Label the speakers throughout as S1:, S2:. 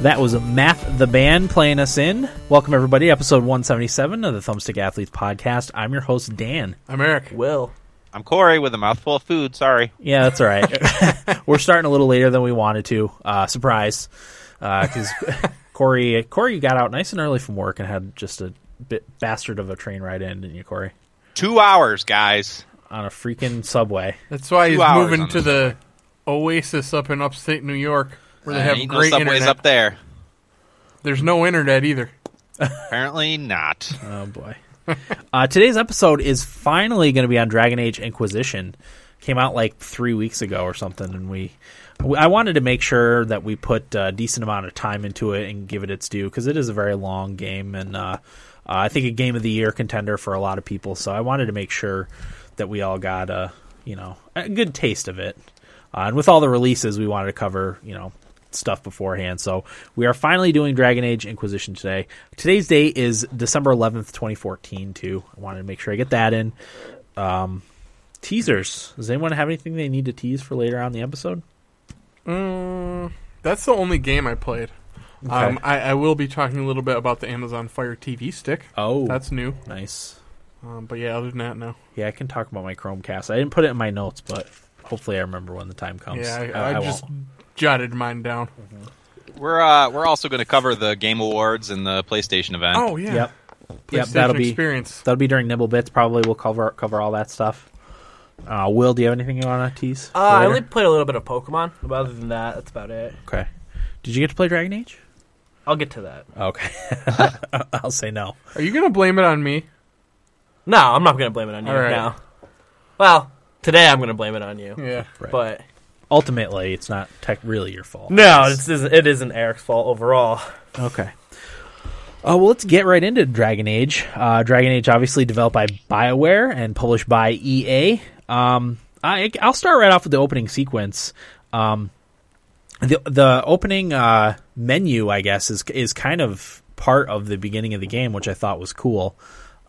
S1: That was Math the Band playing us in. Welcome, everybody, episode 177 of the Thumbstick Athletes Podcast. I'm your host, Dan.
S2: I'm Eric.
S1: Will.
S3: I'm Corey with a mouthful of food. Sorry.
S1: Yeah, that's all right. We're starting a little later than we wanted to. Uh, surprise. Because Corey, Corey got out nice and early from work and had just a bit bastard of a train ride in, didn't you, Corey?
S3: Two hours, guys.
S1: On a freaking subway.
S2: That's why he's
S3: hours
S2: moving
S3: on
S2: to
S3: this
S2: the oasis up in upstate New York where they
S3: Uh,
S2: have
S3: ain't no
S2: great
S3: subways
S2: internet.
S3: up there.
S2: There's no internet either.
S3: Apparently not.
S1: Oh, boy. uh, today's episode is finally going to be on Dragon Age Inquisition. Came out like three weeks ago or something, and we. we- I wanted to make sure that we put a decent amount of time into it and give it its due because it is a very long game, and uh, uh, I think a game of the year contender for a lot of people. So I wanted to make sure that we all got a you know a good taste of it, uh, and with all the releases, we wanted to cover you know stuff beforehand. So we are finally doing Dragon Age Inquisition today. Today's date is December 11th, 2014, too. I wanted to make sure I get that in. Um, teasers. Does anyone have anything they need to tease for later on in the episode?
S2: That's the only game I played. Um,
S1: Okay.
S2: I, I will be talking a little bit about the Amazon Fire TV stick.
S1: Oh,
S2: That's new.
S1: nice.
S2: Um, but yeah, other than that, no.
S1: Yeah, I can talk about my Chromecast. I didn't put it in my notes, but hopefully I remember when the time comes.
S2: Yeah, I,
S1: Uh,
S2: I, just
S1: won't.
S2: jotted mine down.
S3: We're uh, we're also going to cover the Game Awards and the PlayStation event.
S2: Oh yeah,
S1: Yep.
S2: PlayStation
S1: Yep, that'll be
S2: experience.
S1: that'll be during Nibble Bits. Probably we'll cover cover all that stuff. Uh, Will, do you have anything you want to tease?
S4: Uh, I
S1: later?
S4: only played a little bit of Pokemon, but other than that, that's about it.
S1: okay. Did you get to play Dragon Age?
S4: I'll get to that.
S1: Okay. I'll say no.
S2: Are you gonna blame it on me?
S4: No, I'm not going to blame it on you
S2: All right.
S4: now. Well, today I'm going to blame it on you.
S2: Yeah.
S4: But
S1: Ultimately, it's not tech really your fault.
S4: no, this isn't, it isn't Eric's fault overall.
S1: Okay. Uh, well, let's get right into Dragon Age. Uh, Dragon Age, obviously developed by BioWare and published by EA. Um, I, I'll start right off with the opening sequence. Um, the the opening uh, menu, I guess, is is kind of part of the beginning of the game, which I thought was cool.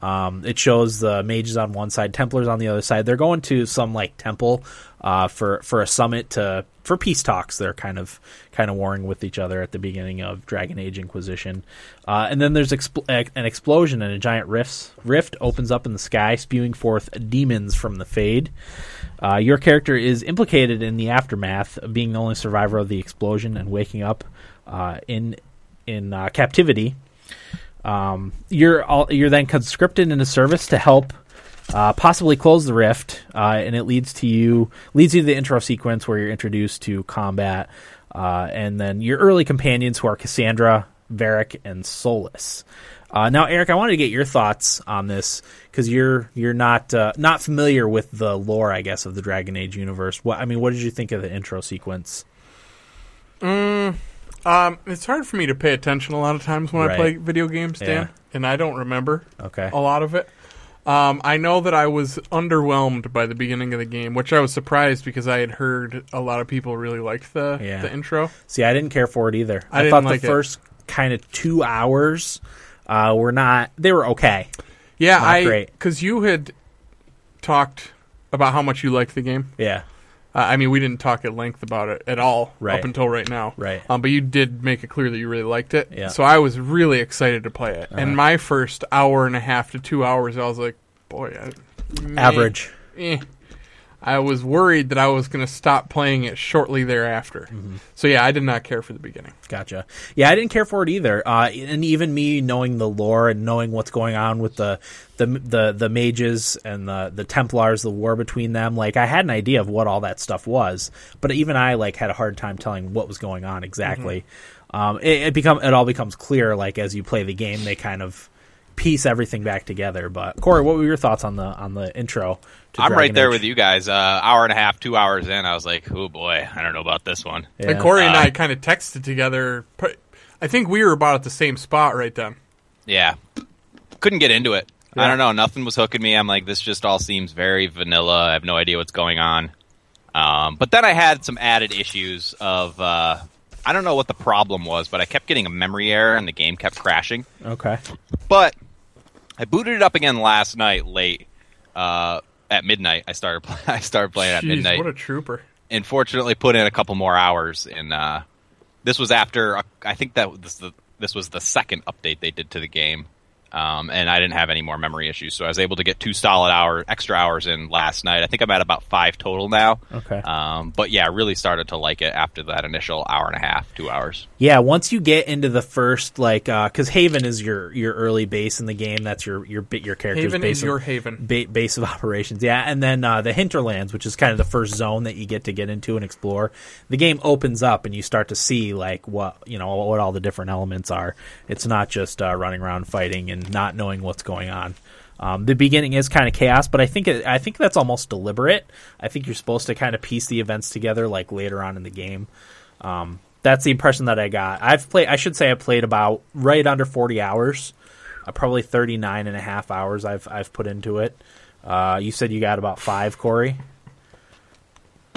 S1: Um, it shows the mages on one side, Templars on the other side. They're going to some like temple uh, for for a summit to for peace talks. They're kind of kind of warring with each other at the beginning of Dragon Age Inquisition, uh, and then there's expl- ex- an explosion and a giant rift rift opens up in the sky, spewing forth demons from the Fade. Uh, your character is implicated in the aftermath, being the only survivor of the explosion and waking up uh, in in uh, captivity. Um, you're all, you're then conscripted into service to help uh, possibly close the rift, uh, and it leads to you leads you to the intro sequence where you're introduced to combat, uh, and then your early companions who are Cassandra, Varric, and Solus. Uh, now, Eric, I wanted to get your thoughts on this because you're you're not uh, not familiar with the lore, I guess, of the Dragon Age universe. What I mean, what did you think of the intro sequence?
S2: Um, it's hard for me to pay attention a lot of times when I
S1: Right.
S2: play video games, Dan,
S1: Yeah.
S2: and I don't remember
S1: Okay,
S2: a lot of it. Um, I know that I was underwhelmed by the beginning of the game, which I was surprised because I had heard a lot of people really liked the
S1: Yeah.
S2: the intro.
S1: See, I didn't care for it either.
S2: I
S1: I,
S2: didn't
S1: thought
S2: like it.
S1: the first kind of two hours uh, were not. They were okay.
S2: Yeah,
S1: Not
S2: I
S1: great.
S2: because you had talked about how much you liked the game.
S1: Yeah.
S2: Uh, I mean, we didn't talk at length about it at all
S1: Right.
S2: up until right now.
S1: Right.
S2: Um, but you did make it clear that you really liked it.
S1: Yeah. Uh-huh.
S2: So I was really excited to play it. And my first hour and a half to two hours, I was like, boy, I, meh,
S1: Average.
S2: eh. I was worried that I was going to stop playing it shortly thereafter.
S1: Mm-hmm.
S2: So yeah, I did not care for the beginning.
S1: Gotcha. Yeah, I didn't care for it either. Uh, and even me knowing the lore and knowing what's going on with the the the, the mages and the, the Templars, the war between them, like I had an idea of what all that stuff was, but even I like had a hard time telling what was going on exactly.
S3: Mm-hmm.
S1: Um, it, it become it all becomes clear like as you play the game, they kind of piece everything back together. But Corey, what were your thoughts on the on the intro? To
S3: I'm right
S1: Dragon
S3: there
S1: Age?
S3: with you guys. Uh, hour and a half, two hours in, I was like, oh boy, I don't know about this one.
S1: Yeah.
S2: And Corey and
S3: Uh,
S2: I kind of texted together. pr- I think we were about at the same spot right then.
S3: Yeah, couldn't get into it.
S2: Yeah.
S3: I don't know. Nothing was hooking me. I'm like, this just all seems very vanilla. I have no idea what's going on. Um, but then I had some added issues of uh, I don't know what the problem was, but I kept getting a memory error and the game kept crashing.
S1: Okay.
S3: But I booted it up again last night, late uh, at midnight. I started pl- I started playing at
S2: Jeez,
S3: midnight,
S2: what a trooper.
S3: and fortunately put in a couple more hours, and uh, This was after uh, I think that was the, this was the second update they did to the game, um, and I didn't have any more memory issues, so I was able to get two solid hour extra hours in last night. I think I'm at about five total now.
S1: Okay.
S3: Um, but yeah, I really started to like it after that initial hour and a half, two hours.
S1: Yeah, once you get into the first like because Haven is your your early base in the game. That's your your bit your character's
S2: Haven
S1: base
S2: is
S1: of-
S2: your haven.
S1: ba- base of operations. Yeah, and then uh, the hinterlands, which is kind of the first zone that you get to get into and explore. The game opens up and you start to see like what you know what all the different elements are. It's not just uh, running around fighting and not knowing what's going on. Um, the beginning is kind of chaos, but I think it, I think that's almost deliberate. I think you're supposed to kind of piece the events together like later on in the game. Um, that's the impression that I got. I've played. I should say I played about right under 40 hours. Uh, probably 39 and a half hours I've I've put into it. Uh, you said you got about five, Corey.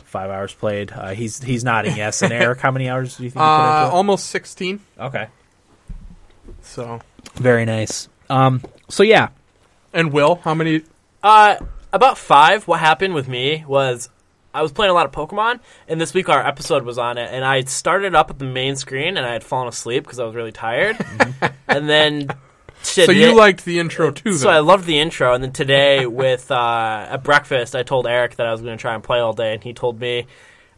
S1: Five hours played. Uh, he's he's nodding yes. And Eric, how many hours do you think? You
S2: Uh,
S1: put into
S2: almost 16.
S1: it? Okay,
S2: So,
S1: very nice. Um, so yeah,
S2: and Will, how many?
S4: Uh, about five, what happened with me was I was playing a lot of Pokemon, and this week our episode was on it, and I had started up at the main screen, and I had fallen asleep because I was really tired, and then.
S2: So you
S4: today-
S2: liked the intro too,
S4: So I
S2: though.
S4: loved the intro, and then today with uh, at breakfast, I told Eric that I was going to try and play all day, and he told me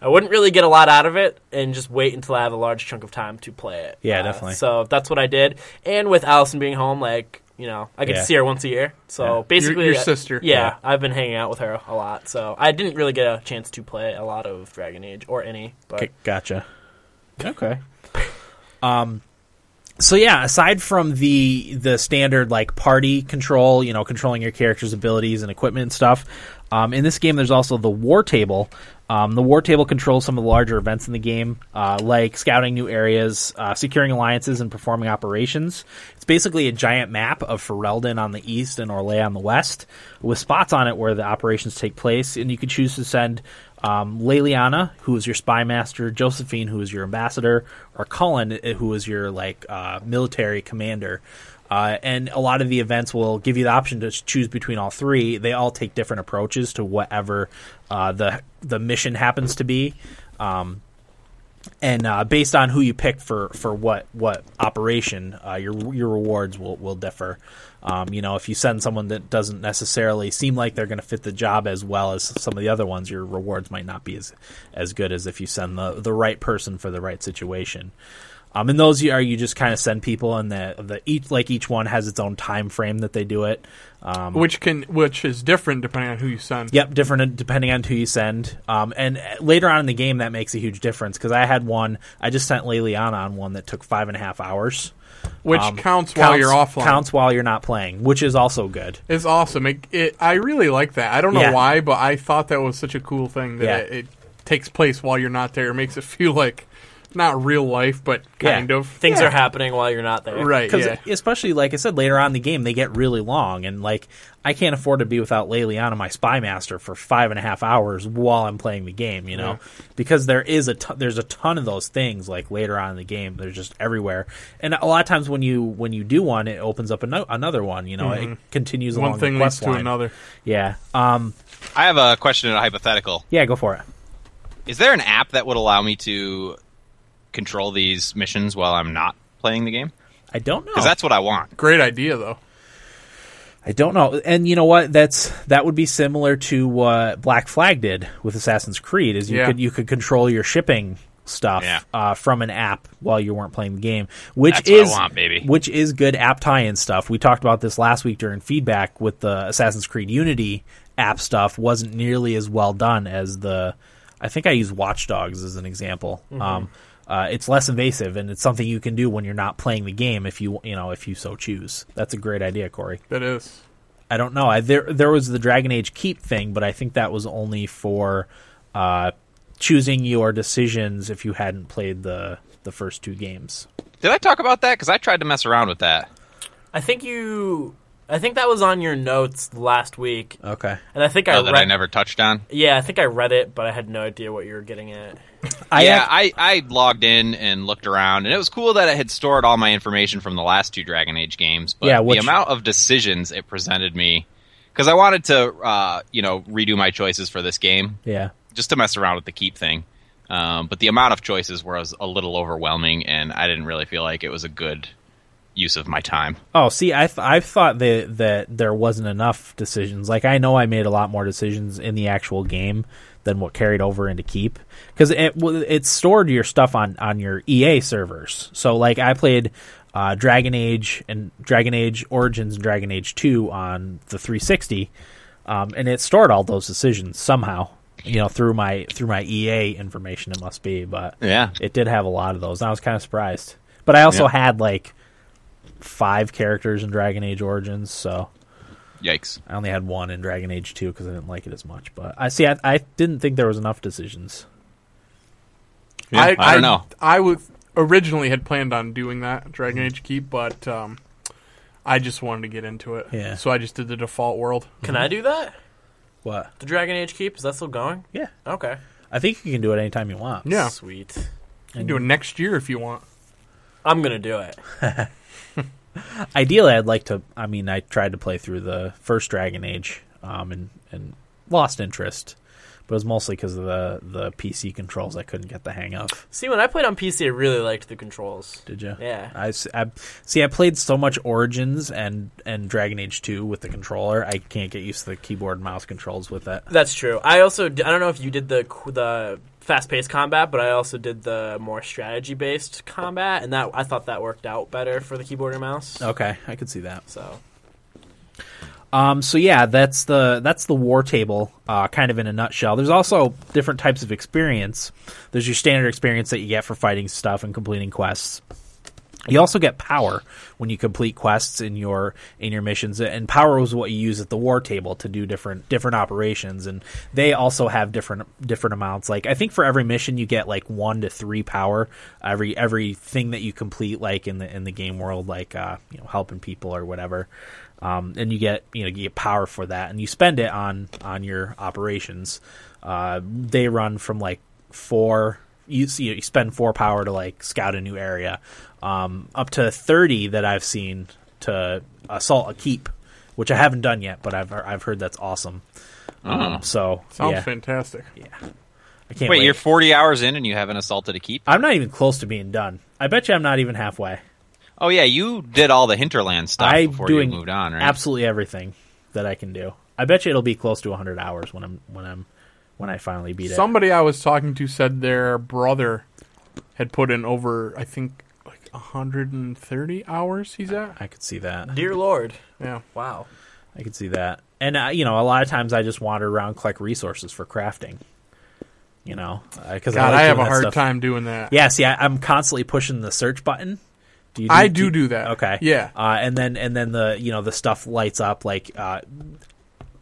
S4: I wouldn't really get a lot out of it, and just wait until I have a large chunk of time to play it.
S1: Yeah,
S4: Uh,
S1: definitely.
S4: So that's what I did, and with Allison being home, like you know, I get
S1: Yeah.
S4: to see her once a year. So
S1: Yeah.
S4: basically,
S2: Your- your
S4: uh,
S2: sister.
S4: Yeah,
S1: Yeah.
S4: I've been hanging out with her a lot, so I didn't really get a chance to play a lot of Dragon Age or any. But
S1: G- gotcha. Okay. Um. So yeah, aside from the the standard like party control, you know, controlling your character's abilities and equipment and stuff, um, in this game there's also the war table. Um, the war table controls some of the larger events in the game, uh, like scouting new areas, uh, securing alliances, and performing operations. It's basically a giant map of Ferelden on the east and Orlais on the west, with spots on it where the operations take place, and you can choose to send um, Leliana, who is your spy master, Josephine, who is your ambassador, or Cullen, eh, who is your like uh, military commander. Uh, and a lot of the events will give you the option to choose between all three. They all take different approaches to whatever uh, the the mission happens to be. Um, and uh, based on who you pick for, for what what operation, uh, your your rewards will will differ. Um, you know, if you send someone that doesn't necessarily seem like they're going to fit the job as well as some of the other ones, your rewards might not be as as good as if you send the the right person for the right situation. Um, and those are you just kind of send people, and the the each like each one has its own time frame that they do it. Um,
S2: Which can, which is different depending on who you send.
S1: Yep, different uh, depending on who you send. Um, and later on in the game, that makes a huge difference because I had one. I just sent Leliana on one that took five and a half hours,
S2: Which
S1: Um,
S2: counts while you're offline.
S1: Counts while you're not playing, which is also good.
S2: It's awesome. It, it, I really like that. I don't know
S1: Yeah.
S2: why, but I thought that was such a cool thing that
S1: Yeah.
S2: it, it takes place while you're not there. It makes it feel like not real life, but
S1: Yeah.
S2: kind of
S4: things are happening while you're not there.
S2: right.
S1: Because
S2: Yeah.
S1: especially like I said, later on in the game, they get really long, and like I can't afford to be without Leliana, my spy master, for five and a half hours while I'm playing the game. You know, because there is a ton, there's a ton of those things like later on in the game. They're just everywhere, and a lot of times when you when you do one, it opens up ano- another one. You know, it continues along
S2: Mm-hmm. One
S1: the
S2: thing leads
S1: quest
S2: to
S1: line.
S2: another.
S1: Yeah, um,
S3: I have a question and a hypothetical.
S1: yeah, go for it.
S3: Is there an app that would allow me to control these missions while I'm not playing the game?
S1: I don't know.
S3: Because that's what I want.
S2: Great idea, though.
S1: I don't know. And you know what? That's that would be similar to what Black Flag did with Assassin's Creed. Is you
S2: Yeah.
S1: could you could control your shipping stuff
S3: Yeah.
S1: uh, from an app while you weren't playing the game, which
S3: That's what I
S1: is
S3: want, baby.
S1: which is good app tie-in stuff. We talked about this last week during feedback with the Assassin's Creed Unity app stuff wasn't nearly as well done as the. I think I use Watch Dogs as an example.
S3: Mm-hmm.
S1: Um, uh, it's less invasive, and it's something you can do when you're not playing the game if you you know if you so choose. That's a great idea, Corey.
S2: That is.
S1: I don't know. I, there there was the Dragon Age Keep thing, but I think that was only for uh, choosing your decisions if you hadn't played the the first two games.
S3: Did I talk about that? Because I tried to mess around with that.
S4: I think you. I think that was on your notes last week,
S1: Okay.
S4: and I think I
S3: Oh, that
S4: read.
S3: I never touched on.
S4: Yeah, I think I read it, but I had no idea what you were getting at.
S1: I
S3: yeah,
S1: ac-
S3: I, I logged in and looked around, and it was cool that it had stored all my information from the last two Dragon Age games. But
S1: Yeah, which-
S3: the amount of decisions it presented me, because I wanted to, uh, you know, redo my choices for this game
S1: yeah.
S3: just to mess around with the keep thing. Um, but the amount of choices was a little overwhelming, and I didn't really feel like it was a good use of my time.
S1: Oh, see, I th- I thought that that there wasn't enough decisions. Like I know I made a lot more decisions in the actual game than what carried over into Keep because it w- it stored your stuff on on your EA servers. So like I played uh, Dragon Age and Dragon Age Origins and Dragon Age Two on the 360, um, and it stored all those decisions somehow. You know, through my through my EA information, it must be. But
S3: Yeah.
S1: it did have a lot of those. And I was kind of surprised, but I also
S3: Yeah.
S1: had like five characters in Dragon Age Origins, so
S3: Yikes.
S1: I only had one in Dragon Age Two because I didn't like it as much. But I see, I, I didn't think there was enough decisions.
S2: I,
S3: I don't know.
S2: I was originally had planned on doing that Dragon
S1: Mm.
S2: Age Keep, but um, I just wanted to get into it.
S1: Yeah.
S2: So I just did the default world.
S4: Can I do that?
S1: What?
S4: The Dragon Age Keep is that still going?
S1: Yeah,
S4: Okay.
S1: I think you can do it anytime you want.
S2: Yeah.
S4: Sweet.
S2: You can do it next year if you want.
S4: I'm gonna do it.
S1: Ideally, I'd like to. I mean, I tried to play through the first Dragon Age, um, and and lost interest, but it was mostly because of the the PC controls I couldn't get the hang of.
S4: See, when I played on PC, I really liked the controls.
S1: Did you?
S4: Yeah.
S1: I, s- I- see. I played so much Origins and and Dragon Age Two with the controller. I can't get used to the keyboard and mouse controls with that.
S4: That's true. I also d- I don't know if you did the qu- the fast paced combat, but I also did the more strategy based combat, and that I thought that worked out better for the keyboard and mouse.
S1: Okay, I could see that.
S4: So
S1: Um, so yeah, that's the that's the war table, uh, kind of in a nutshell. There's also different types of experience. There's your standard experience that you get for fighting stuff and completing quests. You also get power when you complete quests in your in your missions, and power was what you use at the war table to do different different operations. And they also have different different amounts. Like I think for every mission you get like one to three power. Every everything that you complete, like in the in the game world, like uh, you know helping people or whatever, um, and you get you know you get power for that, and you spend it on on your operations. Uh, they run from like four you see you spend four power to like scout a new area um, up to 30 that i've seen to assault a keep which i haven't done yet but i've i've heard that's awesome um, so
S2: Sounds
S1: yeah,
S2: fantastic.
S1: i can't
S3: Uh-huh. Wait,
S1: wait,
S3: you're 40 hours in and you haven't assaulted a keep?
S1: i'm not even close to being done i bet you i'm not even halfway
S3: Oh yeah, you did all the hinterland stuff
S1: i'm
S3: Ah, before
S1: doing
S3: you moved on, right?
S1: absolutely everything that i can do i bet you it'll be close to 100 hours when i'm when i'm when i finally beat it
S2: Somebody I was talking to said their brother had put in over, I think, like 130 hours he's at.
S1: i could see that
S4: dear lord,
S2: Yeah.
S4: wow.
S1: I can see that. And uh, you know, a lot of times I just wander around collect resources for crafting. You know, because
S2: God,
S1: I, like
S2: I
S1: doing
S2: have a
S1: that
S2: hard
S1: stuff.
S2: time doing that.
S1: Yeah, see, I, I'm constantly pushing the search button. Do you?
S2: I do do that.
S1: Okay.
S2: Yeah.
S1: Uh, and then and then the you know the stuff lights up like uh,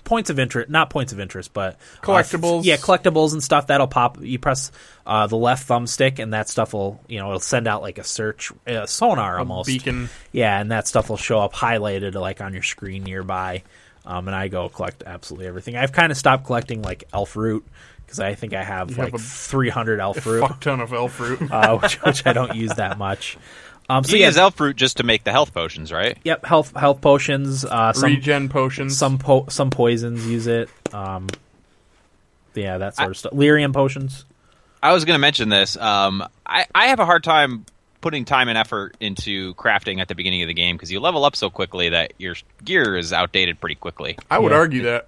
S1: points of interest, not points of interest, but uh,
S2: Collectibles.
S1: f- yeah, collectibles and stuff that'll pop. You press uh, the left thumbstick, and that stuff will you know it'll send out like a search uh, sonar almost
S2: Beacon.
S1: yeah, and that stuff will show up highlighted like on your screen nearby. Um, and I go collect absolutely everything. I've kind of stopped collecting like elf root because I think I have like
S2: have a
S1: 300 elf root,
S2: Fuck ton of elf fruit.
S1: uh, which, which I don't use that much. Um, so
S3: You
S1: yeah,
S3: use elf fruit just to make the health potions, right?
S1: yep, health health potions, uh, some
S2: Regen potions.
S1: some po- some poisons use it. Um, yeah, that sort of stuff. Lyrium potions.
S3: I was going to mention this. Um, I, I have a hard time putting time and effort into crafting at the beginning of the game because you level up so quickly that your gear is outdated pretty quickly.
S2: I would
S1: Yeah.
S2: argue that.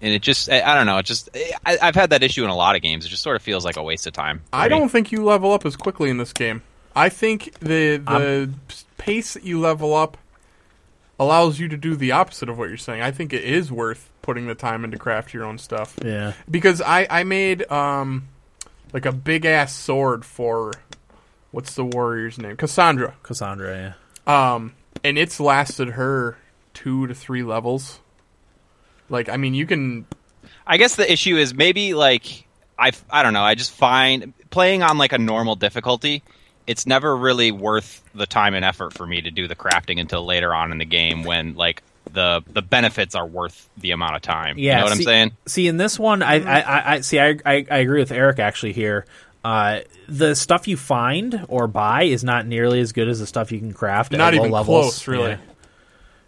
S3: And it just, I, I don't know, it just, I, I've had that issue in a lot of games. It just sort of feels like a waste of time.
S2: I
S3: for me.
S2: don't think you level up as quickly in this game. I think the the pace that you level up allows you to do the opposite of what you're saying. I think it is worth putting the time into craft your own stuff
S1: Yeah.
S2: because I I made um like a big ass sword for what's the warrior's name Cassandra
S1: Cassandra, yeah.
S2: um and it's lasted her two to three levels. Like I mean you can
S3: I guess the issue is maybe like I I don't know. I just find playing on like a normal difficulty, it's never really worth the time and effort for me to do the crafting until later on in the game when like the the benefits are worth the amount of time.
S1: Yeah,
S3: you know what
S1: see,
S3: I'm saying?
S1: See, in this one, I, I, I, I see. I, I, I agree with Eric actually here. Uh, the stuff you find or buy is not nearly as good as the stuff you can craft.
S2: Not
S1: at low
S2: even
S1: levels.
S2: close, really.
S1: Yeah.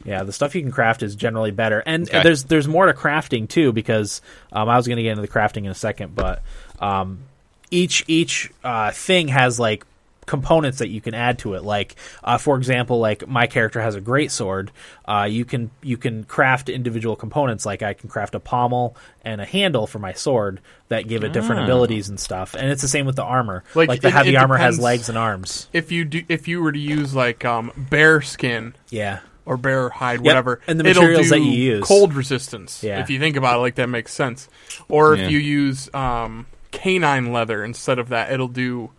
S1: Yeah, the stuff you can craft is generally better, and
S3: Okay.
S1: there's there's more to crafting too because um, I was going to get into the crafting in a second, but um, each each uh, thing has like components that you can add to it like uh, for example like my character has a great sword uh, you can you can craft individual components like i can craft a pommel and a handle for my sword that give it different abilities and stuff and it's the same with the armor like,
S2: Ah. Like,
S1: the
S2: it-
S1: heavy
S2: it
S1: armor has
S2: depends-
S1: legs and arms
S2: If you do, if you were to use like um, bear skin
S1: yeah
S2: or bear hide, whatever,
S1: and the
S2: it'll
S1: materials
S2: do
S1: that you use.
S2: cold resistance.
S1: Yeah.
S2: If you think about it, like that makes sense. Or if
S3: Yeah.
S2: you use um, canine leather instead of that, it'll do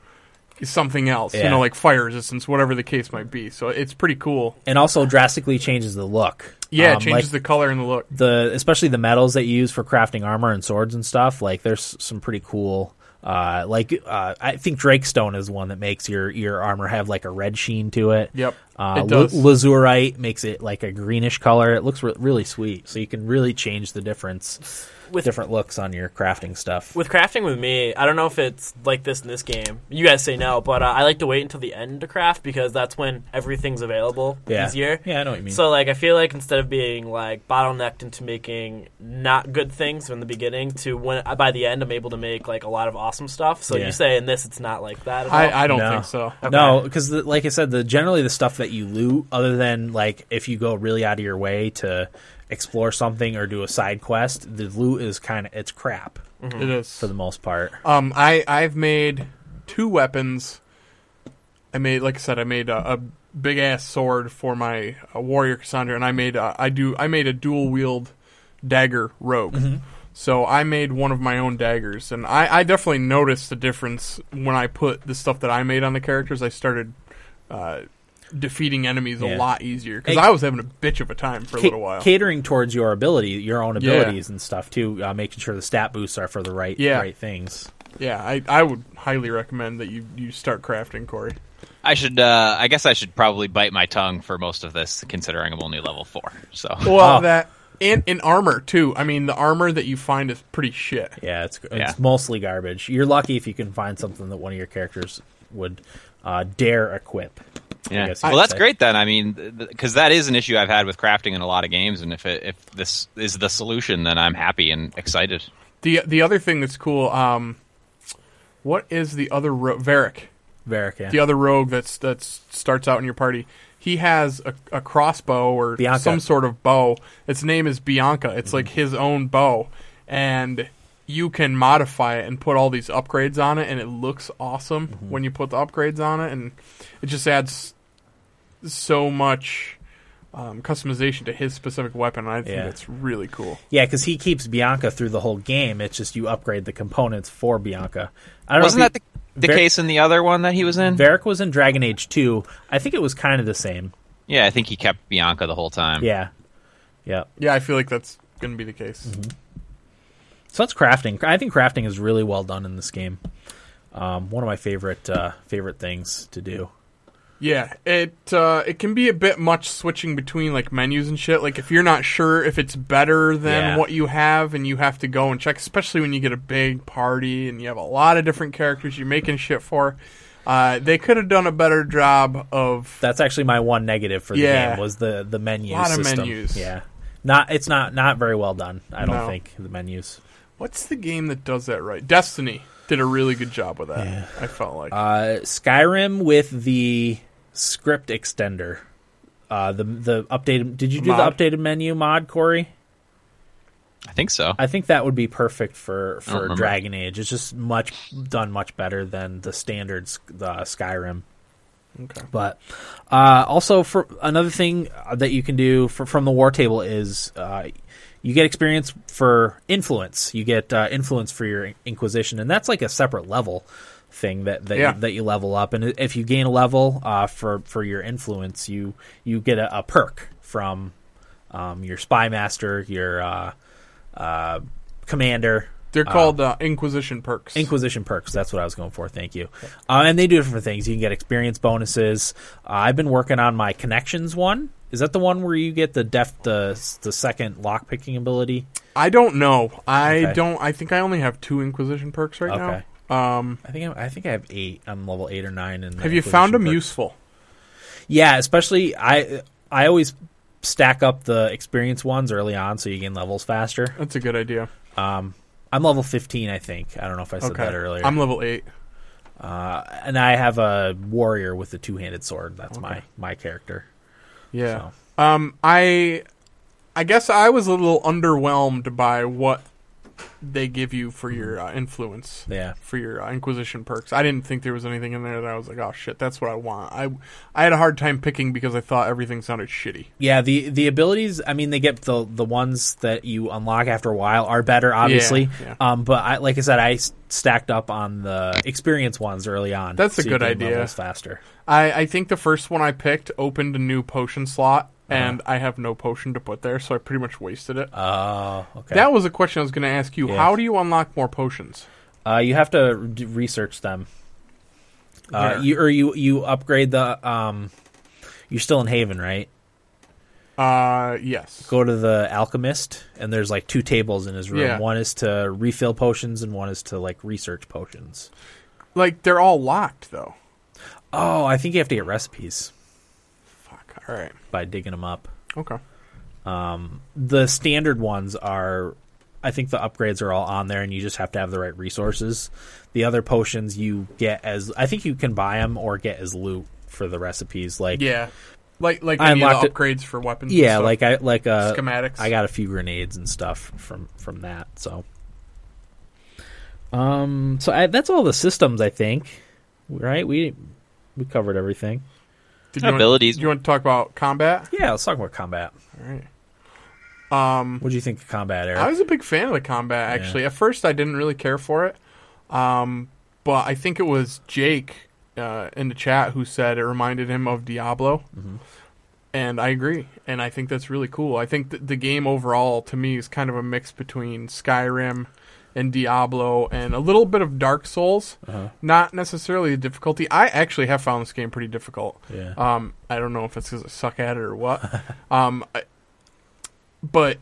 S2: something else. You
S1: Yeah.
S2: know, like fire resistance, whatever the case might be. So it's pretty cool.
S1: and also drastically changes the look
S2: Yeah,
S1: Um,
S2: it
S1: like- Oh,
S2: changes the color and the look.
S1: the especially the metals that you use for crafting armor and swords and stuff like there's some pretty cool uh like uh i think drake stone is one that makes your your armor have like a red sheen to it
S2: Yep,
S1: uh,
S2: it does.
S1: la- lazurite makes it like a greenish color it looks re- really sweet so you can really change the difference with
S4: With-
S1: different looks on your crafting stuff
S4: With crafting with me, I don't know if it's like this in this game. You guys say no, but uh, I like to wait until the end to craft because that's when everything's available
S1: yeah
S4: easier.
S1: yeah i know what you mean
S4: So like I feel like instead of being like bottlenecked into making not good things from the beginning to when uh, by the end I'm able to make like a lot of awesome stuff. So
S1: Yeah.
S4: you say in this it's not like that at all.
S2: I, I don't
S1: No.
S2: think so.
S1: No, because like I said, the generally the stuff that you loot, other than like if you go really out of your way to explore something or do a side quest, the loot is kind of it's crap
S2: It is.
S1: for the most part.
S2: Um, I I've made two weapons. I made, like I said, I made a, a big ass sword for my uh, warrior Cassandra, and I made a, I do I made a dual wield dagger rogue.
S1: Mm-hmm.
S2: So I made one of my own daggers, and I, I definitely noticed the difference when I put the stuff that I made on the characters. I started. Uh, defeating enemies
S1: Yeah.
S2: a lot easier because
S1: Hey-
S2: I was having a bitch of a time for a
S1: Ca-
S2: little while.
S1: Catering towards your ability, your own
S2: Yeah.
S1: abilities and stuff too, uh, making sure the stat boosts are for the right
S2: Yeah.
S1: right things.
S2: yeah, I, I would highly recommend that you, you start crafting, Corey.
S3: I should. Uh, I guess I should probably bite my tongue for most of this, considering I'm only level four. So
S2: Well,
S1: Oh.
S2: that and in armor too. I mean, the armor that you find is pretty shit.
S1: Yeah, it's it's
S3: Yeah.
S1: mostly garbage. You're lucky if you can find something that one of your characters would uh, dare equip. I
S3: yeah.
S1: guess you
S3: Well,
S1: could
S3: that's
S1: say.
S3: great then. I mean, because that is an issue I've had with crafting in a lot of games, and if it, if this is the solution, then I'm happy and excited.
S2: The the other thing that's cool. Um, what is the other ro- Varric?
S1: Varric, yeah.
S2: The other rogue that's that starts out in your party. He has a, a crossbow or
S1: Bianca. Mm-hmm.
S2: some sort of bow. Its name is Bianca. It's like his own bow, and you can modify it and put all these upgrades on it, and it looks awesome
S1: Mm-hmm.
S2: when you put the upgrades on it, and it just adds so much um, customization to his specific weapon. I think
S1: Yeah.
S2: that's really cool.
S1: Yeah, because he keeps Bianca through the whole game. It's just you upgrade the components for Bianca. I don't
S3: Wasn't
S1: know if
S3: that the, the
S1: Ver-
S3: case in the other one that he was in?
S1: you- Varric was in Dragon Age Two. I think it was kind of the same.
S3: yeah, I think he kept Bianca the whole time.
S1: Yeah, yeah.
S2: Yeah, I feel like that's going to be the case.
S1: Mm-hmm. So that's crafting. I think crafting is really well done in this game. Um, one of my favorite uh, favorite things to do.
S2: Yeah, it uh, it can be a bit much switching between like menus and shit. Like if you're not sure if it's better than
S1: Yeah.
S2: what you have, and you have to go and check, especially when you get a big party and you have a lot of different characters you're making shit for. Uh, they could have done a better job of
S1: That's actually my one negative for the
S2: Yeah.
S1: game was the the menu
S2: Lot of
S1: system.
S2: menus.
S1: Yeah, not it's not not very well done. I don't
S2: No.
S1: think the menus.
S2: what's the game that does that right? Destiny did a really good job with that. I felt like
S1: Uh, Skyrim with the script extender. Uh, the the updated. Did you do
S2: Mod.
S1: the updated menu mod, Corey?
S3: I think so.
S1: I think that would be perfect for
S3: don't
S1: for
S3: remember.
S1: Dragon Age. It's just much done much better than the standard S- the Skyrim.
S2: okay.
S1: But uh, also for another thing uh, that you can do for, from the war table is uh, you get experience for influence. You get uh, influence for your Inquisition, and that's like a separate level thing that that,
S2: Yeah.
S1: you, that you level up. And if you gain a level uh, for for your influence, you you get a, a perk from um, your spy master, your uh, uh, commander,
S2: They're called uh, Inquisition perks.
S1: Inquisition perks. That's what I was going for. Thank you. Uh, and they do different things. You can get experience bonuses. Uh, I've been working on my connections one. Is that the one where you get the def the the second lock picking ability?
S2: I don't know. I
S1: Okay.
S2: don't. I think I only have two Inquisition perks right
S1: Okay.
S2: now. Um,
S1: I think I, I think I have eight. I'm level eight or nine. And
S2: have you found them
S1: useful?
S2: useful?
S1: Yeah, especially I I always stack up the experience ones early on so you gain levels faster.
S2: That's a good idea.
S1: I'm level 15, I think. I don't know if I said
S2: Okay.
S1: that earlier.
S2: I'm level eight.
S1: uh, and I have a warrior with a two handed sword. That's my my character.
S2: Yeah. Um, I, I guess I was a little underwhelmed by what they give you for your uh, influence.
S1: Yeah.
S2: for your uh, Inquisition perks. I didn't think there was anything in there that I was like, oh shit, that's what I want. I I had a hard time picking because I thought everything sounded shitty.
S1: Yeah, the the abilities. I mean, they get the the ones that you unlock after a while are better, obviously.
S2: yeah.
S1: Um, but I, like I said, I s- stacked up on the experience ones early on.
S2: That's a
S1: you
S2: good
S1: gain
S2: idea.
S1: levels Faster.
S2: I I think the first one I picked opened a new potion slot,
S1: Uh-huh.
S2: and I have no potion to put there, so I pretty much wasted it.
S1: Oh, okay.
S2: that was a question I was going to ask you.
S1: Yeah.
S2: How do you unlock more potions?
S1: Uh, you have to re- d- research them. Uh,
S2: Where?
S1: you or you you upgrade the um. You're still in Haven, right?
S2: Uh, yes.
S1: Go to the alchemist, and there's like two tables in his room.
S2: Yeah.
S1: One is to refill potions, and one is to like research potions.
S2: Like they're all locked though.
S1: Oh, I think you have to get recipes
S2: Fuck. All right.
S1: by digging them up.
S2: Okay.
S1: the standard ones are I think the upgrades are all on there and you just have to have the right resources. The other potions you get as I think you can buy them or get as loot for the recipes like
S2: Yeah. Like like
S1: I
S2: any of the
S1: unlocked it-
S2: upgrades for weapons. and
S1: Yeah,
S2: stuff?
S1: like I like uh
S2: schematics.
S1: I got a few grenades and stuff from from that, so um so I, that's all the systems I think. Right? We we covered everything.
S2: Did you
S3: abilities.
S2: Want, do you want to talk about combat?
S1: Yeah, let's talk about combat.
S2: All right. Um.
S1: What do you think of combat, Eric?
S2: I was a big fan of the combat actually. At first, I didn't really care for it, um, but I think it was Jake uh, in the chat who said it reminded him of Diablo, and I agree. And I think that's really cool. I think th- the game overall to me is kind of a mix between Skyrim and Diablo and a little bit of Dark Souls. Not necessarily the difficulty. I actually have found this game pretty difficult.
S1: Yeah.
S2: Um, I don't know if it's because I suck at it or what. um, I- but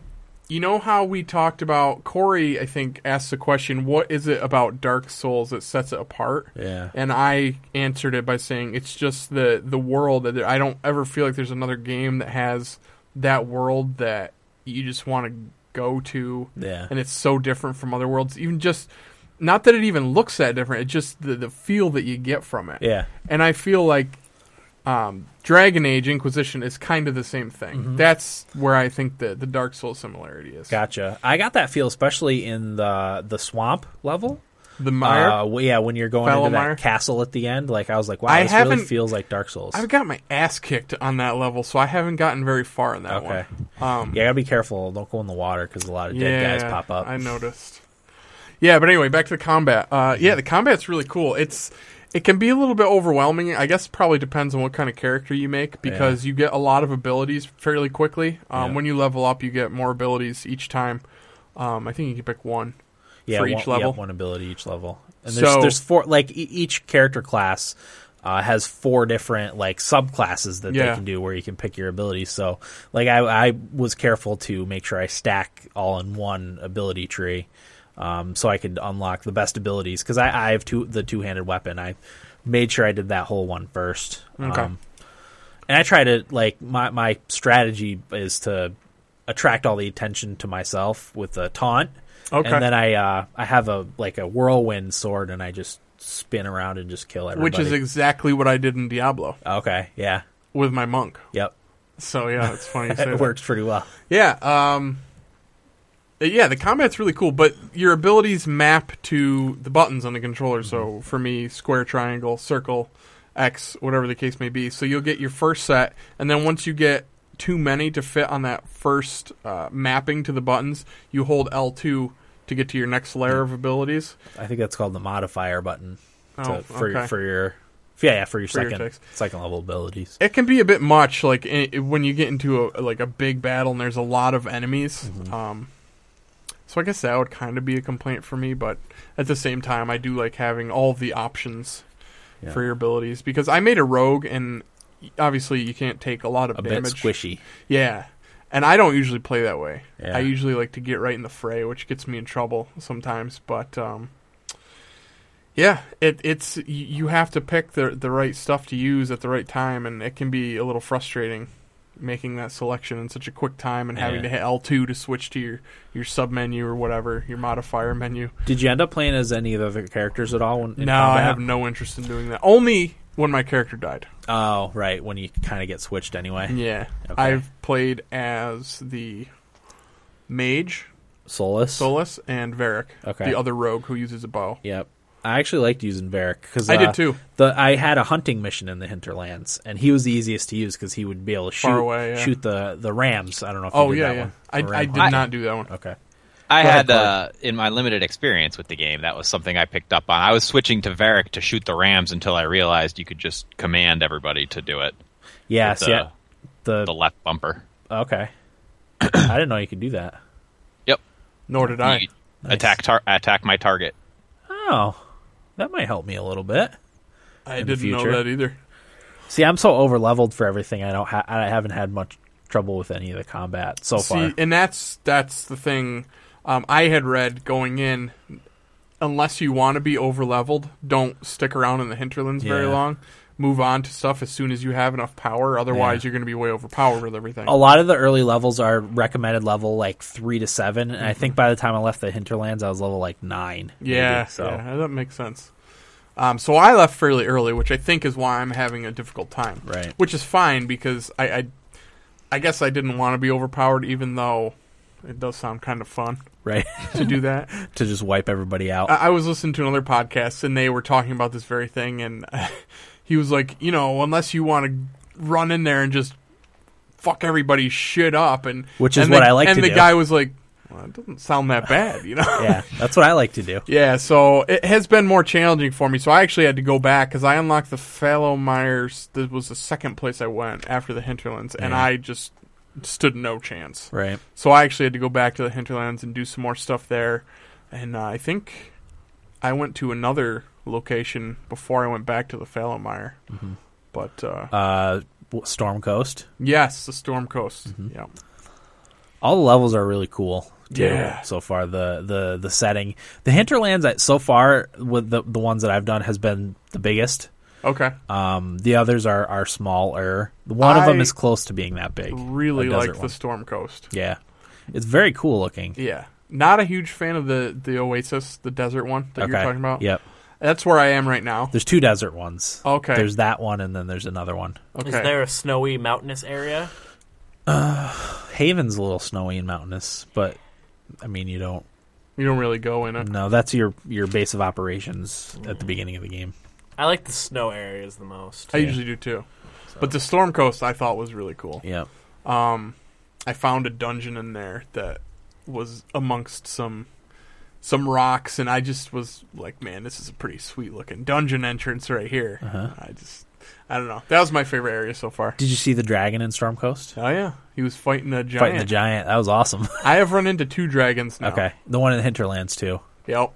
S2: you know how we talked about Corey, I think, asked the question, what is it about Dark Souls that sets it apart?
S1: yeah.
S2: And I answered it by saying it's just the the world that I don't ever feel like there's another game that has that world that you just want to go to
S1: Yeah.
S2: and it's so different from other worlds. Even just not that it even looks that different, it's just the, the feel that you get from it
S1: Yeah.
S2: and I feel like um, Dragon Age Inquisition is kind of the same thing. That's where I think the the Dark Souls similarity is.
S1: Gotcha. I Mm-hmm. got that feel especially in the the swamp level.
S2: the Mire.
S1: Uh, well, yeah, when you're going into that
S2: Fallomire?
S1: castle at the end, like I was like, wow,
S2: I
S1: this really
S2: haven't-
S1: feels like Dark Souls.
S2: I've got my ass kicked on that level, so I haven't gotten very far in that
S1: Okay.
S2: one. Um,
S1: yeah, gotta be careful. Don't go in the water because a lot of dead
S2: yeah,
S1: guys pop up.
S2: I noticed. Yeah, but anyway, back to the combat. Uh,
S1: Mm-hmm.
S2: yeah, the combat's really cool. It's it can be a little bit overwhelming. I guess it probably depends on what kind of character you make because you get a lot of abilities fairly quickly. Um,
S1: Yeah.
S2: When you level up, you get more abilities each time. Um, I think you can pick one.
S1: yeah,
S2: for
S1: one,
S2: each level.
S1: yeah, one ability each level. And there's
S2: So-
S1: there's four like e- each character class uh, has four different like subclasses that they
S2: Yeah.
S1: can do where you can pick your abilities. So like I I was careful to make sure I stack all in one ability tree. Um, so I could unlock the best abilities because I, I have two the two handed weapon. I made sure I did that whole one first.
S2: Okay.
S1: Um, and I try to like my my strategy is to attract all the attention to myself with a taunt.
S2: Okay.
S1: And then I uh, I have a like a whirlwind sword and I just spin around and just kill everybody.
S2: Which is exactly what I did in Diablo
S1: okay. Yeah.
S2: with my monk.
S1: Yep.
S2: So yeah, it's funny. You say
S1: It
S2: that.
S1: works pretty well.
S2: Yeah. Um, uh, yeah, the combat's really cool, but your abilities map to the buttons on the controller. So for me, square, triangle, circle, X, whatever the case may be. So you'll get your first set, and then once you get too many to fit on that first uh, mapping to the buttons, you hold L2 to get to your next layer of abilities.
S1: I think that's called the modifier button to,
S2: Oh,
S1: for
S2: okay.
S1: for your yeah, yeah for your
S2: For your
S1: second
S2: attacks.
S1: second level abilities.
S2: it can be a bit much like i i- when you get into a like a big battle and there's a lot of enemies
S1: Mm-hmm.
S2: um so i guess that would kind of be a complaint for me but at the same time i do like having all the options
S1: Yeah.
S2: for your abilities because i made a rogue and obviously you can't take a lot of
S1: A bit
S2: damage
S1: squishy.
S2: yeah and i don't usually play that way
S1: Yeah.
S2: i usually like to get right in the fray which gets me in trouble sometimes but um yeah, it, it's y- you have to pick the the right stuff to use at the right time, and it can be a little frustrating making that selection in such a quick time and having to hit L2 to switch to your your sub menu or whatever your modifier menu.
S1: Did you end up playing as any of the other characters at all? When, in
S2: no, I
S1: combat?
S2: have no interest in doing that. Only when my character died.
S1: Oh, right. When you kind of get switched anyway.
S2: Yeah,
S1: Okay.
S2: I've played as the mage
S1: Solus.
S2: Solus and Varric,
S1: Okay.
S2: the other rogue who uses a bow.
S1: Yep. I actually liked using Varric because
S2: I did too.
S1: The I had a hunting mission in the hinterlands, and he was the easiest to use because he would be able to shoot
S2: Far away, yeah.
S1: shoot the the rams. I don't know. if
S2: Oh
S1: you did
S2: yeah,
S1: that
S2: yeah.
S1: one.
S2: I,
S1: Or
S2: I
S1: ram
S2: did
S1: hunting.
S2: not do that one.
S1: Okay.
S3: I
S1: Go ahead,
S3: had
S1: Clark.
S3: uh, in my limited experience with the game that was something I picked up on. I was switching to Varric to shoot the Rams until I realized you could just command everybody to do it.
S1: Yes.
S3: the,
S1: yeah. The,
S3: the left bumper.
S1: okay. I didn't know you could do that.
S3: Yep.
S2: Nor did I.
S3: You Attack tar- attack my target.
S1: Oh, that might help me a little bit.
S2: I
S1: in the
S2: didn't know
S1: future.
S2: that either.
S1: See, I'm so over leveled for everything. I don't. Ha- I haven't had much trouble with any of the combat so far.
S2: See, and that's that's the thing. Um, I had read going in, unless you want to be over leveled, don't stick around in the hinterlands very
S1: Yeah.
S2: long. Move on to stuff as soon as you have enough power. Otherwise, you're going to be way overpowered with everything.
S1: a lot of the early levels are recommended level like three to seven, and I think by the time I left the hinterlands, I was level like nine. maybe,
S2: Mm-hmm. yeah,
S1: so
S2: yeah, that makes sense. Um, so I left fairly early, which I think is why I'm having a difficult time.
S1: Right.
S2: Which is fine because I, I, I guess I didn't want to be overpowered, even though it does sound kind of fun
S1: right
S2: to do that.
S1: to just wipe everybody out.
S2: I I was listening to another podcast and they were talking about this very thing, and he was like, you know, unless you want to run in there and just fuck everybody's shit up, and
S1: Which is
S2: and
S1: what
S2: the-
S1: I like
S2: And
S1: to
S2: the
S1: do.
S2: guy was like, well, it doesn't sound that bad, you know.
S1: yeah, that's what I like to do.
S2: Yeah, so it has been more challenging for me. So I actually had to go back because I unlocked the Fallow Myers. This was the second place I went after the Hinterlands, and
S1: Yeah.
S2: I just stood no chance.
S1: Right.
S2: So I actually had to go back to the hinterlands and do some more stuff there. And uh, I think I went to another location before I went back to the Fallowmire. But uh,
S1: Mm-hmm. Uh, w- Storm Coast.
S2: yes, the Storm Coast.
S1: mm-hmm.
S2: Yeah.
S1: All the levels are really cool. Too,
S2: Yeah.
S1: So far, the the the setting, the hinterlands. that So far, with the the ones that I've done, has been the biggest.
S2: Okay.
S1: Um, the others are are smaller. One of them
S2: I
S1: is close to being that big.
S2: really
S1: a desert
S2: like the
S1: one.
S2: Storm Coast.
S1: Yeah, it's very cool looking.
S2: Yeah. Not a huge fan of the, the Oasis, the desert one that
S1: okay.
S2: you're talking about.
S1: Yep.
S2: That's where I am right now.
S1: There's two desert ones.
S2: Okay.
S1: There's that one, and then there's another one.
S2: Okay.
S4: Is there a snowy mountainous area?
S1: Haven's a little snowy and mountainous, but I mean, you don't.
S2: You don't really go in it.
S1: No, that's your your base of operations at the beginning of the game.
S4: I like the snow areas the most.
S2: I usually do too. But the Storm Coast I thought was really cool.
S1: Yeah.
S2: um, I found a dungeon in there that was amongst some some rocks, and I just was like, man, this is a pretty sweet looking dungeon entrance right here.
S1: Uh-huh.
S2: I just, I don't know. That was my favorite area so far.
S1: Did you see the dragon in Storm Coast?
S2: Oh yeah, he was fighting a giant.
S1: Fighting the giant. That was awesome.
S2: I have run into two dragons now.
S1: okay. The one in the hinterlands too.
S2: Yep.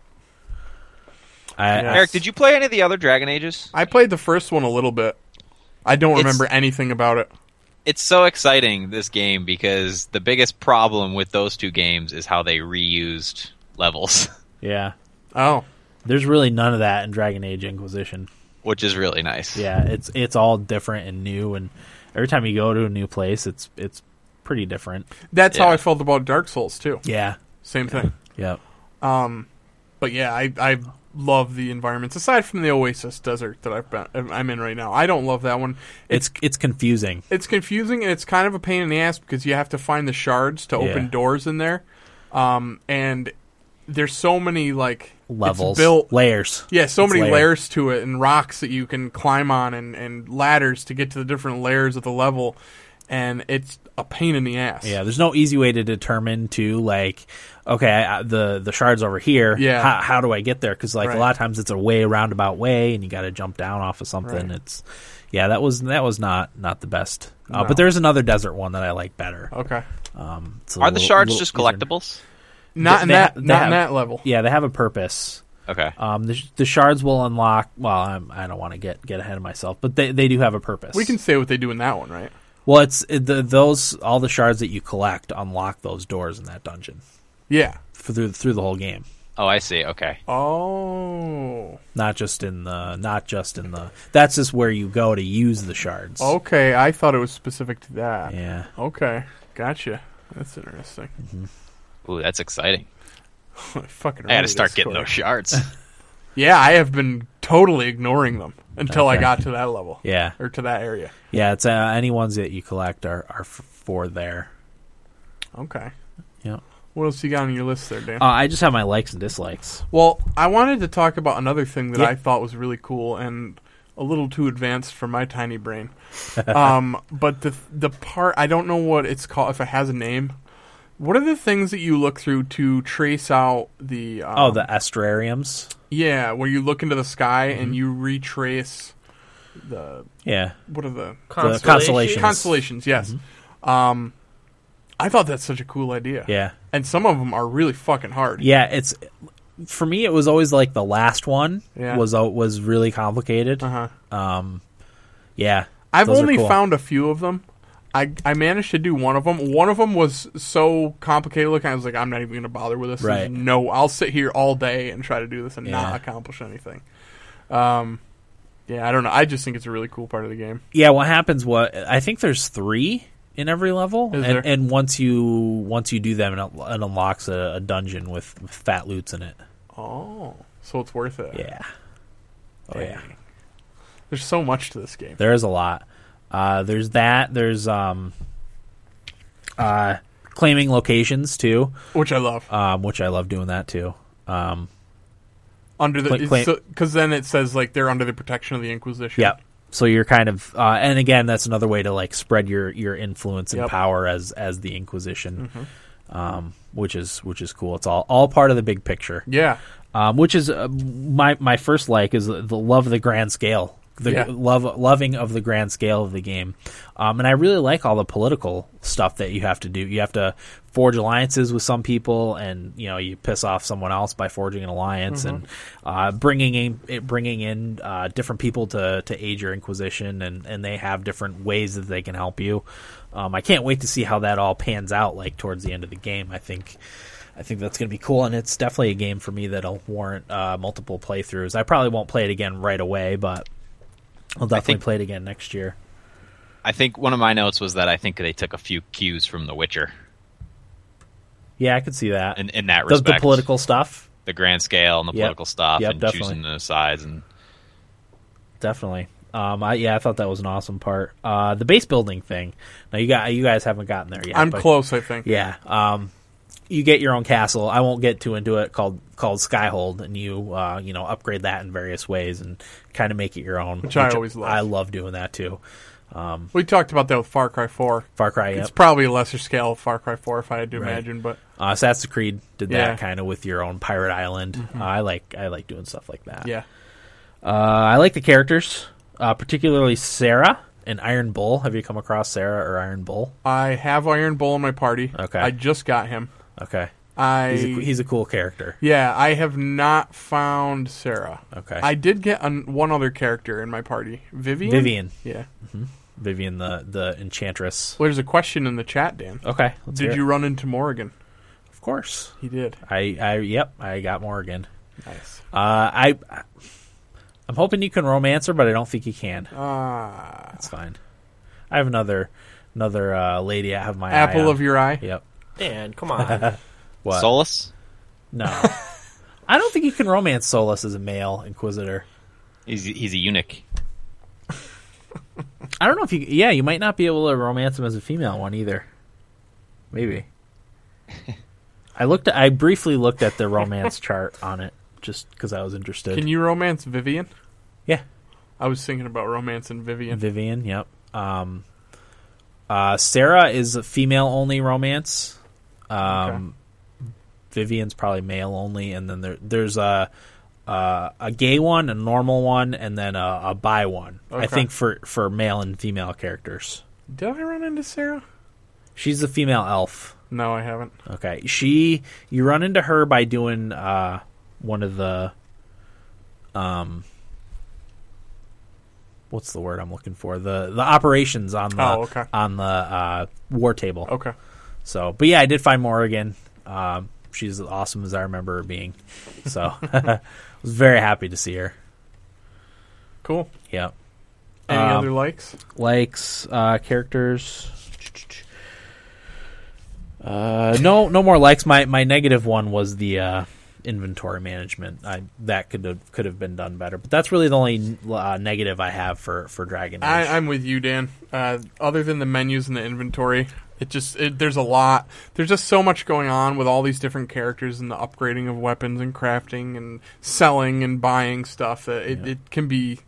S1: I,
S2: Yeah.
S1: I-
S3: Eric, did you play any of the other Dragon Ages?
S2: I played the first one a little bit. I don't
S3: It's-
S2: remember anything about it.
S3: it's so exciting this game because the biggest problem with those two games is how they reused levels,
S1: yeah.
S2: Oh,
S1: There's really none of that in Dragon Age Inquisition.
S3: which is really nice.
S1: Yeah, it's it's all different and new and every time you go to a new place it's it's pretty different.
S2: that's how
S3: Yeah.
S2: I felt about Dark Souls too.
S1: Yeah.
S2: Same thing.
S1: Yep.
S2: Um, but yeah, I I love the environments aside from the Oasis Desert that I've been I'm in right now. I don't love that one.
S1: It's it's confusing.
S2: It's confusing and it's kind of a pain in the ass because you have to find the shards to
S1: Yeah.
S2: open doors in there. Um, and there's so many like it's
S1: Levels.
S2: built.
S1: layers.
S2: Yeah, so
S1: It's
S2: many
S1: layered.
S2: layers to it and rocks that you can climb on and, and ladders to get to the different layers of the level. And it's a pain in the ass.
S1: Yeah, there's no easy way to determine to like, okay, I, I- the the shards over here.
S2: Yeah.
S1: how, how do I get there? Because like
S2: Right.
S1: a lot of times it's a way roundabout way, and you got to jump down off of something.
S2: Right.
S1: It's yeah, that was that was not not the best. Uh,
S2: No.
S1: But there's another desert one that I like better.
S2: Okay.
S1: Um, it's a
S3: Are the
S1: little-
S3: shards
S1: little
S3: just
S1: easier.
S3: collectibles?
S2: Not in
S1: they
S2: that
S1: ha- they
S2: not in
S1: have-
S2: that level.
S1: Yeah, they have a purpose.
S3: Okay.
S1: Um, the, sh- the shards will unlock. Well, I'm, I don't want to get get ahead of myself, but they, they do have a purpose.
S2: We can say what they do in that one, right?
S1: Well, it's it, the, those all the shards that you collect unlock those doors in that dungeon
S2: Yeah.
S1: for, through through the whole game.
S3: Oh, I see. Okay.
S2: Oh.
S1: Not just in the not just in the that's just where you go to use the shards.
S2: Okay, I thought it was specific to that.
S1: Yeah.
S2: Okay, gotcha. That's interesting.
S3: Ooh, that's exciting.
S2: I fucking
S3: I got to
S2: really
S3: start
S2: did
S3: getting
S2: score.
S3: those shards.
S2: Yeah, I have been totally ignoring them until I
S1: Okay.
S2: got to that level
S1: Yeah.
S2: or to that area.
S1: Yeah, it's uh, any ones that you collect are are f- for there.
S2: Okay.
S1: Yeah.
S2: What else you got on your list there, Dan?
S1: Uh, I just have my likes and dislikes.
S2: Well, I wanted to talk about another thing that
S1: Yeah.
S2: I thought was really cool and a little too advanced for my tiny brain. um, but the the part I don't know what it's called if it has a name. What are the things that you look through to trace out the? Um,
S1: Oh, the astrariums.
S2: yeah, where you look into the sky
S1: Mm-hmm.
S2: and you retrace the
S1: Yeah.
S2: what are the
S1: Constellation.
S4: Constellation.
S2: constellations? Yes. Um, I thought that's such a cool idea.
S1: Mm-hmm. Yeah.
S2: And some of them are really fucking hard.
S1: Yeah, it's for me it was always like the last one
S2: Yeah.
S1: was uh, was really complicated.
S2: Uh huh.
S1: Um yeah.
S2: I've
S1: Those are
S2: only
S1: cool.
S2: found a few of them. I I managed to do one of them. One of them was so complicated looking. I was like, I'm not even going to bother with this. There's
S1: Right.
S2: No, I'll sit here all day and try to do this and
S1: Yeah.
S2: not accomplish anything. Um, yeah, I don't know. I just think it's a really cool part of the game.
S1: Yeah, what happens what I think there's 3 in every level and
S2: Is there?
S1: and once you once you do them it, un- it unlocks a, a dungeon with, with fat loots in it.
S2: Oh, so it's worth it.
S1: Yeah. Oh yeah.
S2: There's so much to this game.
S1: There is a lot. Uh, there's that. There's um, uh, claiming locations too,
S2: Which I love.
S1: um, which I love doing that too. Um,
S2: Under the
S1: Cla- cla-
S2: because then it says like they're under the protection of the Inquisition.
S1: yeah. So you're kind of, uh, and again, that's another way to like spread your your influence and
S2: Yep. Mm-hmm.
S1: power as as the Inquisition, um, which is which is cool. It's all all part of the big picture.
S2: Yeah.
S1: um, which is uh, my my first like is the, the love of the grand scale, the
S2: Yeah.
S1: love loving of the grand scale of the game, um, and I really like all the political stuff that you have to do. You have to forge alliances with some people, and you know you piss off someone else by forging an alliance and uh, bringing in it- bringing in uh, different people to to aid your inquisition, and and they have different ways that they can help you. Um, I can't wait to see how that all pans out, like towards the end of the game. I think. I think that's going to be cool, and it's definitely a game for me that'll warrant uh, multiple playthroughs. I probably won't play it again right away, but I'll definitely
S3: think-
S1: play it again next year.
S3: I think one of my notes was that I think they took a few cues from The Witcher
S1: Yeah, I could see that.
S3: in, in that
S1: the, the
S3: respect.
S1: political stuff,
S3: the grand scale and the
S1: Yep.
S3: political stuff
S1: Yep,
S3: and
S1: definitely.
S3: choosing the sides and
S1: definitely. Um, I, yeah, I thought that was an awesome part. Uh, the base building thing. Now you got you guys haven't gotten there yet.
S2: I'm
S1: but-
S2: close. I think.
S1: Yeah. Um, you get your own castle. I won't get too into it. Called called Skyhold, and you uh, you know upgrade that in various ways and kind of make it your own.
S2: Which I always love.
S1: I love doing that too.
S2: We talked about that with Far Cry Four.
S1: Far Cry. yep.
S2: It's probably a lesser scale of Far Cry Four, if I had to
S1: Right.
S2: imagine, but
S1: Uh, Assassin's Creed did that
S2: Yeah. Mm-hmm.
S1: kind of with your own pirate island. Uh, I like I like doing stuff like that.
S2: yeah.
S1: Uh, I like the characters, uh, particularly Sarah and Iron Bull. Have you come across Sarah or Iron Bull?
S2: I have Iron Bull in my party.
S1: Okay.
S2: I just got him.
S1: Okay,
S2: I
S1: he's a, he's a cool character.
S2: yeah. I have not found Sarah.
S1: Okay,
S2: I did get an, one other character in my party, Vivian.
S1: Vivian,
S2: Yeah.
S1: Vivian the the enchantress.
S2: Well, there's a question in the chat, Dan.
S1: Okay, let's
S2: did
S1: hear
S2: you
S1: it.
S2: run into Morrigan?
S1: Of course,
S2: He did.
S1: I I yep, I got Morgan.
S2: Nice.
S1: Uh, I I'm hoping you can romance her, but I don't think you can.
S2: Ah,
S1: That's fine. I have another another uh, lady. I have my eye
S2: apple
S1: on.
S2: of your eye.
S1: Yep.
S4: Dan, come on.
S1: What?
S3: Solus.
S1: No. I don't think you can romance Solus as a male Inquisitor.
S3: He's he's a eunuch.
S1: I don't know if you. Yeah, you might not be able to romance him as a female one either. Maybe. I looked. I briefly looked at the romance chart on it just because I was interested.
S2: Can you romance Vivian?
S1: Yeah.
S2: I was thinking about romancing Vivian.
S1: Vivian. Yep. Um, uh, Sarah is a female only romance. Um, Vivian's probably male only, and then there, there's a uh, a gay one, a normal one, and then a, a bi one. I
S2: Okay.
S1: think for for male and female characters.
S2: did I run into Sarah?
S1: She's the female elf.
S2: No, I haven't.
S1: Okay, she you run into her by doing uh, one of the um. What's the word I'm looking for? The the operations on the
S2: Oh, okay.
S1: on the uh, war table.
S2: Okay.
S1: So, but yeah, I did find Morrigan. Um, she's as awesome as I remember her being. So I was very happy to see her.
S2: Cool.
S1: Yeah.
S2: Any
S1: Um,
S2: other likes?
S1: likes uh, characters. Uh, no, no more likes. My my negative one was the uh, inventory management. I that could have could have been done better, but that's really the only uh, negative I have for for Dragon Age.
S2: I, I'm with you, Dan. Uh, other than the menus and the inventory, it just it, there's a lot. There's just so much going on with all these different characters and the upgrading of weapons and crafting and selling and buying stuff. That it,
S1: Yeah.
S2: it can be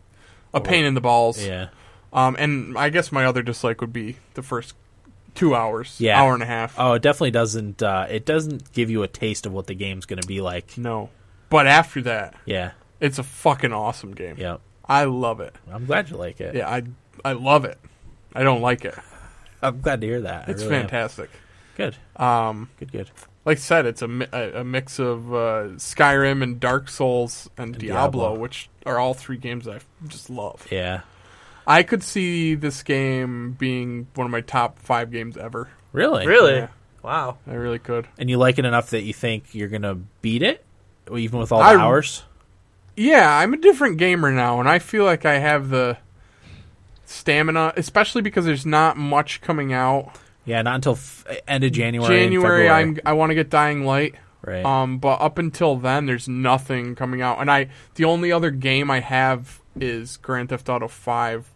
S2: a pain in the balls.
S1: yeah,
S2: Um, and I guess my other dislike would be the first two hours,
S1: Yeah.
S2: hour and a half.
S1: Oh, it definitely doesn't. Uh, it doesn't give you a taste of what the game's going to be like.
S2: No, but after that,
S1: Yeah,
S2: it's a fucking awesome game.
S1: yeah.
S2: I love it.
S1: I'm glad you like it.
S2: Yeah, I I love it. I don't like it.
S1: I'm glad to hear that. I
S2: It's
S1: really am.
S2: fantastic.
S1: Good,
S2: Um,
S1: good, good.
S2: like I said, it's a, mi- a a mix of uh, Skyrim and Dark Souls and, Diablo,
S1: Diablo.
S2: which are all three games I just love.
S1: Yeah,
S2: I could see this game being one of my top five games ever.
S1: really,
S4: Really?
S2: Yeah.
S4: Wow.
S2: I really could.
S1: And you like it enough that you think you're going to beat it, even with all the
S2: I-
S1: hours.
S2: Yeah, I'm a different gamer now, and I feel like I have the stamina, especially because there's not much coming out.
S1: Yeah, not until f- end of January. and
S2: January,
S1: February.
S2: I'm I want to get Dying Light.
S1: right.
S2: Um, but up until then, there's nothing coming out, and I the only other game I have is Grand Theft Auto Five,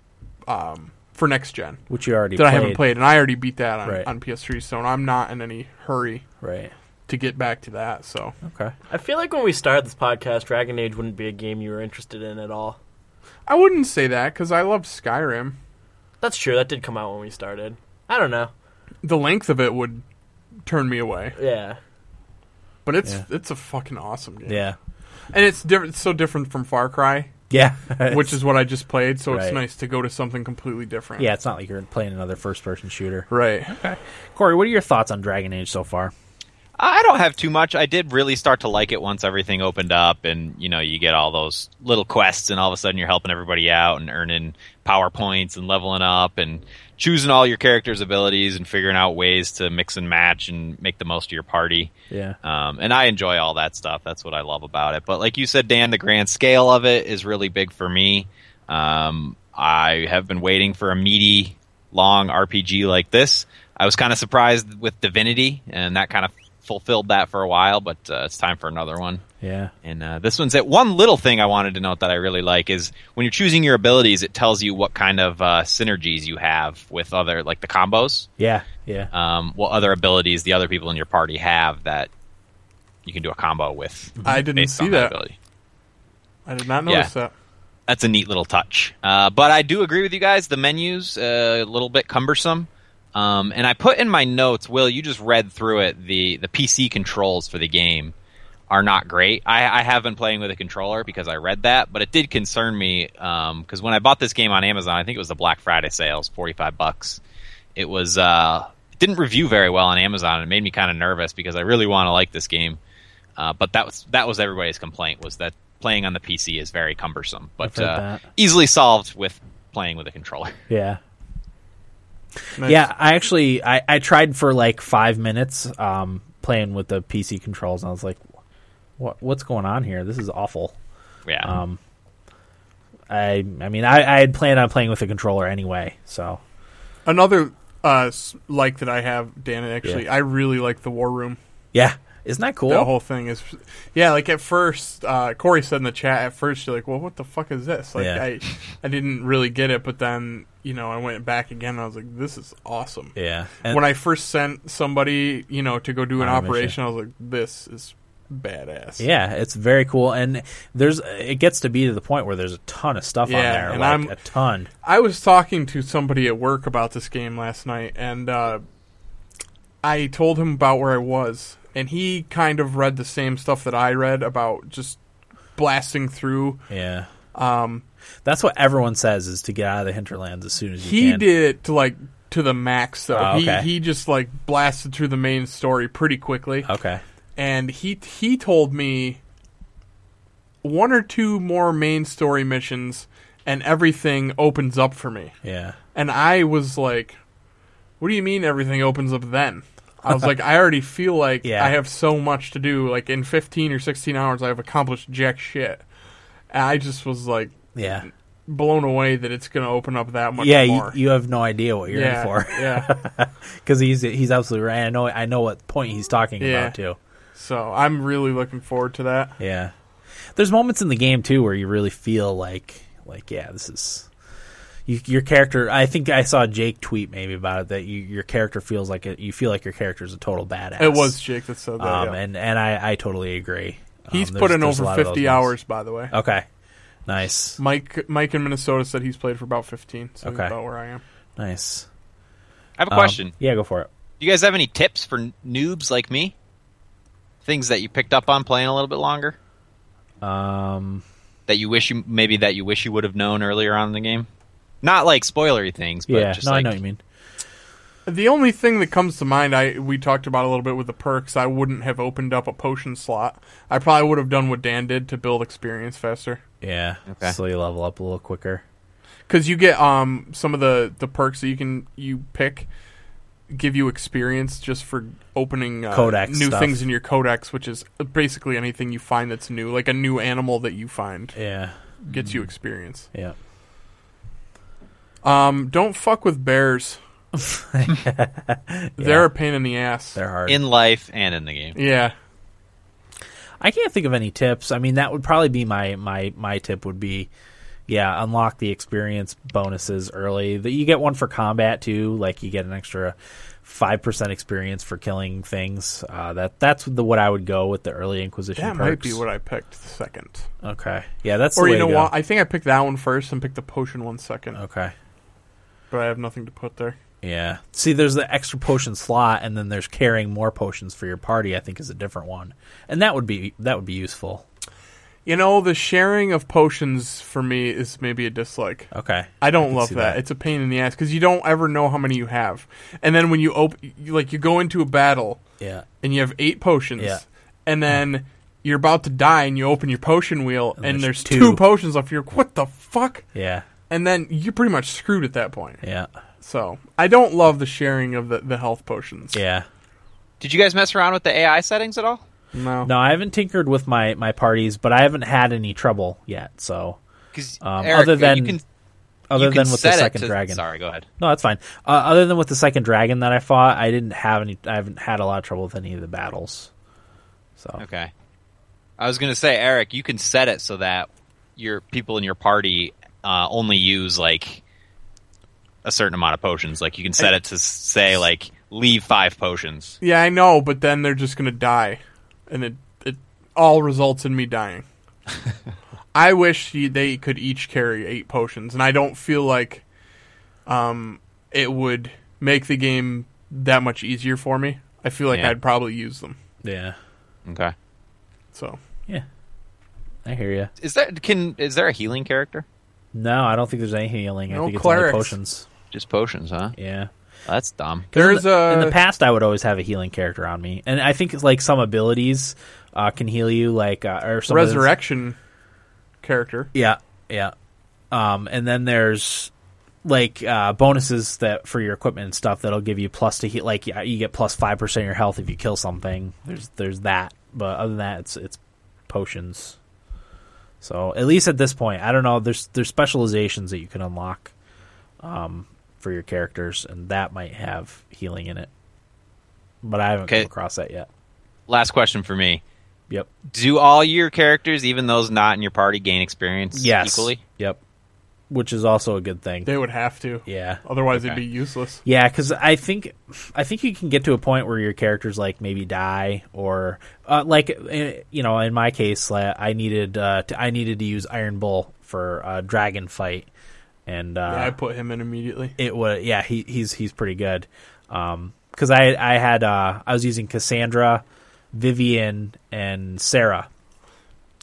S2: um, for next gen
S1: which you already
S2: that I haven't played, and I already beat that on,
S1: Right.
S2: on PS3, so I'm not in any hurry
S1: Right.
S2: to get back to that. So
S1: Okay.
S4: I feel like when we started this podcast, Dragon Age wouldn't be a game you were interested in at all.
S2: I wouldn't say that because I love Skyrim.
S4: That's true. That did come out when we started. I don't know.
S2: The length of it would turn me away,
S4: Yeah.
S2: but it's
S1: Yeah.
S2: it's a fucking awesome game,
S1: Yeah.
S2: and it's different. It's so different from Far Cry,
S1: Yeah.
S2: which is what I just played. So
S1: Right.
S2: it's nice to go to something completely different.
S1: yeah. It's not like you're playing another first-person shooter.
S2: Right.
S1: Corey, what are your thoughts on Dragon Age so far?
S3: I don't have too much. I did really start to like it once everything opened up, and you know, you get all those little quests, and all of a sudden you're helping everybody out and earning power points and leveling up and choosing all your characters' abilities and figuring out ways to mix and match and make the most of your party.
S1: Yeah.
S3: Um, and I enjoy all that stuff. That's what I love about it. But like you said, Dan, the grand scale of it is really big for me. Um, I have been waiting for a meaty, long RPG like this. I was kind of surprised with Divinity, and that kind of fulfilled that for a while. But uh, it's time for another one.
S1: Yeah.
S3: And uh, this one's it. One little thing I wanted to note that I really like is when you're choosing your abilities, it tells you what kind of uh, synergies you have with other, like the combos
S1: Yeah. Yeah.
S3: um, what other abilities the other people in your party have that you can do a combo with.
S2: I didn't
S3: based
S2: see
S3: on that.
S2: that.
S3: ability.
S2: I did not
S3: Yeah.
S2: notice that.
S3: That's a neat little touch. Uh, but I do agree with you guys. The menus uh, a little bit cumbersome. Um, and I put in my notes, Will, you just read through it. The the PC controls for the game are not great. I, I have been playing with a controller because I read that, but it did concern me because when I bought this game on Amazon, I think it was the Black Friday sales, forty five bucks. It was uh, it didn't review very well on Amazon, and it made me kind of nervous because I really want to like this game. Uh, but that was that was everybody's complaint was that playing on the PC is very cumbersome,
S1: I've
S3: but
S1: heard
S3: uh,
S1: that.
S3: easily solved with playing with a controller.
S1: Yeah.
S2: Nice.
S1: Yeah, I actually I, I tried for like five minutes um, playing with the PC controls, and I was like, "What what's going on here? This is awful."
S3: Yeah,
S1: Um, I I mean I, I had planned on playing with a controller anyway, so
S2: Another uh, s- like that I have, Dan, and actually, I really like the War Room.
S1: yeah, isn't that cool?
S2: The whole thing is, yeah. Like at first, uh, Corey said in the chat. At first, you're like, "Well, what the fuck is this?" Like,
S1: Yeah.
S2: I, I didn't really get it, but then you know, I went back again. and I was like, "This is awesome."
S1: yeah,
S2: when I first sent somebody, you know, to go do an
S1: On a mission.
S2: operation, I was like, "This is badass."
S1: Yeah, it's very cool, and there's it gets to be to the point where there's a ton of stuff on
S2: Yeah,
S1: there,
S2: and
S1: like
S2: I'm-
S1: a ton.
S2: I was talking to somebody at work about this game last night, and uh, I told him about where I was, and he kind of read the same stuff that I read about just blasting through.
S1: Yeah,
S2: Um,
S1: that's what everyone says is to get out of the hinterlands as soon as you
S2: he
S1: can.
S2: did it to like to the max, though.
S1: Oh, okay.
S2: He he just like blasted through the main story pretty quickly,
S1: Okay,
S2: and he he told me one or two more main story missions, and everything opens up for me.
S1: yeah,
S2: And I was like, what do you mean everything opens up then? I was like, I already feel like
S1: Yeah.
S2: I have so much to do. Like in 15 or 16 hours, I have accomplished jack shit. And I just was like
S1: Yeah.
S2: blown away that it's going to open up that much
S1: yeah, you,
S2: more.
S1: you have no idea what you're
S2: yeah,
S1: in for
S2: yeah.
S1: because he's he's absolutely right. I know I know what point he's talking
S2: Yeah.
S1: about too.
S2: So I'm really looking forward to that.
S1: Yeah, there's moments in the game too where you really feel like like yeah, this is you, your character. I think I saw Jake tweet maybe about it that you, your character feels like a, you feel like your character's a total badass.
S2: It was Jake that said that.
S1: um,
S2: yeah.
S1: and and I I totally agree. Um,
S2: He's
S1: there's-
S2: put in
S1: there's a
S2: over
S1: lot of those Oh.
S2: 50
S1: moments.
S2: hours, by the way.
S1: Okay, nice,
S2: Mike Mike in Minnesota said he's played for about 15. So
S1: Okay.
S2: that's about where I am.
S1: nice
S3: I have a
S1: Um,
S3: question.
S1: yeah, go for it.
S3: Do you guys have any tips for n- noobs like me? Things that you picked up on playing a little bit longer
S1: Um,
S3: that you wish you maybe that you wish you would have known earlier on in the game. Not like spoilery things, but
S1: yeah,
S3: just
S1: no, I
S3: like
S1: know what you mean.
S2: The only thing that comes to mind, I we talked about a little bit with the perks. I wouldn't have opened up a potion slot. I probably would have done what Dan did to build experience faster.
S1: Yeah,
S3: Okay.
S1: so you level up a little quicker.
S2: because you get um some of the the perks that you can you pick give you experience just for opening uh,
S1: Codex
S2: new
S1: stuff.
S2: things in your codex which is basically anything you find that's new like a new animal that you find
S1: Yeah,
S2: gets
S1: Mm.
S2: you experience
S1: yeah.
S2: um don't fuck with bears they're a pain in the ass
S1: They're hard.
S3: in life and in the game.
S2: yeah
S1: I can't think of any tips. I mean, that would probably be my my my tip would be, yeah, unlock the experience bonuses early. That you get one for combat too. Like you get an extra five percent experience for killing things. Uh, that that's the what I would go with the early Inquisition.
S2: that might
S1: perks.
S2: be what i picked second
S1: Okay, yeah, that's
S2: or
S1: the way
S2: you know
S1: to go.
S2: what i think i picked that one first and picked the potion one second
S1: Okay,
S2: but i have nothing to put there
S1: yeah. See, there's the extra potion slot, and then there's carrying more potions for your party. I think is a different one, and that would be that would be useful.
S2: you know the sharing of potions for me is maybe a dislike
S1: Okay,
S2: I don't
S1: can
S2: love
S1: see
S2: that.
S1: that.
S2: It's a pain in the ass because you don't ever know how many you have. And then when you open, you, like you go into a battle
S1: yeah.
S2: and you have eight potions,
S1: Yeah.
S2: and then you're about to die and you open your potion wheel and,
S1: there's
S2: there's,
S1: two.
S2: two. potions left. You're like, what the fuck?
S1: Yeah,
S2: And then you're pretty much screwed at that point.
S1: yeah,
S2: So I don't love the sharing of the, the health potions.
S1: yeah.
S3: Did you guys mess around with the AI settings at all?
S2: No.
S1: No, I haven't tinkered with my my parties, but I haven't had any trouble yet. So
S3: Because
S1: Um, other than-
S3: you can,
S1: other
S3: you can
S1: than with the
S3: set it
S1: second
S3: to-
S1: dragon,
S3: Sorry, go ahead.
S1: no, that's fine. Uh, other than with the second dragon that I fought, I didn't have any. I haven't had a lot of trouble with any of the battles. So
S3: Okay. I was gonna say, Eric, you can set it so that your people in your party uh, only use like a certain amount of potions. Like you can set it to s- say like leave five potions.
S2: Yeah, I know, but then they're just gonna die, and it it all results in me dying. I wish you- they could each carry eight potions, and I don't feel like um, it would make the game that much easier for me. I feel like
S3: Yeah.
S2: I'd probably use them.
S1: yeah,
S3: Okay.
S2: So
S1: I hear you.
S3: Is there can is there a healing character?
S1: No, I don't think there's any healing. I
S2: No
S1: think it's only
S2: clerics.
S1: potions.
S3: Just potions, huh?
S1: Yeah.
S3: That's dumb.
S2: there's
S1: in
S2: a
S1: the past I would always have a healing character on me, and I think like some abilities uh, can heal you, like uh, or some of the-
S2: resurrection character.
S1: Yeah, yeah. Um, and then there's like uh, bonuses that for your equipment and stuff that'll give you plus to heal. Like yeah, you get plus five percent of your health if you kill something. There's there's that, but other than that, it's it's potions. So at least at this point, I don't know. There's there's specializations that you can unlock um, for your characters, and that might have healing in it. But I haven't
S3: Okay.
S1: come across that yet.
S3: Last question for me.
S1: Yep.
S3: Do all your characters, even those not in your party, gain experience
S1: Yes.
S3: equally?
S1: Yep. Which is also a good thing.
S2: They would have to,
S1: yeah.
S2: otherwise
S3: Okay.
S2: it'd be useless.
S1: Yeah, because I think I think you can get to a point where your characters like maybe die or uh, like uh, you know in my case like, I needed uh, to, I needed to use Iron Bull for uh, dragon fight and uh,
S2: yeah, I put him in immediately.
S1: it was yeah he he's he's pretty good Um 'cause because I I had uh, I was using Cassandra, Vivian and Sarah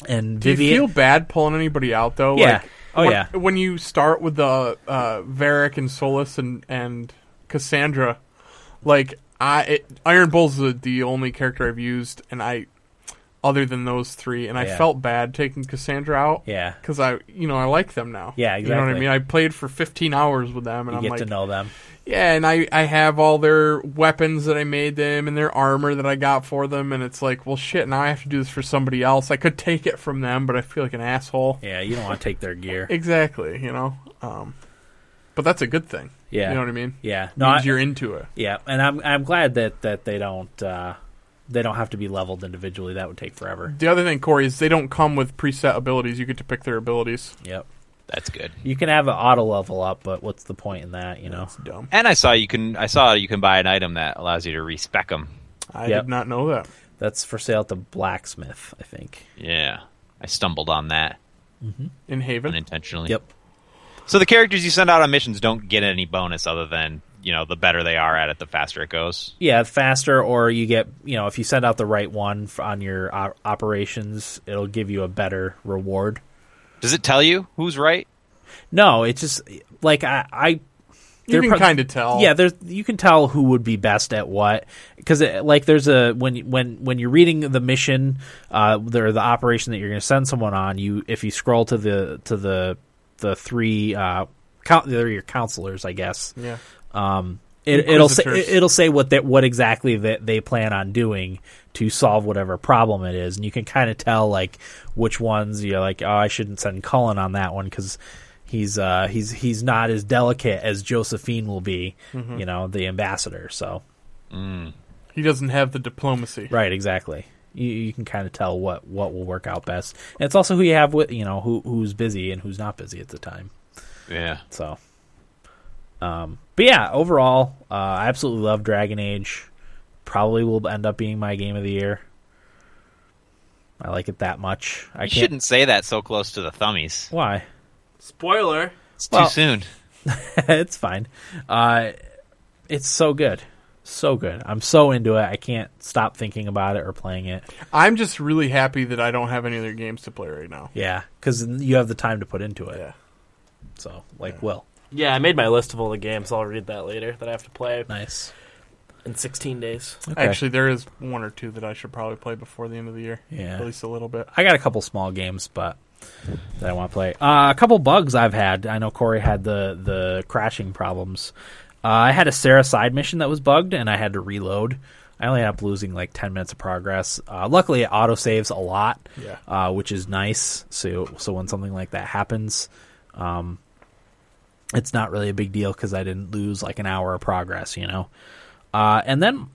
S1: and
S2: Do you
S1: Vivian
S2: feel bad pulling anybody out though?
S1: Yeah.
S2: Like,
S1: Oh,
S2: when,
S1: yeah.
S2: When you start with the uh, Varric and Solus and and Cassandra, like I it, Iron Bull's the, the only character I've used, and I other than those three, and I
S1: Yeah.
S2: felt bad taking Cassandra out.
S1: Yeah.
S2: Because I, you know, I like them now.
S1: Yeah,
S2: You know what I
S1: exactly.
S2: mean? I played for 15 hours with them, and
S1: You
S2: I'm
S1: get
S2: like,
S1: to know them.
S2: yeah, and I, I have all their weapons that I made them and their armor that I got for them, and it's like, well, shit, now I have to do this for somebody else. I could take it from them, but I feel like an asshole.
S1: Yeah, you don't want to take their gear.
S2: Exactly, you know? Um, but that's a good thing.
S1: Yeah.
S2: You know what I mean?
S1: Yeah. No,
S2: Means
S1: I-
S2: you're into it.
S1: yeah, and I'm I'm glad that that they don't uh, they don't have to be leveled individually. That would take forever.
S2: The other thing, Corey, is they don't come with preset abilities. You get to pick their abilities.
S1: Yep.
S3: That's good.
S1: You can have an auto level up, but what's the point in that? You know.
S2: That's dumb.
S3: And I saw you can I saw you can buy an item that allows you to respec them.
S2: I
S1: Yep.
S2: did not know that.
S1: That's for sale at the blacksmith, I think.
S3: Yeah, I stumbled on that
S2: In Haven?
S3: unintentionally. So the characters you send out on missions don't get any bonus other than you know the better they are at it, the faster it goes.
S1: Yeah, faster, or you get you know if you send out the right one f- on your op- operations, it'll give you a better reward.
S3: Does it tell you who's right?
S1: No, it's just like I, I
S2: You
S1: they're
S2: can
S1: prob-
S2: kind of tell.
S1: yeah there's you can tell who would be best at what because like there's a when when when you're reading the mission uh or the operation that you're going to send someone on you if you scroll to the to the the three uh coun they're your counselors i guess
S2: Yeah.
S1: um it, it'll say
S2: Inquisitors.
S1: it'll say what that what exactly that they plan on doing to solve whatever problem it is, and you can kind of tell like which ones you're like, oh, I shouldn't send Cullen on that one because he's uh he's he's not as delicate as Josephine will be, you know, the ambassador. So
S2: He doesn't have the diplomacy.
S1: right, exactly. You, you can kind of tell what what will work out best, and it's also who you have with you know who who's busy and who's not busy at the time.
S3: Yeah.
S1: So, um, but yeah, overall, uh, I absolutely love Dragon Age. Probably will end up being my game of the year. I like it that much. I
S3: You
S1: can't.
S3: shouldn't say that so close to the thummies.
S1: Why?
S4: Spoiler.
S3: It's
S1: Well-
S3: too soon.
S1: it's fine. Uh, it's so good, so good. I'm so into it. I can't stop thinking about it or playing it.
S2: I'm just really happy that I don't have any other games to play right now.
S1: Yeah, because you have the time to put into it.
S2: Yeah.
S1: So, like, will
S4: Yeah, I made my list of all the games. I'll read that later that I have to play
S1: nice.
S4: in 16 days.
S2: Actually, there is one or two that I should probably play before the end of the year.
S1: Yeah.
S2: At least a little bit.
S1: I got a couple small games, but that I want to play. Uh, a couple bugs I've had. I know Corey had the the crashing problems. Uh, I had a Sarah side mission that was bugged, and I had to reload. I only ended up losing like ten minutes of progress. Uh, luckily, it auto saves a lot,
S2: Yeah.
S1: uh, which is nice. So so when something like that happens, um, it's not really a big deal because I didn't lose like an hour of progress, you know. Uh, and then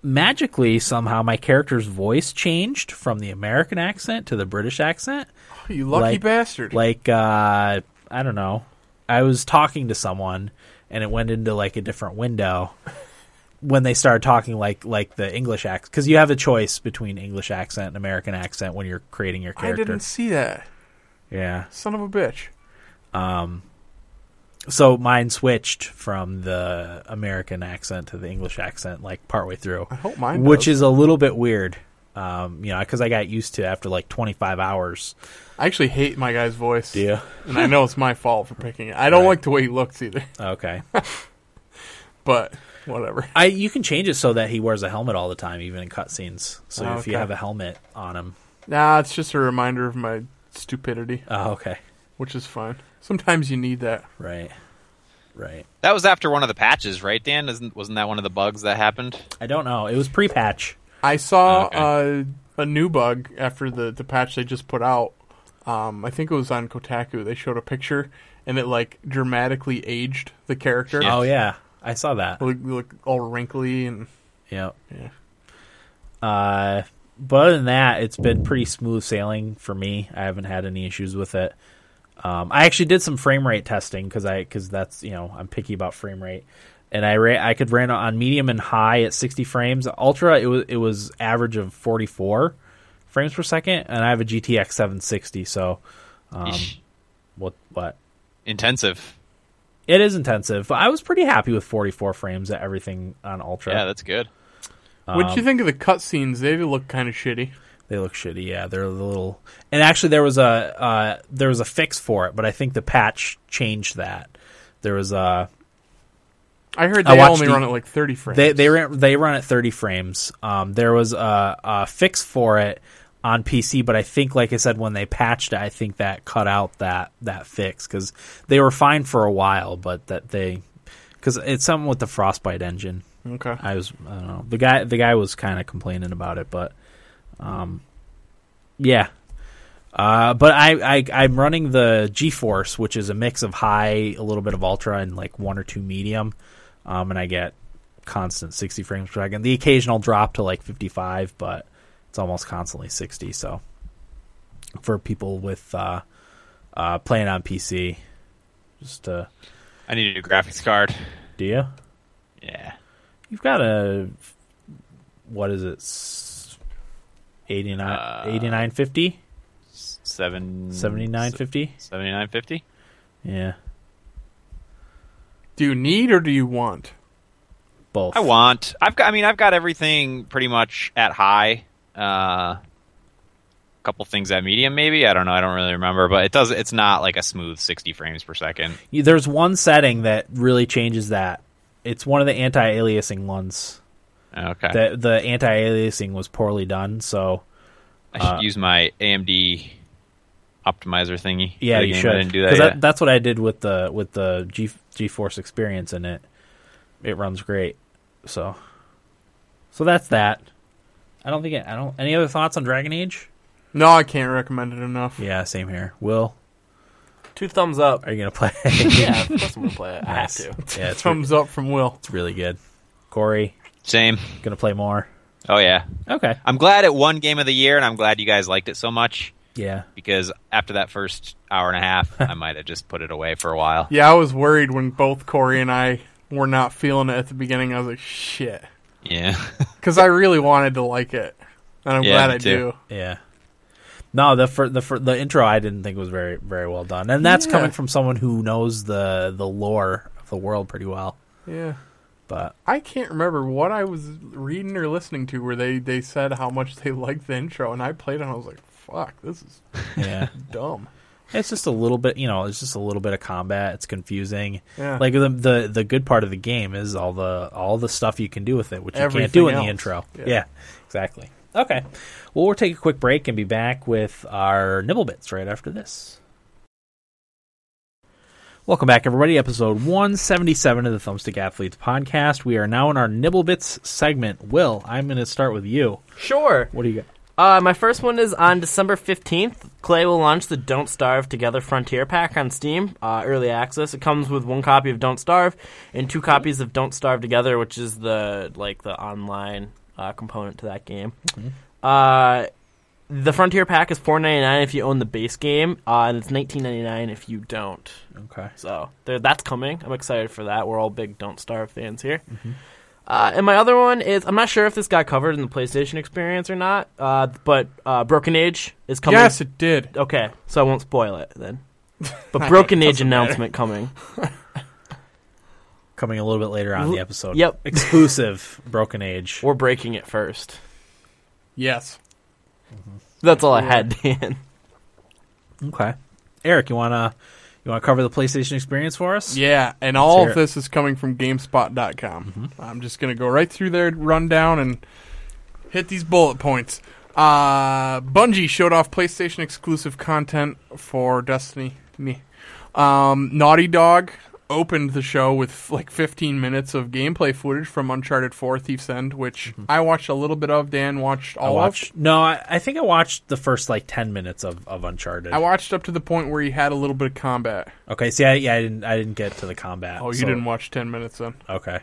S1: magically somehow my character's voice changed from the American accent to the British accent.
S2: You lucky
S1: Like-
S2: bastard.
S1: Like uh, I don't know, I was talking to someone and it went into like a different window when they started talking like like the English accent because you have a choice between English accent and American accent when you're creating your
S2: I
S1: character.
S2: didn't see that.
S1: Yeah.
S2: Son of a bitch.
S1: So mine switched from the American accent to the English accent like partway through.
S2: I hope mine
S1: which
S2: does.
S1: is a little bit weird. Um, you know, because I got used to after like 25 hours.
S2: I actually hate my guy's voice. And I know it's my fault for picking it. I don't
S1: Right.
S2: like the way he looks either.
S1: Okay.
S2: But whatever.
S1: I you can change it so that he wears a helmet all the time, even in cutscenes. So
S2: Oh,
S1: if you
S2: okay.
S1: have a helmet on him,
S2: Nah, it's just a reminder of my stupidity,
S1: oh, okay,
S2: which is fine. Sometimes you need that.
S1: right, right.
S3: That was after one of the patches, right, Dan? Isn't wasn't that one of the bugs that happened?
S1: I don't know. It was pre-patch.
S2: I saw
S3: Okay.
S2: uh, a new bug after the, the patch they just put out. Um, I think it was on Kotaku. They showed a picture and it like dramatically aged the character.
S1: Oh yeah, I saw that.
S2: Look, look all wrinkly and
S1: Yep.
S2: yeah.
S1: Uh, but other than that, it's been pretty smooth sailing for me. I haven't had any issues with it. Um, I actually did some frame rate testing because I because that's you know I'm picky about frame rate, and I ra- I could ran on medium and high at 60 frames. Ultra it was it was average of 44 frames per second, and I have a GTX 760. So Um,
S3: Eesh.
S1: what what
S3: Intensive.
S1: it is intensive, but I was pretty happy with 44 frames at everything on Ultra.
S3: Yeah, that's good.
S2: What'd
S1: Um,
S2: you think of the cutscenes? They look kind of shitty.
S1: They look shitty. Yeah, they're a little. And actually, there was a uh, there was a fix for it, but I think the patch changed that. There was a
S2: I heard
S1: I
S2: they
S1: watched
S2: only
S1: the-
S2: run at like 30 frames.
S1: they they ran they run at thirty frames. Um, there was a, a fix for it on PC, but I think, like I said, when they patched it, I think that cut out that that fix because they were fine for a while, but that they because it's something with the Frostbite engine.
S2: Okay.
S1: I was I don't know the guy the guy was kind of complaining about it, but um, yeah. Uh, but I, I I'm running the GeForce, which is a mix of high, a little bit of ultra, and like one or two medium, um, and I get constant 60 frames per second. The occasional drop to like 55, but it's almost constantly 60. So for people with uh, uh, playing on PC, just uh,
S3: I need a new graphics card.
S1: do you?
S3: Yeah.
S1: You've got a what is it? s-
S3: Uh,
S1: 89 8950,
S3: S- Seven
S1: 7950?
S3: Seventy nine fifty.
S1: Yeah,
S2: Do you need or do you want?
S1: both.
S3: I want. I've got. I mean, I've got everything pretty much at high. Uh, a couple things at medium, maybe. I don't know. I don't really remember, but it does. It's not like a smooth sixty frames per second.
S1: You- There's one setting that really changes that. It's one of the anti-aliasing ones.
S3: Okay.
S1: The the anti-aliasing was poorly done, so
S3: I should use my AMD optimizer thingy. for
S1: Yeah,
S3: the
S1: you
S3: game.
S1: should.
S3: I didn't do that.
S1: 'Cause
S3: yet.
S1: that's what I did with the with the G GeForce Experience, and it it runs great. So, so that's that. I don't think it, I don't. Any other thoughts on Dragon Age?
S2: No, I can't recommend it enough.
S1: Yeah, same here. Will,
S4: Two thumbs up.
S1: are you gonna play?
S4: yeah, of course I'm gonna play it. I have
S1: Nice.
S4: to.
S1: Yeah, it's, re-
S2: Thumbs up from Will.
S1: it's really good. Corey,
S3: Same.
S1: gonna play more.
S3: Oh yeah.
S1: Okay.
S3: I'm glad it won Game of the Year, and I'm glad you guys liked it so much
S1: Yeah.
S3: because after that first hour and a half, I might have just put it away for a while.
S2: Yeah, I was worried when both Corey and I were not feeling it at the beginning. I was like, shit.
S3: Yeah.
S2: Because I really wanted to like it. And I'm
S3: Yeah,
S2: glad
S3: me
S2: I
S3: too.
S2: do.
S1: Yeah. No, the fir- the fir- the intro I didn't think was very very well done, and that's
S2: Yeah.
S1: coming from someone who knows the the lore of the world pretty well.
S2: Yeah.
S1: But
S2: I can't remember what I was reading or listening to where they, they said how much they liked the intro, and I played it and I was like, fuck, this is
S1: yeah.
S2: dumb.
S1: It's just a little bit, you know, it's just a little bit of combat. It's confusing.
S2: Yeah.
S1: Like the, the the good part of the game is all the all the stuff you can do with it, which you can't
S2: Everything
S1: do in the
S2: else.
S1: intro. Yeah.
S2: Yeah.
S1: exactly. Okay. Well, we'll take a quick break and be back with our nibble bits right after this. Welcome back, everybody. Episode 177 of the Thumbstick Athletes podcast. We are now in our nibble bits segment. Will, I'm going to start with you.
S4: Sure.
S1: What do you got?
S4: Uh, my first one is on December 15th. Clay will launch the Don't Starve Together Frontier Pack on Steam, uh, early access. It comes with one copy of Don't Starve and two copies of Don't Starve Together, which is the like the online uh, component to that game. Uh, the Frontier Pack is four ninety nine if you own the base game, uh, and it's nineteen ninety nine if you don't.
S1: Okay.
S4: So there, that's coming. I'm excited for that. We're all big Don't Starve fans here. Uh, and my other one is I'm not sure if this got covered in the PlayStation experience or not, uh, but uh, Broken Age is coming.
S2: Yes, it did.
S4: Okay, so I won't spoil it then. But Broken Age announcement coming.
S1: Coming a little bit later on in the
S4: L-
S1: episode.
S4: yep.
S1: Exclusive Broken Age.
S4: We're breaking it first.
S2: Yes.
S4: That's all I had, Dan.
S1: Okay, Eric, you wanna you wanna cover the PlayStation experience for us?
S2: Yeah, and all
S1: hear
S2: of
S1: it.
S2: this is coming from GameSpot.com. I'm just going to go right through their rundown and hit these bullet points. Uh, Bungie showed off PlayStation exclusive content for Destiny. Me. Um, Naughty Dog opened the show with like 15 minutes of gameplay footage from Uncharted 4 Thief's End, which I watched a little bit of. Dan Mm-hmm. watched
S1: I
S2: all
S1: watched.
S2: of.
S1: No, I, I think I watched the first like ten minutes of, of Uncharted.
S2: I watched up to the point where he had a little bit of combat.
S1: okay, see, I, yeah, I didn't I didn't get to the combat.
S2: Oh, you
S1: so-
S2: didn't watch 10 minutes then?
S1: Okay,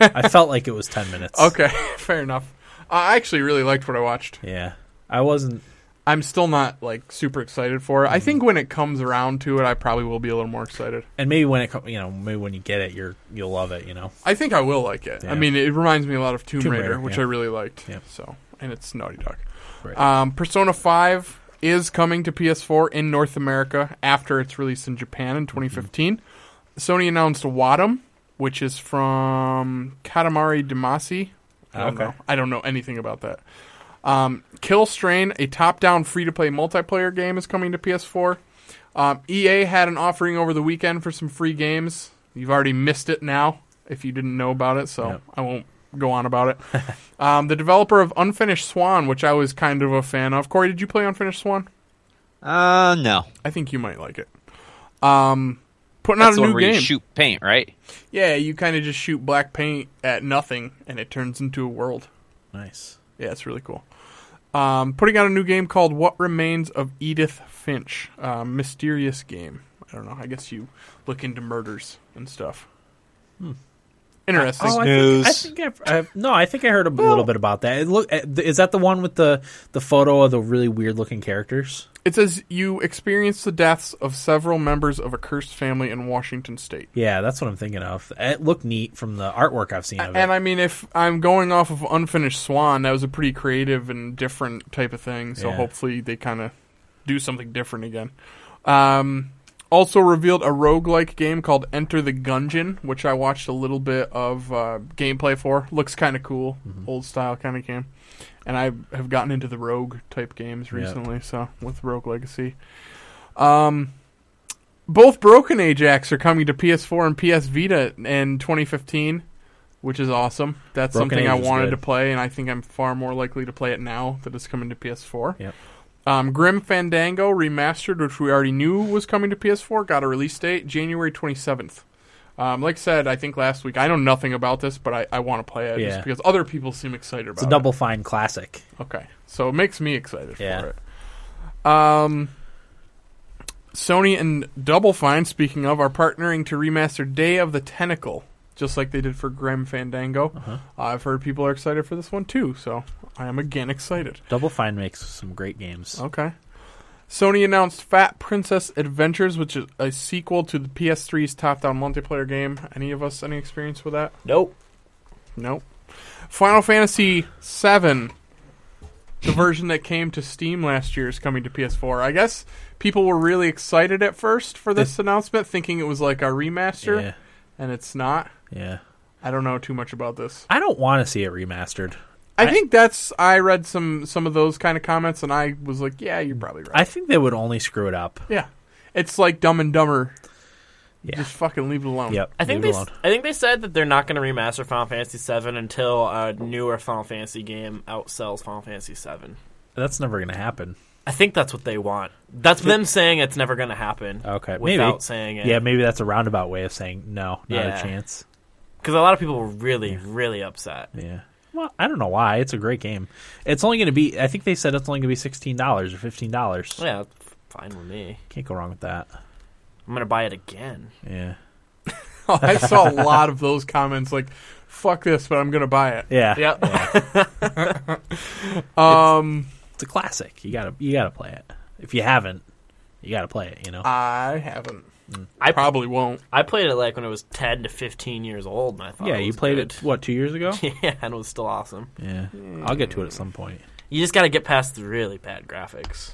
S1: I felt like it was ten minutes.
S2: Okay, fair enough. I actually really liked what I watched.
S1: yeah, I wasn't.
S2: I'm still not like super excited for it. I
S1: Mm-hmm.
S2: think when it comes around to it, I probably will be a little more excited.
S1: And maybe when it co- you know maybe when you get it, you're you'll love it. You know,
S2: I think I will like it.
S1: Yeah.
S2: I mean, it reminds me a lot of Tomb,
S1: Tomb
S2: Raider,
S1: Raider,
S2: which
S1: yeah.
S2: I really liked.
S1: Yeah.
S2: So, and it's Naughty Dog.
S1: Right.
S2: Um, Persona 5 is coming to PS4 in North America after its release in Japan in 2015. Sony announced Wadum, which is from Katamari Damacy. I don't
S1: Okay.
S2: know. I don't know anything about that. Um, Kill Strain, a top-down free-to-play multiplayer game, is coming to PS4. Um, EA had an offering over the weekend for some free games. You've already missed it now if you didn't know about it, so
S1: Yep.
S2: I won't go on about it. um, the developer of Unfinished Swan, which I was kind of a fan of. Corey, did you play Unfinished Swan?
S3: Uh, no.
S2: I think you might like it. Um, putting
S3: That's the
S2: out a
S3: one
S2: new
S3: where
S2: game.
S3: you shoot paint, right?
S2: Yeah, you kind of just shoot black paint at nothing, and it turns into a world.
S1: Nice.
S2: Yeah, it's really cool. Um, putting out a new game called What Remains of Edith Finch. Um, mysterious game. I don't know. I guess you look into murders and stuff. Interesting.
S1: Oh, I think, I
S5: News.
S1: think I've, I've, no, I think I heard a little bit about that. It look, uh, th- is that the one with the the photo of the really weird looking characters?
S2: it says you experience the deaths of several members of a cursed family in Washington State.
S1: Yeah, that's what I'm thinking of. It looked neat from the artwork I've seen of it.
S2: And I mean, if I'm going off of Unfinished Swan, that was a pretty creative and different type of thing. So
S1: Yeah.
S2: hopefully they kind of do something different again. Um, also revealed a roguelike game called Enter the Gungeon, which I watched a little bit of uh, gameplay for. Looks kind of cool,
S1: Mm-hmm.
S2: old style kind of game. And I have gotten into the rogue type games recently, so with Rogue Legacy. Um, both Broken Ajax are coming to PS4 and PS Vita in 2015, which is awesome. That's
S1: Broken
S2: something I
S1: Age is
S2: wanted
S1: good.
S2: to play, and I think I'm far more likely to play it now that it's coming to PS4.
S1: Yep.
S2: Um, Grim Fandango Remastered, which we already knew was coming to PS4, got a release date January 27th. Um, like I said, I think last week, I know nothing about this, but I, I want to play it
S1: Yeah.
S2: just because other people seem excited about
S1: it's a
S2: it.
S1: double fine classic.
S2: Okay, so it makes me excited
S1: Yeah.
S2: for it. Um, Sony and Double Fine, speaking of, are partnering to remaster Day of the Tentacle, just like they did for Grim Fandango. I've heard people are excited for this one too, so I am again excited.
S1: Double Fine makes some great games.
S2: Okay. Sony announced Fat Princess Adventures, which is a sequel to the PS3's top-down multiplayer game. Any of us any experience with that?
S4: Nope.
S2: Nope. Final Fantasy VII, the version that came to Steam last year, is coming to PS4. I guess people were really excited at first for this announcement, thinking it was like a remaster,
S1: Yeah,
S2: and it's not.
S1: yeah.
S2: I don't know too much about this.
S1: I don't want to see it remastered.
S2: I,
S1: I-
S2: think that's. I read some some of those kind of comments, and I was like, "Yeah, you're probably right."
S1: I think they would only screw it up.
S2: yeah, it's like Dumb and Dumber.
S1: Yeah.
S2: Just fucking leave it alone.
S1: Yep.
S4: I think they.
S1: leave it
S4: s-
S1: alone.
S4: I think they said that they're not going to remaster Final Fantasy VII until a newer Final Fantasy game outsells Final Fantasy VII.
S1: that's never going to happen.
S4: I think that's what they want. That's them saying it's never going to happen.
S1: Okay, maybe.
S4: without saying it.
S1: Yeah, maybe that's a roundabout way of saying no, not
S4: Yeah.
S1: a chance.
S4: because a lot of people were really, really upset.
S1: Yeah. Well, I don't know why. It's a great game. It's only going to be. I think they said it's only going to be sixteen dollars or fifteen dollars.
S4: Yeah, f- fine with me.
S1: Can't go wrong with that.
S4: I'm going to buy it again.
S1: Yeah.
S2: I saw a lot of those comments like, "Fuck this," but I'm gonna buy it.
S1: Yeah.
S4: Yep.
S2: Um.
S1: It's a classic. You gotta you gotta play it. If you haven't, you gotta play it. You know.
S2: I haven't.
S4: I-
S2: I probably won't.
S4: I played it like when I was 10 to 15 years old, and I thought
S1: yeah,
S4: it
S1: you
S4: was
S1: played
S4: good.
S1: it what two years ago?
S4: yeah, and it was still awesome.
S1: yeah. I'll get to it at some point.
S4: You just got to get past the really bad graphics.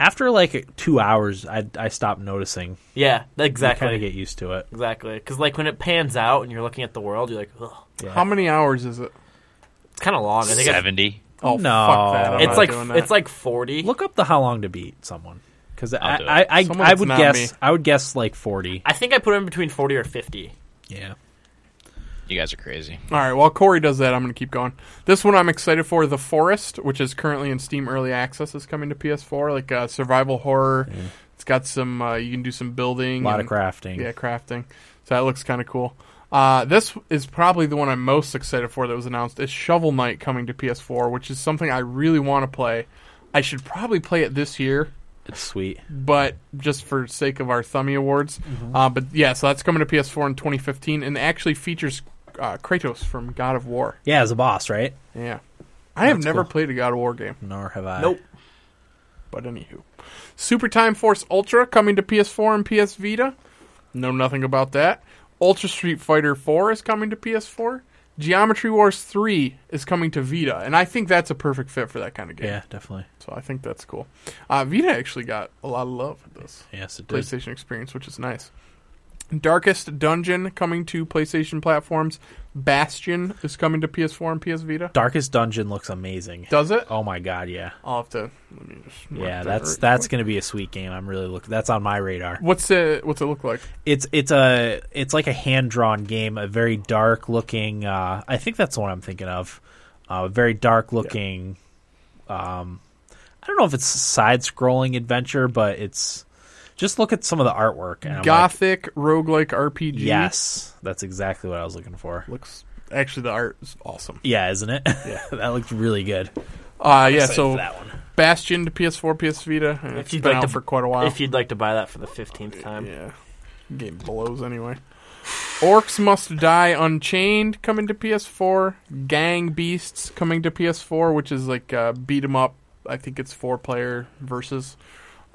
S1: After like two hours, I I stopped noticing.
S4: Yeah,
S1: Kind
S4: exactly.
S1: of get used to it.
S4: exactly. Because like when it pans out and you're looking at the world, you're like, ugh,
S1: Yeah.
S2: How many hours is it?
S4: it's kind of long. I think it's,
S3: Seventy.
S2: Oh,
S1: No.
S2: fuck that. I'm
S4: it's
S2: not
S4: like
S2: doing that.
S4: it's like 40.
S1: Look up the how long to beat someone because I
S3: I'll do it.
S1: I I,
S2: Someone
S1: I
S2: that's
S1: would
S2: not
S1: guess
S2: me.
S1: I would guess like forty.
S4: I think I put it in between 40 or 50.
S1: Yeah.
S3: You guys are crazy.
S2: All right, while Corey does that, I'm going to keep going. This one I'm excited for, The Forest, which is currently in Steam Early Access, is coming to PS4. Like uh, survival horror. It's got some. Uh, you can do some building.
S1: A lot of
S2: and-
S1: crafting.
S2: Mm. Yeah, crafting. So that looks kind of cool. Uh, this is probably the one I'm most excited for that was announced. Is Shovel Knight coming to PS4, which is something I really want to play. I should probably play it this year.
S1: It's sweet.
S2: but just for sake of our Thummy Awards.
S1: Mm-hmm.
S2: Uh, but yeah, so that's coming to PS4 in 2015, and it actually features uh, Kratos from God of War.
S1: Yeah, as a boss, right?
S2: Yeah, I have never
S1: cool.
S2: played a God of War game,
S1: Nor have I.
S4: Nope.
S2: but anywho, Super Time Force Ultra coming to PS4 and PS Vita. Know nothing about that. Ultra Street Fighter 4 is coming to PS4. Geometry Wars 3 is coming to Vita, and I think that's a perfect fit for that kind of game.
S1: Yeah, definitely.
S2: So I think that's cool. Uh, Vita actually got a lot of love with this.
S1: Yes, it did.
S2: PlayStation experience, which is nice. Darkest Dungeon coming to PlayStation platforms. Bastion is coming to PS4 and PS Vita.
S1: Darkest Dungeon looks amazing.
S2: Does it?
S1: Oh my god, yeah,
S2: I'll have to. Let me just. mark
S1: yeah.
S2: that
S1: That's
S2: right
S1: that's
S2: quick.
S1: gonna be a sweet game. I'm really looking. That's on my radar.
S2: What's it? What's it look like?
S1: It's it's a it's like a hand drawn game. A very dark looking. Uh, I think that's the one I'm thinking of. Uh, a very dark looking. Um, I don't know if it's side scrolling adventure, but it's just look at some of the artwork. And I'm like,
S2: Gothic roguelike RPG.
S1: yes, that's exactly what I was looking for.
S2: Looks actually the art is awesome.
S1: Yeah, isn't it? Yeah, that looked really good.
S2: Uh yeah.
S1: Excited for
S2: So
S1: that one.
S2: Bastion to PS4, PS Vita. And it's
S4: you'd
S2: been
S4: like
S2: out
S4: to-
S2: for quite a while.
S4: If you'd like to buy that for the fifteenth time,
S2: yeah. Game blows anyway. Orcs Must Die Unchained coming to PS4. Gang Beasts coming to PS4, which is like uh, beat 'em up. I think it's four player versus.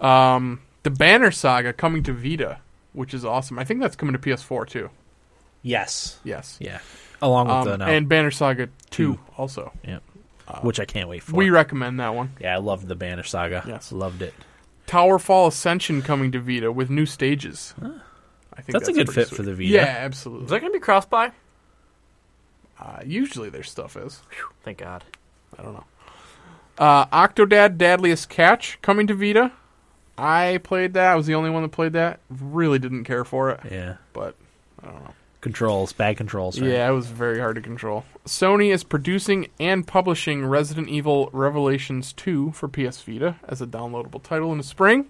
S2: Um, the Banner Saga coming to Vita, which is awesome. I think that's coming to PS4 too.
S1: Yes.
S2: Yes.
S1: Yeah. Along with
S2: Um,
S1: the no,
S2: and Banner Saga 2
S1: Two.
S2: also.
S1: which I can't wait for.
S2: We recommend that one.
S1: yeah, I loved the Banner Saga.
S2: Yes.
S1: Loved it.
S2: Towerfall Ascension coming to Vita with new stages. I think
S1: That's a good
S2: pretty
S1: fit for the Vita.
S2: Yeah,
S4: is
S2: absolutely.
S4: that going to be cross buy?
S2: Uh, usually their stuff is.
S4: Thank God.
S2: I don't know. Uh, Octodad Dadliest Catch coming to Vita. I played that. I was the only one that played that. Really didn't care for it,
S1: Yeah.
S2: but
S1: Controls, bad controls. Right?
S2: yeah, it was very hard to control. Sony is producing and publishing Resident Evil Revelations 2 for PS Vita as a downloadable title in the spring.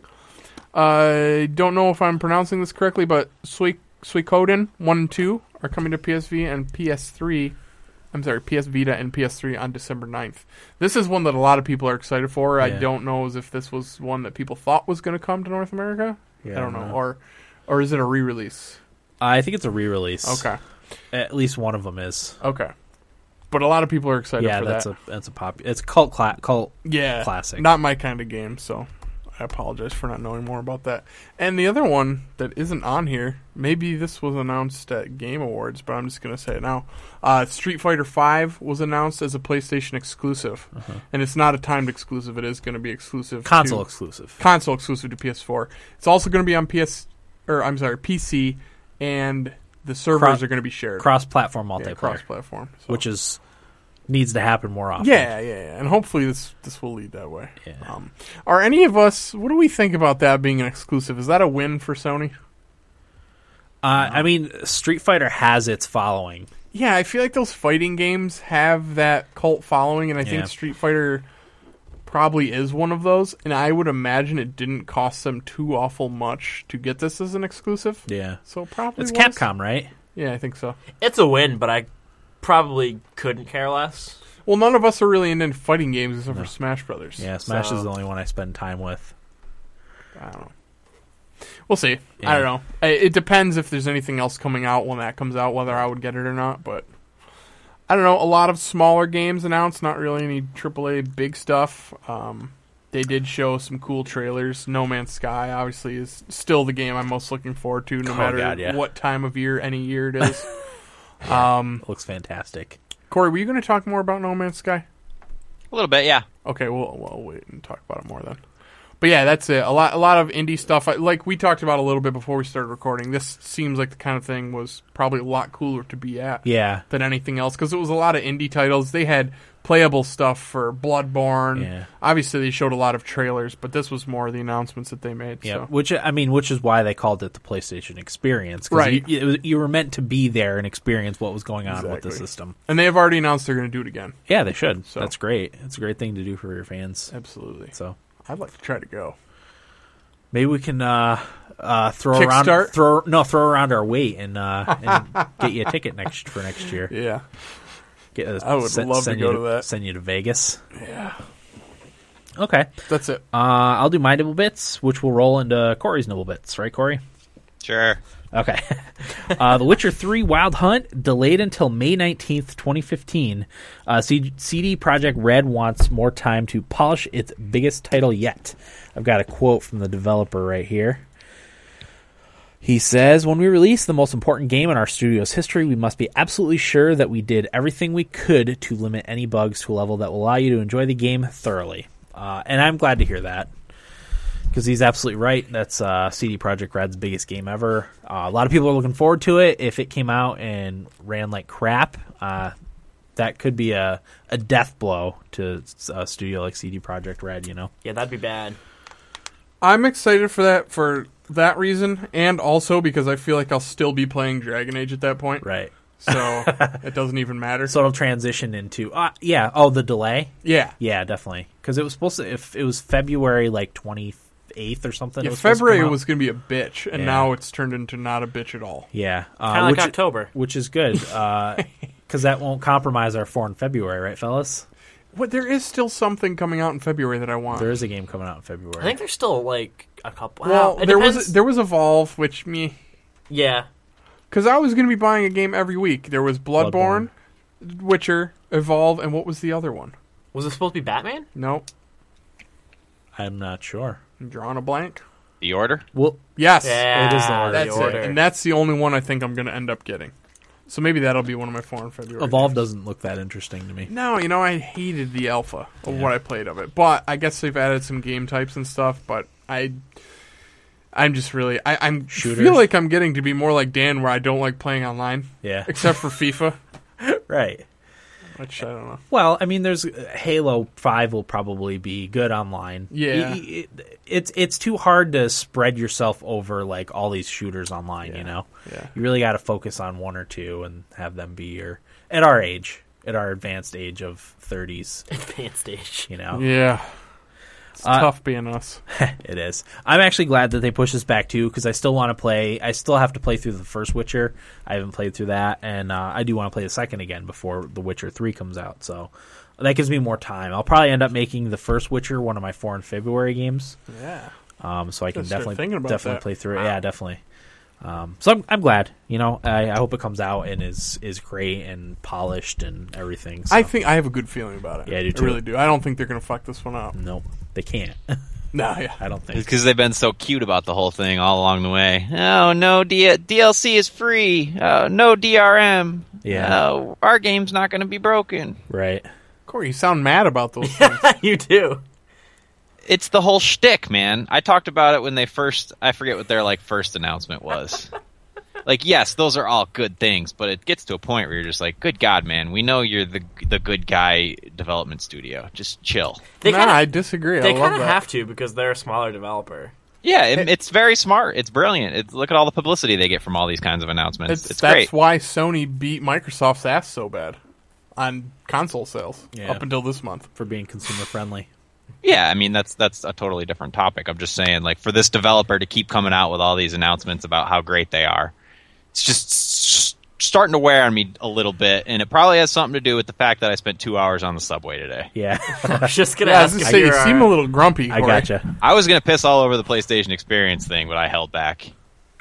S2: I don't know if I'm pronouncing this correctly, but Sui- Suikoden 1 and 2 are coming to PSV and PS3. I'm sorry, PS Vita and PS3 on December 9th. This is one that a lot of people are excited for. I
S1: Yeah.
S2: don't know as if this was one that people thought was going to come to North America.
S1: Yeah,
S2: I don't know. Or or is it a re-release?
S1: I think it's a re-release.
S2: Okay.
S1: At least one of them is.
S2: Okay. But a lot of people are excited
S1: yeah,
S2: for
S1: that's
S2: that.
S1: a that's a pop. It's cult cla- cult.
S2: yeah,
S1: classic.
S2: Not my kind of game, so I apologize for not knowing more about that. And the other one that isn't on here, maybe this was announced at Game Awards, but I'm just gonna say it now. Uh, Street Fighter Five was announced as a PlayStation exclusive, and it's not a timed exclusive. It is going to be exclusive to-
S1: Uh-huh. console exclusive.
S2: console exclusive to PS4. It's also going to be on PS, or I'm sorry, PC, and the servers
S1: Cross-
S2: are going to be shared
S1: Cross-platform multiplayer,
S2: yeah, cross-platform. So.
S1: which is needs to happen more often.
S2: Yeah, yeah, yeah, and hopefully this this will lead that way.
S1: Yeah.
S2: Um, are any of us? What do we think about that being an exclusive? Is that a win for Sony?
S1: Uh, I mean, Street Fighter has its following.
S2: Yeah, I feel like those fighting games have that cult following, and I
S1: Yeah.
S2: think Street Fighter probably is one of those. And I would imagine it didn't cost them too awful much to get this as an exclusive.
S1: Yeah.
S2: So probably
S1: It's
S2: was.
S1: Capcom, right?
S2: Yeah, I think so.
S4: It's a win, but I probably couldn't care less.
S2: Well, none of us are really into fighting games except for Smash Brothers.
S1: Yeah, Smash
S4: So-
S1: is the only one I spend time with.
S2: I don't know. We'll see.
S1: Yeah.
S2: I don't know. I- It depends if there's anything else coming out when that comes out, whether I would get it or not. But I don't know. A lot of smaller games announced. Not really any AAA big stuff. Um, they did show some cool trailers. No Man's Sky obviously is still the game I'm most looking forward to, no
S1: Oh,
S2: matter
S1: God, yeah.
S2: what time of year, any year it is. Um,
S1: It looks fantastic.
S2: Corey, were you going to talk more about No Man's Sky?
S3: A little bit, yeah.
S2: Okay, we'll we'll wait and talk about it more then. But yeah, that's it. A lot a lot of indie stuff. I- Like we talked about a little bit before we started recording. This seems like the kind of thing was probably a lot cooler to be at
S1: Yeah.
S2: than anything else because it was a lot of indie titles. They had playable stuff for Bloodborne.
S1: Yeah.
S2: Obviously, they showed a lot of trailers, but this was more the announcements that they made.
S1: Yeah,
S2: so.
S1: which I mean, which is why they called it the PlayStation Experience. 'cause
S2: Right.
S1: you, it was- you were meant to be there and experience what was going on with the
S2: Exactly.
S1: system.
S2: And they have already announced they're going to do it again.
S1: Yeah, they should.
S2: So-
S1: That's great. It's a great thing to do for your fans.
S2: Absolutely.
S1: So
S2: I'd like to try to go.
S1: maybe we can uh, uh, throw around
S2: Kickstart?
S1: throw no throw around our weight and, uh, and get you a ticket next for next year.
S2: Yeah.
S1: Get, uh,
S2: I would love to
S1: send
S2: go
S1: you
S2: to that.
S1: Send you to Vegas. Yeah. Okay.
S2: That's it.
S1: Uh, I'll do my nibble bits, which will roll into Corey's nibble bits, right, Corey?
S3: Sure.
S1: Okay. uh, the Witcher 3 Wild Hunt delayed until May 19th, 2015. Uh, C- CD Projekt Red wants more time to polish its biggest title yet. I've got a quote from the developer right here. He says, When we release the most important game in our studio's history, we must be absolutely sure that we did everything we could to limit any bugs to a level that will allow you to enjoy the game thoroughly. Uh, and I'm glad to hear that. because he's absolutely right. That's uh, CD Project Red's biggest game ever. Uh, a lot of people are looking forward to it. If it came out and ran like crap, uh, that could be a, a death blow to a studio like CD Project Red. You know,
S4: Yeah, that'd be bad.
S2: I'm excited for that for that reason, and also because I feel like I'll still be playing Dragon Age at that point,
S1: right?
S2: so it doesn't even matter.
S1: So it'll transition into uh, yeah. Oh, the delay.
S2: yeah,
S1: Yeah, definitely. Because it was supposed to. If it was February like twenty eighth or something. it
S2: yeah
S1: was supposed to come
S2: February
S1: out.
S2: was going to be a bitch, and
S1: Yeah.
S2: now it's turned into not a bitch at all.
S1: Yeah, uh,
S4: Kind of like
S1: which-
S4: October.
S1: which is good because that won't compromise our four in February, right, fellas?
S2: What? There is still something coming out in February that I want.
S1: There is a game coming out in February.
S4: I think there's still like a couple.
S2: well,
S4: Wow, it
S2: there
S4: depends.
S2: was there was Evolve, which me
S4: yeah,
S2: because I was going to be buying a game every week. There was Bloodborne,
S1: Bloodborne.
S2: Witcher, Evolve, and what was the other one?
S4: was it supposed to be Batman?
S2: No,
S1: I'm not sure.
S2: I'm drawing a blank.
S3: The order?
S1: Well,
S2: Yes,
S4: Yeah,
S1: is the order.
S4: the
S2: that's it.
S4: order.
S2: and that's the only one I think I'm going to end up getting. So maybe that'll be one of my four in February.
S1: Evolve doesn't look that interesting to me.
S2: No, you know I hated the alpha of what I played of it, but I guess they've added some game types and stuff. But I, I'm just really I I'm
S1: Shooters?
S2: feel like I'm getting to be more like Dan, where I don't like playing online
S1: Yeah,
S2: except for FIFA,
S1: right.
S2: which I don't know.
S1: Well, I mean, there's uh, Halo Five will probably be good online.
S2: Yeah.
S1: It- it- it's it's too hard to spread yourself over like all these shooters online.
S2: Yeah.
S1: You know,
S2: Yeah,
S1: you really got to focus on one or two and have them be your at our age, at our advanced age of 30s.
S4: Advanced age.
S1: You know,
S2: yeah, it's
S1: Uh,
S2: tough being us.
S1: It is. I'm actually glad that they pushed this back too because I still want to play. I still have to play through the first Witcher. I haven't played through that, and uh, I do want to play the second again before The Witcher Three comes out. So that gives me more time. I'll probably end up making the first Witcher one of my four in February games,
S2: Yeah,
S1: um, so I can
S2: Gotta start
S1: definitely
S2: thinking about
S1: definitely
S2: that.
S1: play through it. Yeah, definitely. Um, so I'm, I'm glad. You know, I, I hope it comes out and is is great and polished and everything. So.
S2: I think I have a good feeling about it.
S1: Yeah, I do
S2: I
S1: too.
S2: really do. I don't think they're gonna fuck this one up.
S1: nope, they can't.
S2: Nah, yeah.
S1: I don't think.
S3: It's because they've been so cute about the whole thing all along the way. Oh no, D- DLC is free. Oh no, DRM.
S1: Yeah.
S3: Oh, our game's not going to be broken.
S1: Right.
S2: Corey, you sound mad about those things.
S4: you do.
S3: It's the whole shtick, man. I talked about it when they first. I forget what their like first announcement was. like, yes, those are all good things, but it gets to a point where you're just like, good God, man. We know you're the the good guy development studio. Just chill.
S4: They
S2: nah,
S4: kinda-
S2: I disagree.
S4: They
S2: I love
S4: kind of
S2: that.
S4: have to because they're a smaller developer.
S3: Yeah, it, it's very smart. It's brilliant. It's, look at all the publicity they get from all these kinds of announcements. It's,
S2: It's, that's
S3: great.
S2: why Sony beat Microsoft's ass so bad on console sales
S1: Yeah.
S2: up until this month.
S1: For being consumer friendly.
S3: Yeah, I mean that's that's a totally different topic. I'm just saying, like for this developer to keep coming out with all these announcements about how great they are, it's just s- starting to wear on me a little bit, and it probably has something to do with the fact that I spent two hours on the subway today.
S1: Yeah.
S4: I was just gonna
S2: Yeah, I was
S4: ask
S2: gonna
S4: if
S2: say you
S4: you're
S2: seem
S4: our-
S2: a little grumpy.
S1: I
S2: Corey.
S1: gotcha.
S3: I was gonna piss all over the PlayStation Experience thing, but I held back.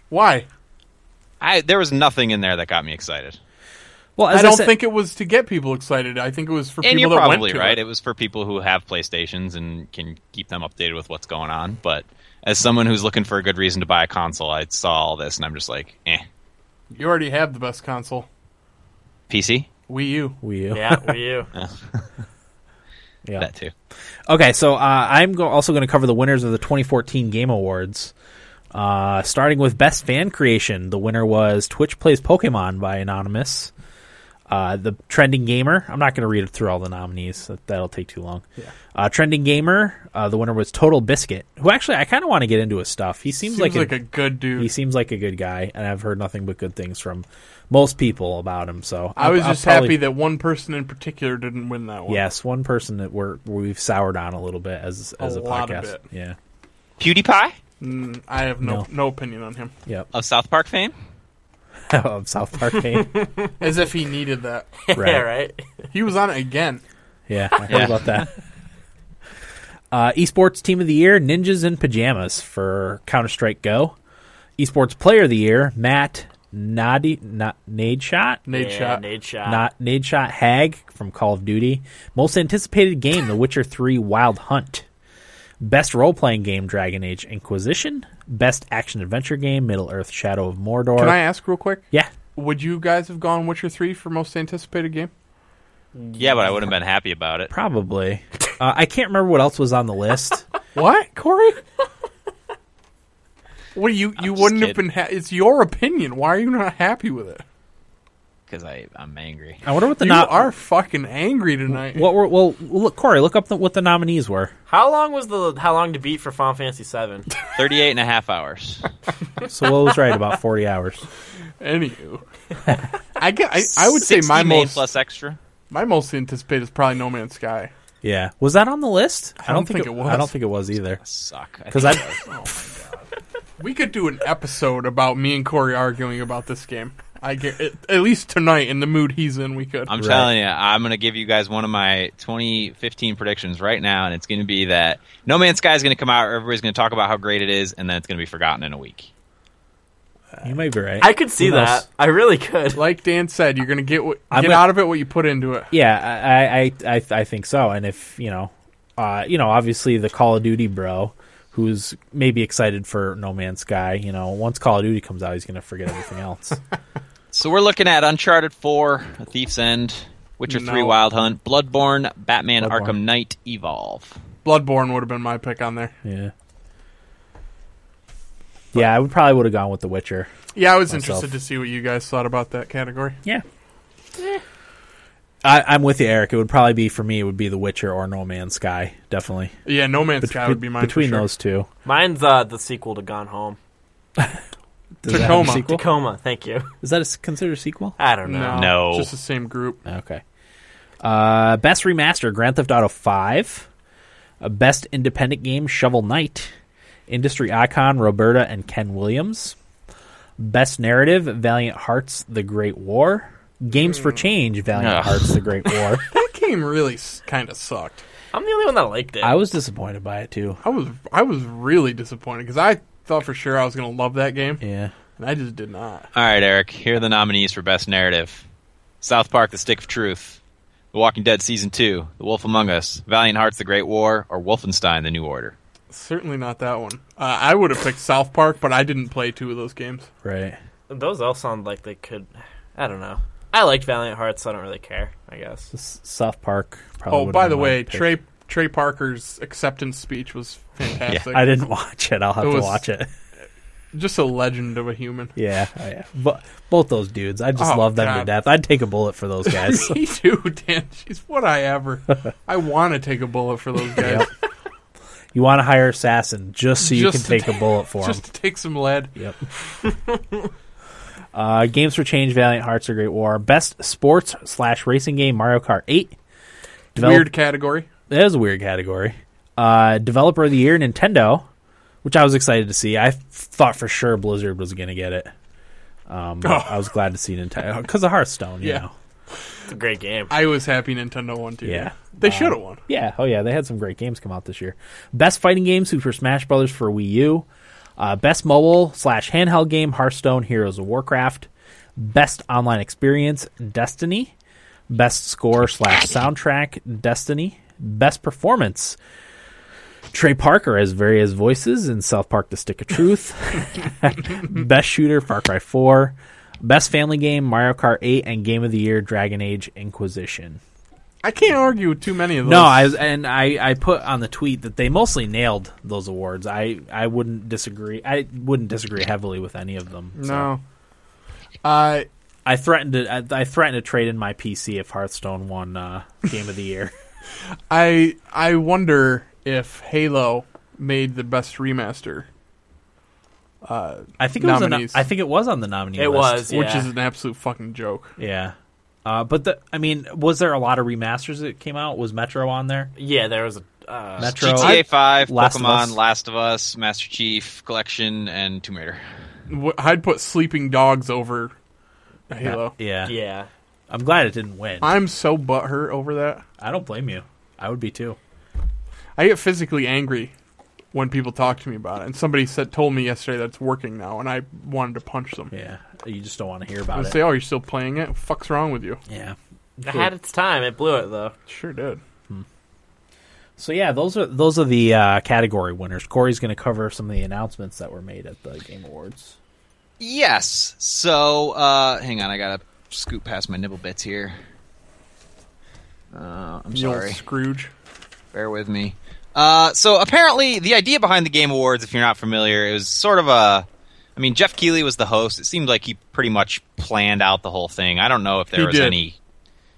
S2: Why?
S3: I there was nothing in there that got me excited,
S1: Well, as
S2: I don't
S1: said-
S2: think it was to get people excited. I think it was for
S3: and
S2: people
S3: you're
S2: that went
S3: probably
S2: to
S3: right.
S2: it.
S3: It was for people who have PlayStations and can keep them updated with what's going on. But as someone who's looking for a good reason to buy a console, I saw all this and I'm just like, eh,
S2: You already have the best console,
S3: PC.
S2: Wii U.
S1: Wii U.
S4: Yeah, were you?
S1: Yeah.
S3: That too.
S1: Okay, so uh, I'm go- also going to cover the winners of the 2014 Game Awards. Uh, starting with Best Fan Creation, the winner was Twitch Plays Pokemon by Anonymous. Uh, the Trending Gamer, I'm not going to read through all the nominees, that- that'll take too long.
S2: Yeah.
S1: Uh, Trending Gamer, uh, the winner was Total Biscuit, who actually I kind of want to get into his stuff. He seems,
S2: Seems
S1: like,
S2: like,
S1: a-
S2: a good dude.
S1: he seems like a good guy, and I've heard nothing but good things from most people about him. So
S2: I was
S1: I'll- I'll
S2: just
S1: probably-
S2: happy that one person in particular didn't win that one.
S1: Yes, one person that we're we've soured on a little bit as as a,
S2: lot a
S1: podcast.
S2: bit.
S1: Yeah.
S3: PewDiePie
S2: Mm, I have no, no
S1: No.
S2: opinion on him.
S1: Yep.
S3: of South Park fame.
S1: of Oh, South Park fame.
S2: As if he needed that.
S4: Yeah, right.
S2: He was on it again.
S1: Yeah, I heard
S3: Yeah.
S1: about that. Uh, esports team of the year, Ninjas in Pajamas for Counter Strike Go. Esports player of the year, Matt Nadi not Nade Shot.
S2: Nade
S4: yeah,
S2: shot.
S4: Nade shot.
S1: Not Nade Shot Hag from Call of Duty. Most anticipated game, The Witcher 3 Wild Hunt. Best role playing game, Dragon Age Inquisition. Best action adventure game, Middle Earth Shadow of Mordor.
S2: Can I ask real quick?
S1: yeah.
S2: Would you guys have gone Witcher 3 for most anticipated game?
S3: Yeah, but I would have been happy about it.
S1: Probably. Uh, I can't remember what else was on the list.
S2: What, Corey? Well, you you
S3: just
S2: wouldn't have
S3: kidding.
S2: been. Ha- it's your opinion. Why are you not happy with it?
S3: because I'm angry.
S1: I wonder what the
S2: You
S1: no-
S2: are fucking angry tonight.
S1: what were well look Corey look up the, what the nominees were.
S4: How long was the how long to beat for Final Fantasy VII?
S3: 38 and a half hours.
S1: So Will was right about forty hours.
S2: Anywho, I, get, I I would say
S3: 60
S2: my
S3: main
S2: most
S3: plus extra.
S2: my most anticipated is probably No Man's Sky.
S1: Yeah, was that on the list? I don't,
S2: don't
S1: think,
S2: think
S1: it,
S2: it
S1: I don't
S2: was.
S1: think it was either.
S3: Suck.
S1: Because
S3: think
S1: I
S3: it was.
S2: We could do an episode about me and Corey arguing about this game. I get at, at least tonight in the mood he's in. We could.
S3: I'm
S1: Right.
S3: telling you, I'm going to give you guys one of my 2015 predictions right now, and it's going to be that No Man's Sky is going to come out. Everybody's going to talk about how great it is, and then it's going to be forgotten in a week.
S1: you may be right.
S4: I could see
S1: Who knows?
S4: that. I really could.
S2: like Dan said, you're gonna get what,
S1: I'm
S2: get
S1: gonna-
S2: out of it what you put into it.
S1: Yeah, I, I, I, I think so. And if you know, uh, you know, obviously the Call of Duty bro, who's maybe excited for No Man's Sky, you know, once Call of Duty comes out, he's gonna forget everything else.
S3: So we're looking at Uncharted 4, A Thief's End, Witcher 3
S2: No.
S3: Wild Hunt, Bloodborne, Batman
S1: Bloodborne.
S3: Arkham Knight Evolve.
S2: Bloodborne would have been my pick on there.
S1: yeah. Yeah, I would probably would have gone with The Witcher.
S2: Yeah, I was
S1: Myself.
S2: interested to see what you guys thought about that category.
S1: Yeah. I, I'm with you, Eric. It would probably be for me. It would be The Witcher or No Man's Sky, definitely.
S2: Yeah, No Man's Sky would be mine for
S1: between
S2: sure.
S1: those two.
S4: Mine's uh, the sequel to Gone Home.
S1: Does that have a
S2: Tacoma.
S1: sequel?
S4: Tacoma, thank you.
S1: Is that a s- considered a sequel?
S4: I don't know.
S3: No.
S2: Just the same group.
S1: Okay. Uh, best remaster: Grand Theft Auto Five. Uh, best independent game: Shovel Knight. Industry icon: Roberta and Ken Williams. Best narrative: Valiant Hearts: The Great War. Games
S2: Mm.
S1: for Change: Valiant
S3: Ugh.
S1: Hearts: The Great War.
S2: That game really kind of sucked.
S4: I'm the only one that liked it.
S1: I was disappointed by it too.
S2: I was I was really disappointed because I thought for sure I was gonna love that game,
S1: Yeah.
S2: and I just did not.
S3: All right, Eric, here are the nominees for Best Narrative South Park, The Stick of Truth, The Walking Dead Season 2, The Wolf Among Us, Valiant Hearts, The Great War, or Wolfenstein, The New Order.
S2: Certainly not that one. Uh, I would have picked South Park, but I didn't play two of those games.
S1: Right.
S4: Those all sound like they could. I don't know. I liked Valiant Hearts, so I don't really care. I guess.
S1: S- South Park. Probably
S2: Oh,
S1: would've
S2: by
S1: been
S2: the
S1: my
S2: way,
S1: pick.
S2: Trey Trey Parker's acceptance speech was fantastic.
S1: I didn't watch it. I'll have
S2: It
S1: to
S2: was-
S1: watch it.
S2: Just a legend of a human.
S1: Yeah, oh, yeah. But both those dudes, I just
S2: Oh,
S1: love them to
S2: God.
S1: death. I'd take a bullet for those guys.
S2: Me too, Dan. She's what I ever. I want to take a bullet for those guys.
S1: Yep. You want to hire assassin just so you
S2: Just
S1: can
S2: to
S1: take a bullet for
S2: Just
S1: him.
S2: to take some lead.
S1: Yep. uh, Games for Change, Valiant Hearts, A Great War. Best sports slash racing game, Mario Kart 8. Develop-
S2: Weird category.
S1: That is a weird category. Uh, Developer of the Year, Nintendo, which I was excited to see. I thought for sure Blizzard was going to get it. Um, but
S2: Oh.
S1: I was glad to see Nintendo because of Hearthstone. You
S2: Yeah.
S1: Know.
S4: It's a great game.
S2: I was happy Nintendo won too.
S1: Yeah.
S2: They should have won.
S1: Yeah, oh yeah, they had some great games come out this year. Best fighting game, Super Smash Brothers for Wii U. Uh, best mobile slash handheld game, Hearthstone, Heroes of Warcraft. Best online experience, Destiny. Best score slash soundtrack, Destiny. Best performance, Trey Parker as various voices in South Park: The Stick of Truth. Best shooter, Far Cry 4. Best family game, Mario Kart 8, and game of the year, Dragon Age Inquisition.
S2: I can't argue with too many of those.
S1: No, I was- and I, I put on the tweet that they mostly nailed those awards. I, I wouldn't disagree. I wouldn't disagree heavily with any of them. so.
S2: No. Uh,
S1: I threatened to I, I threatened to trade in my PC if Hearthstone won uh, Game of the Year.
S2: I I wonder if Halo made the best remaster, uh,
S1: I think it was on,
S2: Nominees.
S1: I think it was on the nominee.
S4: It
S1: list.
S4: was,
S2: which
S4: yeah.
S2: is an absolute fucking joke.
S1: yeah. Uh, but the, I mean, was there a lot of remasters that came out? Was Metro on there?
S4: yeah, there was a. Uh,
S1: Metro.
S3: GTA 5,
S1: Last of Us.
S3: Pokemon, Last of Us, Master Chief, Collection, and Tomb Raider.
S2: Wh- I'd put Sleeping Dogs over Halo.
S1: Yeah.
S4: yeah.
S1: I'm glad it didn't win.
S2: I'm so butthurt over that.
S1: I don't blame you. I would be too.
S2: I get physically angry when people talk to me about it. And somebody said told me yesterday that's working now, and I wanted to punch them.
S1: Yeah. You just don't want to hear
S2: I
S1: about it.
S2: say, "Oh, you're still playing it? Fuck's wrong with you?"
S1: yeah.
S4: It had its time. It blew it though.
S2: Sure did.
S1: So yeah, those are those are the uh, category winners. Corey's going to cover some of the announcements that were made at the Game Awards.
S3: Yes. So, uh, hang on, I gotta scoot past my nibble bits here. Uh, I'm
S2: You old
S3: sorry.
S2: Scrooge.
S3: Bear with me. Uh, so apparently, the idea behind the Game Awards, if you're not familiar, it was sort of a. I mean, Jeff Keighley was the host. It seemed like he pretty much planned out the whole thing. I don't know if there
S2: He
S3: was
S2: did.
S3: any.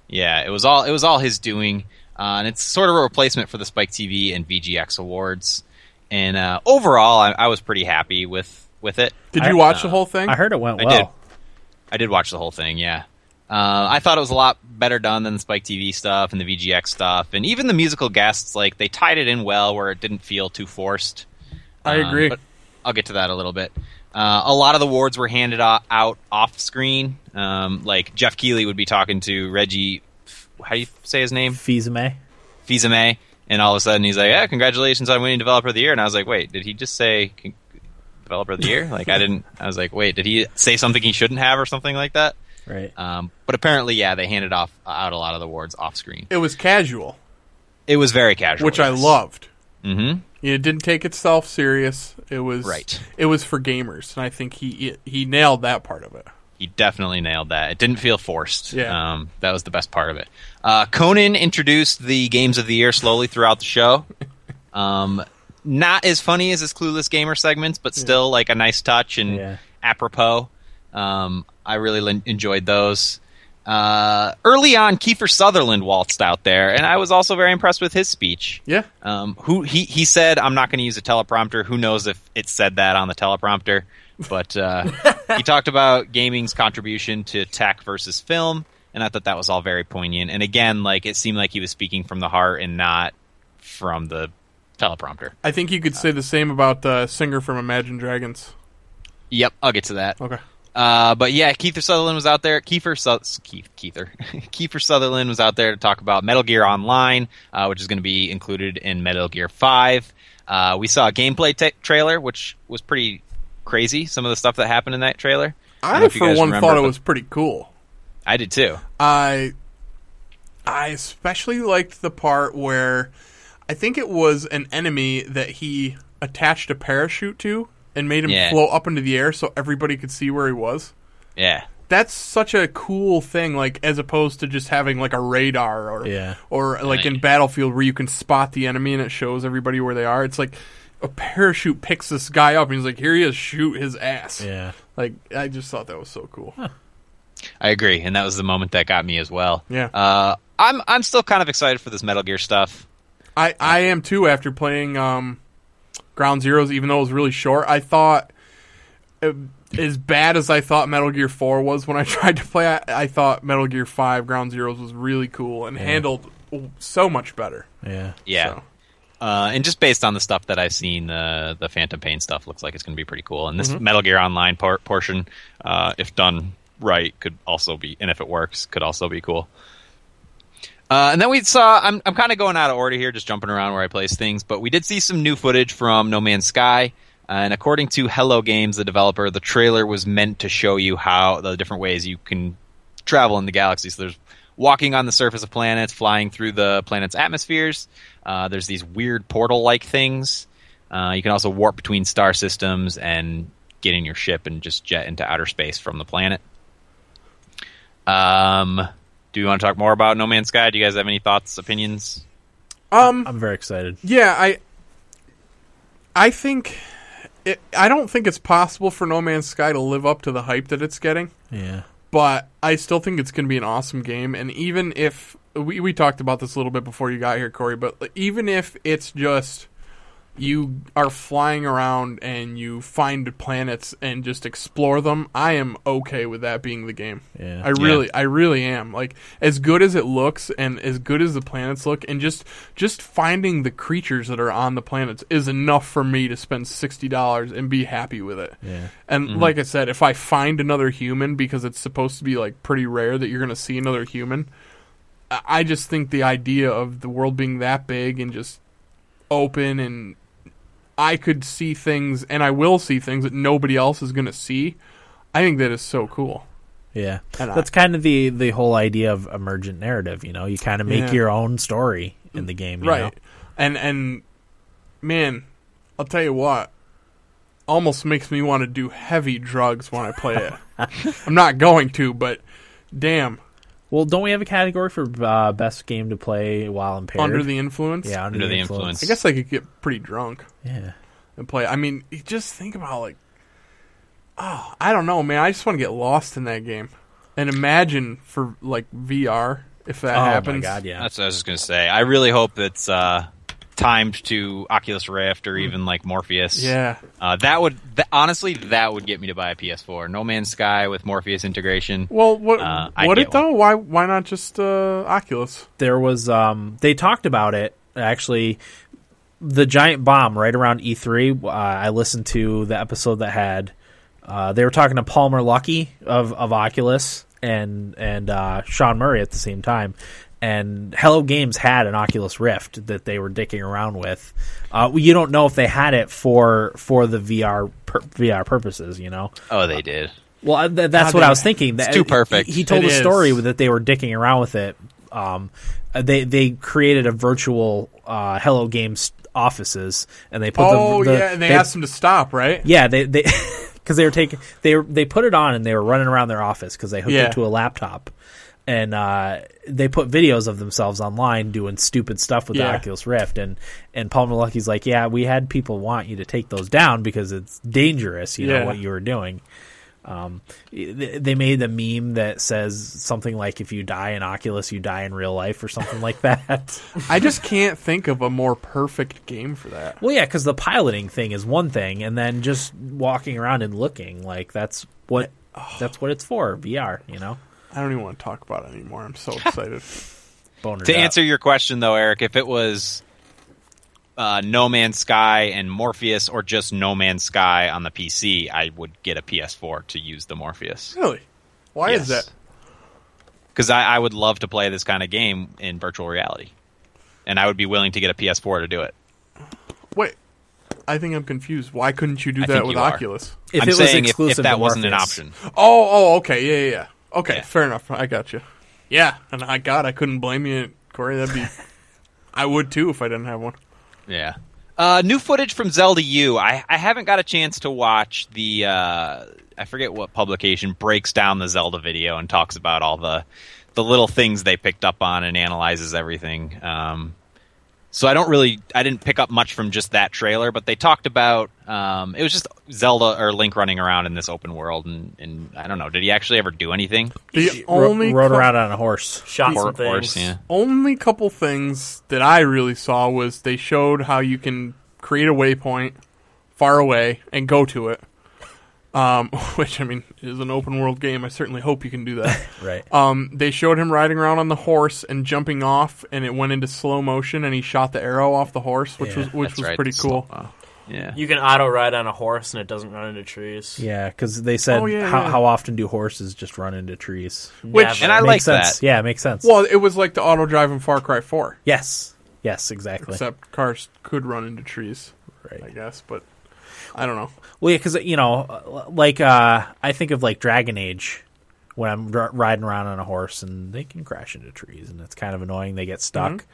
S3: Yeah, it was all it was all his doing, uh, and it's sort of a replacement for the Spike TV and VGX awards. And uh, overall, I, I was pretty happy with with it.
S2: Did
S1: I-
S2: you watch the
S3: uh,
S2: whole thing?
S1: I heard it went
S3: I
S1: well.
S3: did. I did watch the whole thing. Yeah, uh, I thought it was a lot better done than the Spike TV stuff and the VGX stuff, and even the musical guests. Like they tied it in well, where it didn't feel too forced.
S2: I
S3: Um,
S2: agree.
S3: but I'll get to that a little bit. Uh, a lot of the awards were handed o- out off screen. Um, like Jeff Keighley would be talking to Reggie. How do you say his name?
S1: Fizame.
S3: Fizame. And all of a sudden he's like, "Yeah, congratulations on winning Developer of the Year." And I was like, "Wait, did he just say con- Developer of the Year?" Like I didn't. I was like, "Wait, did he say something he shouldn't have or something like that?"
S1: Right.
S2: Uh,
S3: Um, but apparently, yeah, they handed off out a lot of the awards off screen.
S2: it was casual,
S3: It was very casual,
S2: which I loved.
S3: hmm
S2: It didn't take itself serious. It was
S3: Right.
S2: It was for gamers, and I think he he nailed that part of it.
S3: He definitely nailed that. It didn't feel forced.
S2: Yeah.
S3: Um, that was the best part of it. Uh, Conan introduced the games of the year slowly throughout the show. Um, not as funny as his Clueless Gamer segments, but still like a nice touch and
S1: Yeah.
S3: apropos. Um, I really lin- enjoyed those. Uh, early on, Kiefer Sutherland waltzed out there, and I was also very impressed with his speech.
S2: Yeah,
S3: Um, who he, he said, I'm not going to use a teleprompter. Who knows if it said that on the teleprompter? But uh, he talked about gaming's contribution to tech versus film, and I thought that was all very poignant. And again, like it seemed like he was speaking from the heart and not from the teleprompter.
S2: I think you could say the same about the singer from Imagine Dragons.
S3: Yep, I'll get to that.
S2: Okay,
S3: Uh, but yeah, Keith Sutherland was out there. Kiefer Su- Keith Keither. Kiefer Sutherland was out there to talk about Metal Gear Online, uh, which is going to be included in Metal Gear Five. Uh, we saw a gameplay ta trailer, which was pretty crazy. Some of the stuff that happened in that trailer. don't know
S2: I
S3: if you
S2: for one
S3: guys remember,
S2: thought it
S3: but
S2: was pretty cool.
S3: I did too.
S2: I I especially liked the part where I think it was an enemy that he attached a parachute to and made him
S3: Yeah.
S2: float up into the air so everybody could see where he was.
S3: Yeah,
S2: That's such a cool thing, like as opposed to just having like a radar or
S1: Yeah.
S2: or like in
S3: Right.
S2: Battlefield where you can spot the enemy and it shows everybody where they are. It's like a parachute picks this guy up and he's like, "Here he is, shoot his ass!"
S1: Yeah.
S2: Like I just thought that was so cool.
S3: I agree, and that was the moment that got me as well.
S2: Yeah.
S3: Uh, I'm I'm still kind of excited for this Metal Gear stuff.
S2: I, I am too after playing um, Ground Zeroes, even though it was really short. I thought, uh, as bad as I thought Metal Gear 4 was when I tried to play, I, I thought Metal Gear 5 Ground Zeroes was really cool and handled w- so much better.
S1: Yeah.
S3: Yeah.
S2: So.
S3: Uh, and just based on the stuff that I've seen, uh, the Phantom Pain stuff looks like it's going to be pretty cool. And this Metal Gear Online por- portion, uh, if done right, could also be, and if it works, could also be cool. Uh, and then we saw, I'm, I'm kind of going out of order here, just jumping around where I place things, but we did see some new footage from No Man's Sky. Uh, and according to Hello Games, the developer, the trailer was meant to show you how the different ways you can travel in the galaxy. So there's walking on the surface of planets, flying through the planet's atmospheres. Uh, there's these weird portal like things. Uh, you can also warp between star systems and get in your ship and just jet into outer space from the planet. Um, do you want to talk more about No Man's Sky? Do you guys have any thoughts, opinions?
S2: Um,
S1: I'm very excited.
S2: Yeah, I I think it, I don't think it's possible for No Man's Sky to live up to the hype that it's getting.
S1: Yeah.
S2: but I still think it's going to be an awesome game. And even if we we talked about this a little bit before you got here, Corey, but even if it's just you are flying around and you find planets and just explore them, I am okay with that being the game.
S1: Yeah.
S2: I really, I really am. Like as good as it looks, and as good as the planets look, and just just finding the creatures that are on the planets is enough for me to spend sixty dollars and be happy with it.
S1: Yeah.
S2: And like I said, if I find another human because it's supposed to be like pretty rare that you're going to see another human, I- I just think the idea of the world being that big and just open and I could see things and I will see things that nobody else is going to see. I think that is so cool.
S1: Yeah.
S2: And I-
S1: That's kind of the the whole idea of emergent narrative, you know. You kind of make
S2: Yeah.
S1: your own story in the game, you
S2: right.
S1: know?
S2: And and man, I'll tell you what. Almost makes me want to do heavy drugs when I play it. I'm not going to, but damn.
S1: Well, don't we have a category for uh, best game to play while impaired?
S2: Under the influence.
S1: yeah, under,
S3: Under
S1: the
S3: the
S1: influence.
S2: I guess I could get pretty drunk
S1: Yeah.
S2: and play. I mean, you just think about like, oh, I don't know, man. I just want to get lost in that game and imagine for like VR if that
S1: oh
S2: happens.
S1: my god, yeah.
S3: That's what I was just gonna say. I really hope it's uh, timed to Oculus Rift or even like Morpheus.
S2: Yeah.
S3: uh, that would th- honestly that would get me to buy a PS4. No Man's Sky with Morpheus integration.
S2: Well, what
S3: Uh, I'd
S2: what
S3: get
S2: it though? Why why not just uh, Oculus?
S1: there was um they talked about it actually the giant bomb right around E3 uh, I listened to the episode that had uh, they were talking to Palmer Lucky of of Oculus and and uh, Sean Murray at the same time and Hello Games had an Oculus Rift that they were dicking around with uh, you don't know if they had it for for the VR pur- VR purposes you know
S3: Oh, they did.
S1: well, I- th- that's
S2: God
S1: what
S2: damn
S1: I was
S2: it.
S1: thinking. That-
S3: too perfect.
S1: He, he told
S2: It
S1: a story
S2: is.
S1: that they were dicking around with it. Um, uh, they they created a virtual uh, Hello Games offices, and they put
S2: Oh
S1: the, the
S2: yeah, and they, asked them to stop, right?
S1: yeah they they because they were taking they were, they put it on and they were running around their office because they hooked
S2: Yeah.
S1: it to a laptop, and uh, they put videos of themselves online doing stupid stuff with
S2: Yeah.
S1: the Oculus Rift, and and Paul Malucky's like, yeah, we had people want you to take those down because it's dangerous, you
S2: Yeah.
S1: know what you were doing. Th- they made the meme that says something like if you die in oculus you die in real life or something like that
S2: I just can't think of a more perfect game for that.
S1: well yeah because the piloting thing is one thing and then just walking around and looking like that's what that's what it's for vr you know
S2: I don't even want to talk about it anymore. I'm so excited.
S1: Boner
S3: To
S1: up.
S3: answer your question though, Eric, if it was uh, No Man's Sky and Morpheus, or just No Man's Sky on the PC, I would get a PS4 to use the Morpheus.
S2: really? Why is that?
S3: Because I, I would love to play this kind of game in virtual reality, and I would be willing to get a PS4 to do it.
S2: Wait, I think I'm confused. Why couldn't you do
S3: I
S2: that
S3: think
S2: with
S3: you are.
S2: Oculus?
S1: if
S3: I'm
S1: it was
S3: saying if- if,
S1: exclusive
S3: that
S1: to
S3: wasn't an
S1: Morpheus.
S3: option.
S2: Oh, oh, okay, yeah, yeah, yeah. Okay,
S3: Yeah.
S2: fair enough. I got you. Yeah, and I God, I couldn't blame you, Corey. That'd be, I would too if I didn't have one.
S3: Yeah. Uh, new footage from Zelda U. I, I haven't got a chance to watch the. Uh, I forget what publication breaks down the Zelda video and talks about all the the little things they picked up on and analyzes everything. Um, so I don't really. I didn't pick up much from just that trailer, but they talked about. Um, it was just Zelda or Link running around in this open world, and, and I don't know. Did he actually ever do anything?
S2: The
S1: Ro-
S2: only
S1: rode
S2: cou-
S1: around on a horse
S4: Shot
S3: Or-
S4: some things.
S3: or- yeah.
S2: only couple things that I really saw was they showed how you can create a waypoint far away and go to it. Um, which I mean is an open world game. I certainly hope you can do that.
S1: right
S2: Um, they showed him riding around on the horse and jumping off, and it went into slow motion, and he shot the arrow off the horse, which
S1: Yeah,
S2: was which
S3: that's
S2: was
S3: right,
S2: pretty
S3: it's
S2: cool.
S3: Yeah.
S4: You can auto ride on a horse and it doesn't run into trees.
S1: yeah because they said
S2: Oh, yeah,
S1: how,
S2: yeah.
S1: how often do horses just run into trees
S2: Which-
S3: And I
S1: makes
S3: like
S1: sense
S3: that.
S1: yeah it makes sense
S2: Well, it was like the auto drive in Far Cry Four,
S1: yes yes exactly
S2: except cars could run into trees,
S1: right
S2: I guess. But I don't know.
S1: Well, yeah, because you know, like uh, I think of like Dragon Age when I'm r- riding around on a horse and they can crash into trees and it's kind of annoying. They get stuck.
S2: Mm-hmm.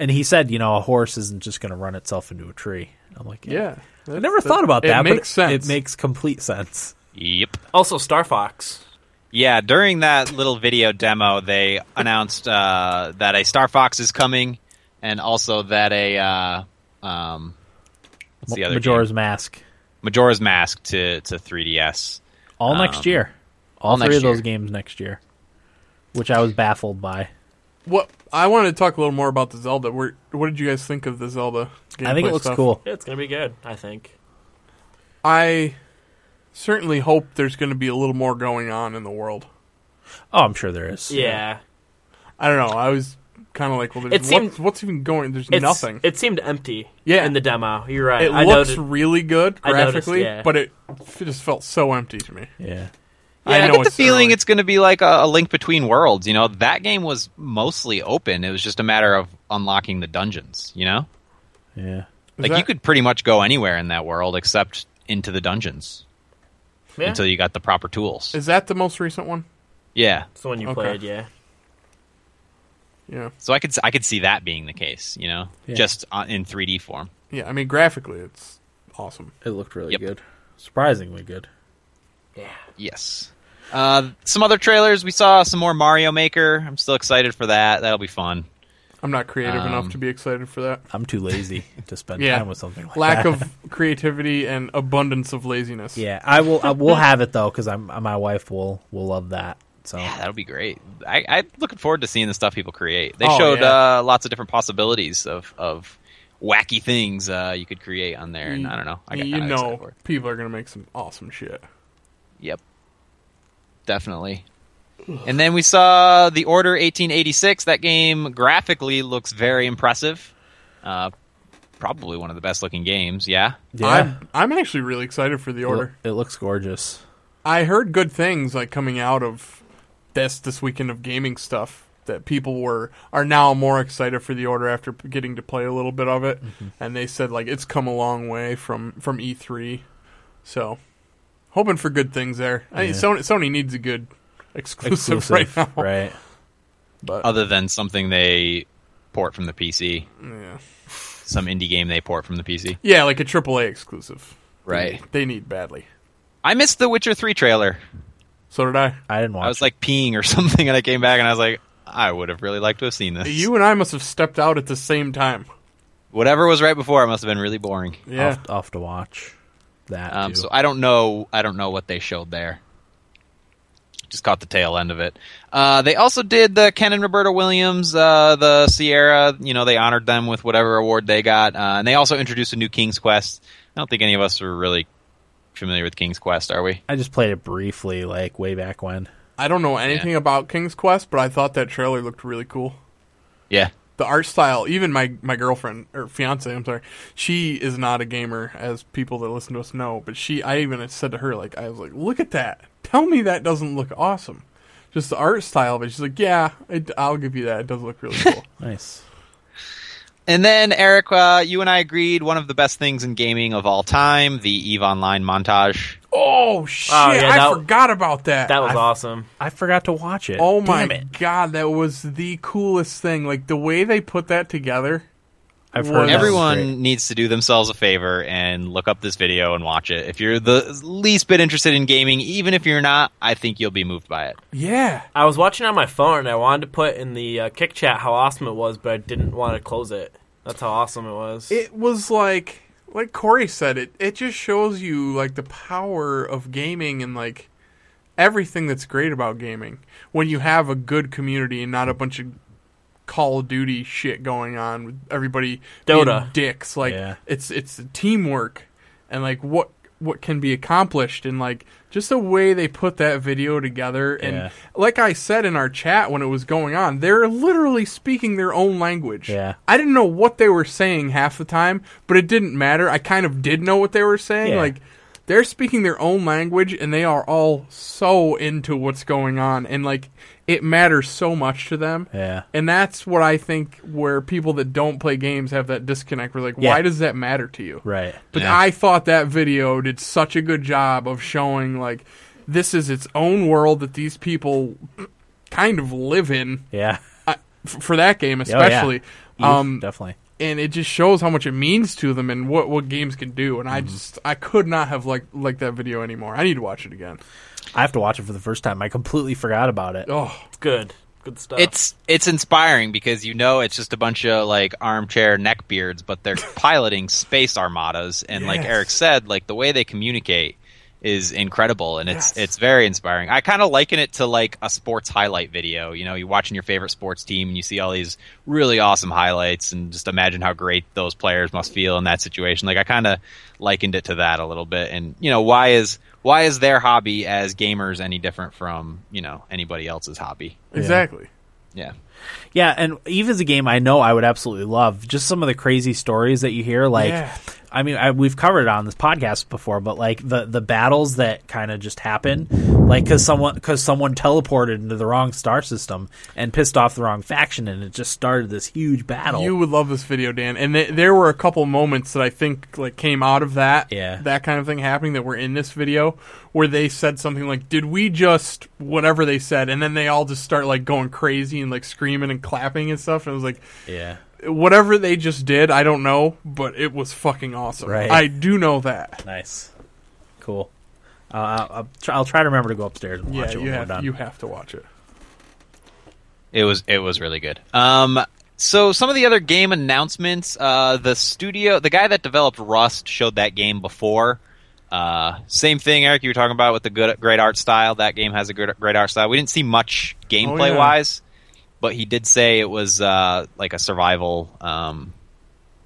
S1: And he said, you know, a horse isn't just going to run itself into a tree. I'm like, yeah,
S2: Yeah,
S1: I never thought about
S2: it
S1: that. but
S2: makes sense.
S1: It makes complete sense.
S3: Yep.
S4: Also, Star Fox.
S3: Yeah, during that little video demo, they announced uh, that a Star Fox is coming, and also that a uh, um, what's the other
S1: Majora's
S3: game?
S1: Mask
S3: Majora's Mask to to 3DS.
S1: all
S3: Um,
S1: next year. All,
S3: all
S1: three
S3: next
S1: of those
S3: year.
S1: games next year, which I was baffled by.
S2: What I wanted to talk a little more about the Zelda. Where, what did you guys think of the Zelda? Gameplay
S1: I think it looks
S2: stuff?
S1: cool.
S4: Yeah, it's gonna be good. I think.
S2: I certainly hope there's going to be a little more going on in the world.
S1: Oh, I'm sure there is.
S4: Yeah,
S2: I don't know. I was kind of like, well, there's,
S4: It seemed-
S2: what's, what's even going? There's
S4: It's-
S2: nothing.
S4: It seemed empty.
S2: Yeah.
S4: in the demo. You're right.
S2: It
S4: I
S2: looks
S4: noted-
S2: really good
S4: I noticed,
S2: graphically,
S4: yeah.
S2: but it, it just felt so empty to me.
S1: yeah.
S3: Yeah, I,
S2: know
S3: get the
S2: it's uh,
S3: feeling
S2: early.
S3: it's going to be like a, a Link Between Worlds. You know, that game was mostly open. It was just a matter of unlocking the dungeons. You know,
S1: yeah.
S3: like you
S2: that-
S3: could pretty much go anywhere in that world except into the dungeons
S4: Yeah.
S3: until you got the proper tools.
S2: Is that the most recent one?
S3: yeah,
S4: It's the one you
S2: Okay.
S4: played. Yeah.
S2: Yeah,
S3: so I could s- I could see that being the case. You know,
S1: Yeah.
S3: just on, in 3D form.
S2: yeah. I mean, graphically, it's awesome.
S1: It looked really
S3: Yep.
S1: good. Surprisingly good.
S4: Yeah.
S3: Yes. Uh, some other trailers we saw, some more Mario Maker. I'm still excited for that. That'll be fun.
S2: I'm not creative enough
S3: Um,
S2: to be excited for that.
S1: I'm too lazy to spend
S2: Yeah.
S1: time with something like
S2: Lack
S1: that.
S2: of creativity and abundance of laziness.
S1: yeah, I will. I will have it though because I'm uh, my wife will will love that. So
S3: Yeah, that'll be great. I, I'm looking forward to seeing the stuff people create. They
S2: Oh,
S3: showed
S2: yeah.
S3: uh, lots of different possibilities of, of wacky things uh, you could create on there, and I don't know. I got
S2: Mm. you
S3: kinda excited for
S2: know,
S3: it.
S2: people are gonna make some awesome shit.
S3: Yep, definitely. And then we saw the Order 1886. That game graphically looks very impressive. Uh, probably one of the best looking games. Yeah.
S2: I'm, I'm actually really excited for the
S1: it,
S2: order.
S1: it looks gorgeous.
S2: I heard good things like coming out of this this weekend of gaming stuff that people were are now more excited for the order after p- getting to play a little bit of it,
S1: Mm-hmm.
S2: and they said like it's come a long way from from E3, so hoping for good things there. I
S1: Yeah.
S2: Sony Sony needs a good exclusive,
S1: Exclusive,
S2: right now,
S1: right?
S2: but
S3: Other than something they port from the PC,
S2: yeah,
S3: some indie game they port from the PC.
S2: yeah, like a AAA exclusive, They
S3: Right.
S2: need- They need badly.
S3: I missed the Witcher 3 trailer.
S2: So did I.
S1: I didn't watch.
S3: I was like peeing or something, and I came back and I was like, I would have really liked to have seen this.
S2: You and I must have stepped out at the same time.
S3: Whatever was right before, it must have been really boring.
S1: it.
S2: Yeah,
S1: I'll, have- I'll have to watch that.
S3: Um,
S1: too.
S3: so I don't know. I don't know what they showed there. Just caught the tail end of it. Uh, they also did the Ken and Roberta Williams, uh, the Sierra. You know, they honored them with whatever award they got, uh, and they also introduced a new King's Quest. I don't think any of us are really familiar with King's Quest, are we?
S1: I just played it briefly, like way back when.
S2: I don't know anything about King's Quest, but I thought that trailer looked really cool.
S3: Yeah.
S2: The art style, even my my girlfriend or fiance, I'm sorry, she is not a gamer, as people that listen to us know. But she, I even said to her, like, I was like, look at that. Tell me that doesn't look awesome. Just the art style of it. She's like, yeah, it, I'll give you that. It does look really cool.
S1: Nice.
S3: And then, Eric, uh, you and I agreed one of the best things in gaming of all time the EVE Online montage.
S2: oh shit!
S4: yeah,
S2: I
S4: that-
S2: forgot about that.
S4: That was
S1: I-
S4: awesome.
S1: I forgot to watch it.
S2: oh my
S1: Damn it.
S2: god, that was the coolest thing. Like the way they put that together.
S1: I've heard that was great.
S3: Everyone needs to do themselves a favor and look up this video and watch it. If you're the least bit interested in gaming, even if you're not, I think you'll be moved by it.
S2: Yeah,
S4: I was watching on my phone and I wanted to put in the uh, kick chat how awesome it was, but I didn't want to close it. That's how awesome it was.
S2: it was like like corey said it it just shows you like the power of gaming and like everything that's great about gaming when you have a good community and not a bunch of call of duty shit going on with everybody being
S4: Dota.
S2: dicks like
S1: Yeah.
S2: it's it's teamwork and like what what can be accomplished and like just the way they put that video together and
S1: Yeah.
S2: like i said in our chat when it was going on they're literally speaking their own language
S1: Yeah.
S2: I didn't know what they were saying half the time, but it didn't matter. I kind of did know what they were saying.
S1: Yeah.
S2: Like they're speaking their own language and they are all so into what's going on and like it matters so much to them.
S1: Yeah.
S2: And that's what I think where people that don't play games have that disconnect. We're like,
S1: Yeah.
S2: why does that matter to you?
S1: Right.
S2: But
S3: Yeah.
S2: I thought that video did such a good job of showing like this is its own world that these people kind of live in
S1: Yeah.
S2: f- for that game
S1: Oh, yeah.
S2: especially. Um,
S1: definitely.
S2: and it just shows how much it means to them and what, what games can do. And I
S1: Mm-hmm.
S2: just I could not have liked liked that video anymore. I need to watch it again.
S1: I have to watch it for the first time. I completely forgot about it.
S2: Oh,
S4: It's good. Good stuff.
S3: It's it's inspiring because you know it's just a bunch of like armchair neckbeards, but they're piloting space armadas, and like
S2: Yes.
S3: Eric said, like the way they communicate is incredible, and it's
S2: Yes.
S3: it's very inspiring. I kind of liken it to like a sports highlight video. You know, you're watching your favorite sports team, and you see all these really awesome highlights, and just imagine how great those players must feel in that situation. Like I kind of likened it to that a little bit, and you know, why is why is their hobby as gamers any different from you know anybody else's hobby?
S2: exactly.
S3: Yeah.
S1: Yeah, and Eve is a game I know I would absolutely love. Just some of the crazy stories that you hear, like
S2: Yeah.
S1: I mean, I, we've covered it on this podcast before, but like the the battles that kind of just happen, like because someone because someone teleported into the wrong star system and pissed off the wrong faction, and it just started this huge battle.
S2: You would love this video, Dan. And th- there were a couple moments that I think like came out of that,
S1: Yeah.
S2: that kind of thing happening that were in this video, where they said something like, "Did we just whatever they said?" And then they all just start like going crazy and like screaming and clapping and stuff. And I was like,
S1: yeah,
S2: whatever they just did, I don't know, but it was fucking awesome.
S1: Right.
S2: I do know that.
S1: nice, cool. Uh, I'll, try, I'll try to remember to go upstairs and watch
S2: Yeah,
S1: it when
S2: you
S1: we're
S2: have
S1: done.
S2: you have to watch it.
S3: It was it was really good. Um, so some of the other game announcements. Uh, the studio, the guy that developed Rust, showed that game before. Uh, same thing, Eric. You were talking about with the good, great art style. That game has a good, great art style. We didn't see much gameplay wise,
S2: Oh,
S3: but he did say it was uh, like a survival. Um,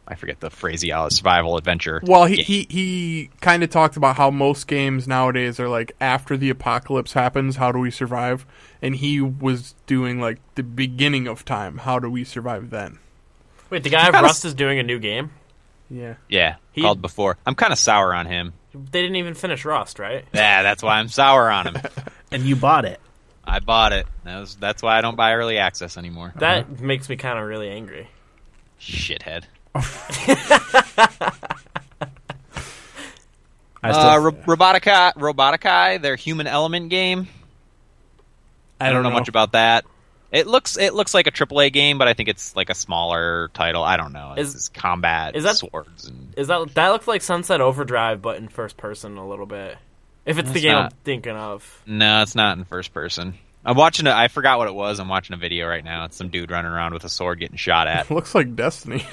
S3: I forget the phraseology. Survival adventure.
S2: Well, he
S3: game.
S2: he, he kind of talked about how most games nowadays are like after the apocalypse happens, how do we survive? And he was doing like the beginning of time, how do we survive then?
S4: Wait, the guy of
S3: kinda
S4: Rust is doing a new game.
S2: Yeah.
S3: yeah,
S4: he-
S3: called before. I'm kind of sour on him.
S4: They didn't even finish Rust, right?
S2: Uh-huh.
S3: Yeah, that's why I'm sour on him.
S1: And you bought it.
S3: I bought it. That was, that's why I don't buy early access anymore.
S4: That makes me kind of really angry.
S3: Shithead.
S1: I
S3: uh,
S1: still-
S3: Ro- Robotica, Robotica, their human element game. I don't, know, much about that. It looks it looks like a AAA game, but I think it's like a smaller title. I don't know. It's
S4: Is-
S3: is combat,
S4: is that-
S3: swords, and
S4: Is that that looks like Sunset Overdrive, but in first person a little bit? If it's the
S3: That's
S4: game
S3: not-
S4: I'm thinking of,
S3: no, it's not in first person. I'm watching. A, I forgot what it was. I'm watching a video right now. It's some dude running around with a sword getting shot at.
S2: Looks like Destiny.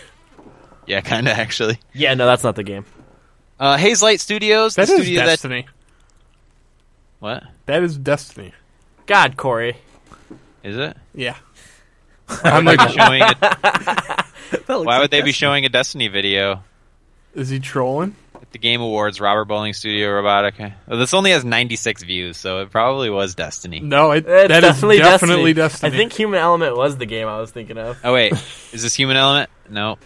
S3: yeah, kind of actually.
S4: yeah, no, that's not the game.
S3: Uh, Haze Light Studios,
S2: That
S3: the
S2: is
S3: studio that
S2: Destiny.
S3: what
S2: that is Destiny.
S4: God, Corey,
S3: is it?
S2: Yeah. I'm like,
S3: Showing a,
S1: That looks
S3: why
S1: like
S3: would they
S1: Destiny.
S3: be showing a Destiny video?
S2: is he trolling?
S3: the Game Awards, Robert Bowling Studio Robotica. Oh, this only has 96 views, so it probably was Destiny.
S2: No, it,
S4: it's
S2: that is
S4: definitely,
S2: definitely
S4: I think Human Element was the game I was thinking of.
S3: Oh wait, is this Human Element? No.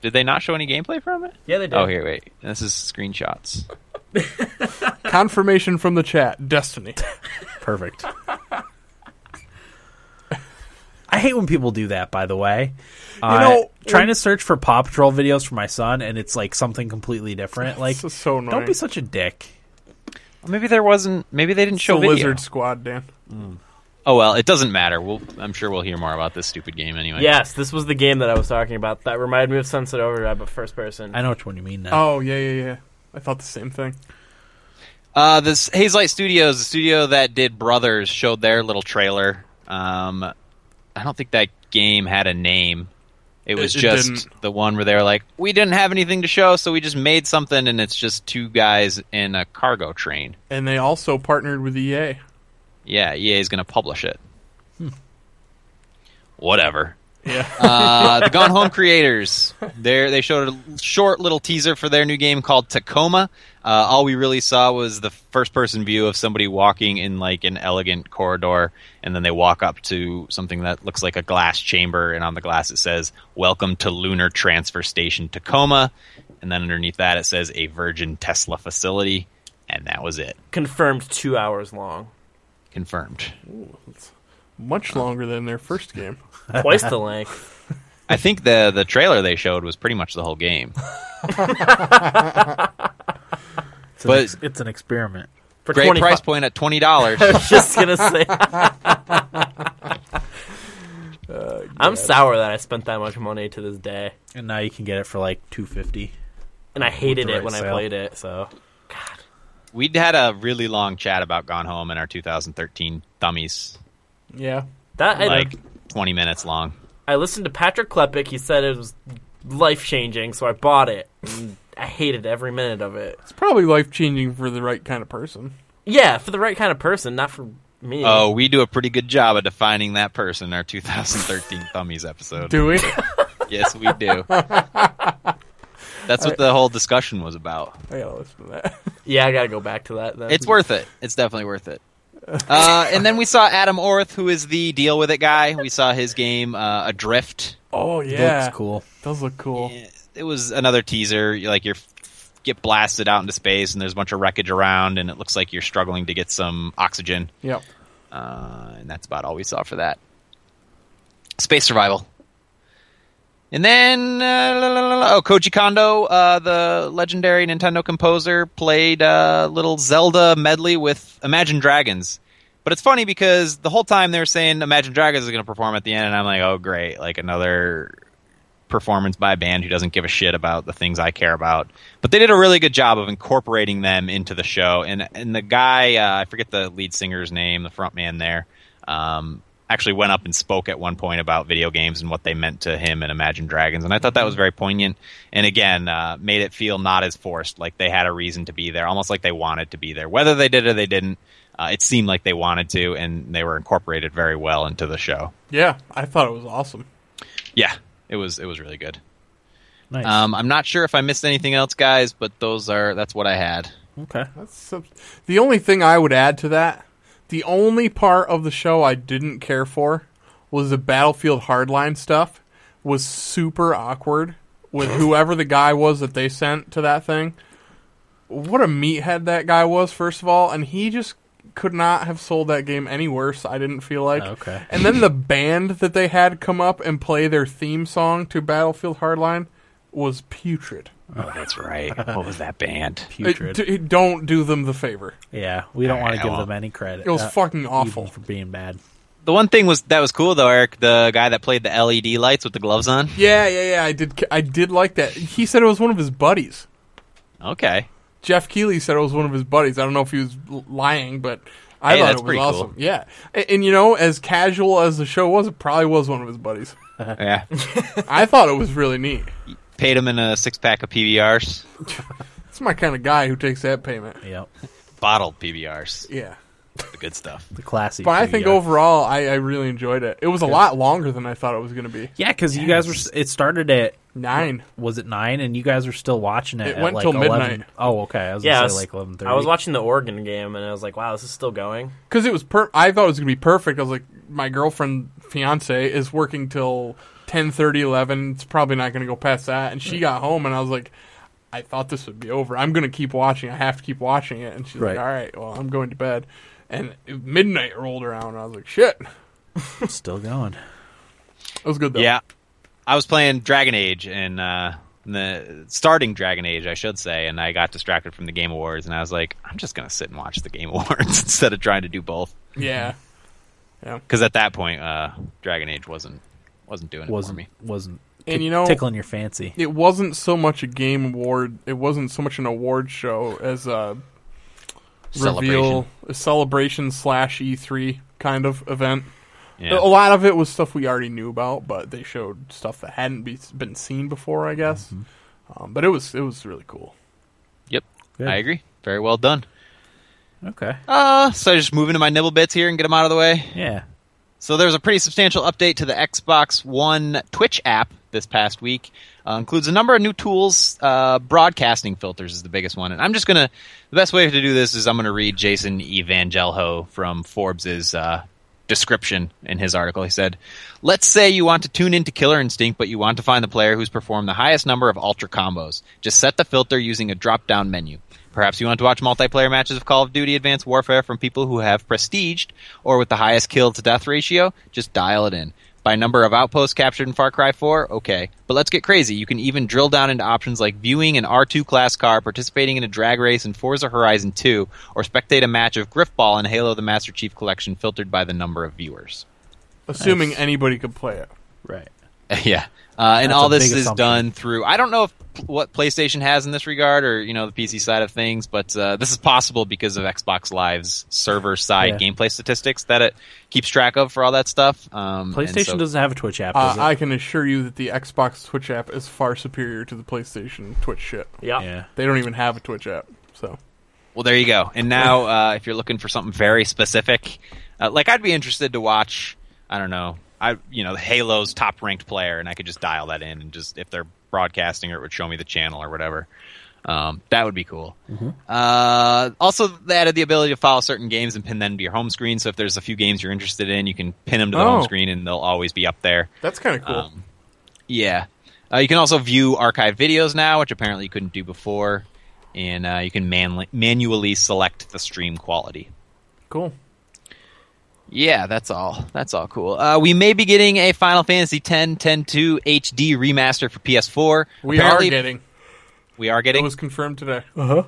S3: Did they not show any gameplay from it?
S4: Yeah, they did.
S3: Oh here, wait. This is screenshots.
S2: Confirmation from the chat. Destiny.
S1: Perfect. I hate when people do that. By the way, uh,
S2: know,
S1: trying
S2: when-
S1: to search for Paw Patrol videos for my son, and it's like something completely different. Like,
S2: This is so annoying.
S1: don't be such a dick.
S3: Well, maybe there wasn't. Maybe they didn't
S2: It's
S3: show
S2: the
S3: video.
S2: Lizard Squad, Dan.
S3: Oh well, it doesn't matter. We'll, I'm sure we'll hear more about this stupid game anyway.
S4: Yes, this was the game that I was talking about. That reminded me of Sunset Overdrive, but first person.
S1: I know which one you mean
S4: Uh,
S1: now.
S2: Oh yeah, yeah, yeah. I thought the same thing.
S3: Uh, this Hazelight Studios, the studio that did Brothers, showed their little trailer. Um, I don't think that game had a name. It was
S2: it
S3: just
S2: didn't.
S3: the one where they were like, "We didn't have anything to show, so we just made something," and it's just two guys in a cargo train.
S2: And they also partnered with E EA.
S3: Yeah, EA is going to publish it. Whatever.
S2: Yeah.
S3: Uh, the Gone Home creators, they they showed a short little teaser for their new game called Tacoma. Uh, all we really saw was the first person view of somebody walking in like an elegant corridor, and then they walk up to something that looks like a glass chamber, and on the glass it says "Welcome to Lunar Transfer Station Tacoma," and then underneath that it says "A Virgin Tesla Facility," and that was it.
S4: Confirmed two hours long,
S3: Confirmed.
S2: Much longer than their first game.
S4: twice the length.
S3: I think the the trailer they showed was pretty much the whole game.
S1: it's,
S3: but-
S1: an ex- it's an experiment.
S4: For
S3: Great
S4: 25
S3: price point at twenty dollars.
S4: I was just gonna say. Uh, I'm sour that I spent that much money to this day,
S1: And now you can get it for like two fifty.
S4: and I hated
S1: the
S4: it
S1: right
S4: when I
S1: sale.
S4: played it. So
S3: We had a really long chat about Gone Home and our 2013 dummies,
S2: Yeah.
S4: that I,
S3: like 20 minutes long.
S4: I listened to Patrick Klepek. He said it was life changing, so I bought it. And I hated every minute of it.
S2: It's probably life changing for the right kind of person.
S4: Yeah, for the right kind of person, not for me.
S3: Oh, we do a pretty good job of defining that person in our 2013 dummies episode.
S2: Do we?
S3: Yes, we do. That's what the whole discussion was about.
S2: I gotta listen to that.
S4: yeah, I gotta go back to that. Then.
S3: It's worth it. It's definitely worth it. Uh, and then we saw Adam Orth, who is the deal with it guy. We saw his game uh, Adrift.
S2: Oh yeah.
S1: looks cool.
S2: Does look cool.
S3: Eh, it was another teaser. you like you're get blasted out into space, and there's a bunch of wreckage around, and it looks like you're struggling to get some oxygen.
S2: Yep.
S3: Uh, and that's about all we saw for that. Space survival. And then, uh, la, la, la, la- oh, Koji Kondo, uh, the legendary Nintendo composer, played uh, little Zelda medley with Imagine Dragons. But it's funny because the whole time they were saying Imagine Dragons is going to perform at the end, and I'm like, oh, great, like another performance by a band who doesn't give a shit about the things I care about. But they did a really good job of incorporating them into the show. And and the guy, uh, I forget the lead singer's name, the front man there, um, actually went up and spoke at one point about video games and what they meant to him and Imagine Dragons. And I thought that was very poignant. And again, uh, made it feel not as forced, like they had a reason to be there, almost like they wanted to be there. Whether they did or they didn't, uh, it seemed like they wanted to, and they were incorporated very well into the show.
S2: Yeah, I thought it was awesome.
S3: Yeah, it was it was really good.
S1: Nice.
S3: Um, I'm not sure if I missed anything else, guys, but those are that's what I had.
S1: okay.
S2: That's sub- the only thing I would add to that. The only part of the show I didn't care for was the Battlefield Hardline stuff. Was super awkward with whoever the guy was that they sent to that thing. What a meathead that guy was, first of all, and he just could not have sold that game any worse. I didn't feel like.
S1: Okay.
S2: And then the band that they had come up and play their theme song to Battlefield Hardline was putrid.
S3: Oh, that's right. what was that band?
S1: Putrid.
S2: Uh, d- don't do them the favor.
S1: yeah, we don't
S3: All
S1: want
S3: right,
S1: to
S3: I
S1: give
S3: won't.
S1: them any credit.
S2: It was
S1: uh,
S2: fucking
S1: even
S2: awful.
S1: for being bad.
S3: The one thing was that was cool though, Eric, the guy that played the LED lights with the gloves on.
S2: Yeah, yeah, yeah. I did. I did like that. He said it was one of his buddies.
S3: Okay.
S2: Jeff Keeley said it was one of his buddies. I don't know if he was l- lying, but I
S3: Hey,
S2: thought
S3: that's
S2: it was
S3: pretty cool.
S2: awesome. Yeah, and, and you know, as casual as the show was, it probably was one of his buddies.
S3: Yeah.
S2: I thought it was really neat.
S3: Paid him in a six pack of PBRs.
S2: It's my kind of guy who takes that payment.
S1: Yep.
S3: Bottled PBRs.
S2: Yeah,
S3: The good stuff.
S1: The classy.
S2: but I
S1: PBR.
S2: think overall, I, I really enjoyed it. It was a lot longer than I thought it was going to be.
S1: Yeah, because you guys were. s- It started at
S2: Nine.
S1: was it nine, and you guys were still watching it.
S2: It
S1: at
S2: went
S1: like
S2: till
S1: 11
S2: midnight.
S1: Oh, okay. I was
S4: Yeah, I
S1: gonna
S4: was-
S1: say like eleven thirty.
S4: I was watching the Oregon game and I was like, wow, this is still going.
S2: because it was per- I thought it was gonna be perfect. I was like, my girlfriend fiance is working till 10, 11. It's probably not gonna go past that. And she got home, and I was like, I thought this would be over. I'm gonna keep watching. I have to keep watching it. And she's
S1: Right.
S2: like, all right, well, I'm going to bed. And midnight rolled around, and I was like, shit, it
S1: still going.
S2: was good though.
S3: Yeah. I was playing Dragon Age and uh the starting Dragon Age, I should say, and I got distracted from the Game Awards and I was like, I'm just gonna sit and watch the Game Awards instead of trying to do both.
S1: Mm-hmm.
S2: yeah.
S3: Because at that point, uh Dragon Age wasn't wasn't doing it for
S1: Wasn't
S3: me.
S1: wasn't.
S2: And
S1: tick-
S2: you know-
S1: tickling your fancy.
S2: It wasn't so much a game award. It wasn't so much an award show as a reveal,
S3: Celebration.
S2: a celebration slash E3 kind of event.
S3: Yeah.
S2: A lot of it was stuff we already knew about, but they showed stuff that hadn't be, been seen before, I guess.
S3: Mm-hmm.
S2: Um, but it was it was really cool.
S3: Yep.
S1: Good.
S3: I agree. Very well done.
S1: Okay.
S3: Uh, so I just move into my nibble bits here and get them out of the way.
S1: Yeah.
S3: So there's a pretty substantial update to the Xbox One Twitch app this past week. Uh, includes a number of new tools. Uh, broadcasting filters is the biggest one, and I'm just gonna. The best way to do this is I'm gonna read Jason Evangelho from Forbes's uh, description in his article. He said, "Let's say you want to tune into Killer Instinct, but you want to find the player who's performed the highest number of ultra combos. Just set the filter using a drop-down menu." Perhaps you want to watch multiplayer matches of Call of Duty Advanced Warfare from people who have prestiged or with the highest kill to death ratio. Just dial it in. By number of outposts captured in Far Cry 4, okay. But let's get crazy. You can even drill down into options like viewing an R2 class car, participating in a drag race in Forza Horizon 2, or spectate a match of Griffball in Halo the Master Chief Collection filtered by the number of viewers.
S2: Assuming anybody could play it.
S1: Right.
S3: yeah. Uh, and
S1: That's
S3: all
S1: a big
S3: this is
S1: assumption.
S3: done through. I don't know if pl- what PlayStation has in this regard, or you know the PC side of things, but uh, this is possible because of Xbox Live's server side
S1: Yeah.
S3: gameplay statistics that it keeps track of for all that stuff. Um, and
S1: PlayStation
S3: so-
S1: doesn't have a Twitch app.
S2: Uh,
S1: Does
S2: I can assure you that the Xbox Twitch app is far superior to the PlayStation Twitch shit.
S1: it?
S4: Yeah.
S1: Yeah.
S2: They don't even have a Twitch app, so
S3: Well, there you go. And now, uh, if you're looking for something very specific, uh, like I'd be interested to watch. I don't know. I you know Halo's top ranked player, and I could just dial that in and just if they're broadcasting or it would show me the channel or whatever. Um, that would be cool. Uh, also, they added the ability to follow certain games and pin them to your home screen. So if there's a few games you're interested in, you can pin them to the
S2: Oh.
S3: home screen, and they'll always be up there.
S2: that's kind of cool.
S3: Um, yeah. Uh, you can also view archive videos now, which apparently you couldn't do before. And uh, you can manly manually select the stream quality.
S2: cool.
S3: Yeah, that's all. That's all cool. Uh, we may be getting a Final Fantasy X, 10 2 HD remaster for PS4.
S2: We
S3: Apparently-
S2: are getting.
S3: We are
S2: It
S3: getting.
S2: was confirmed today.
S3: Uh,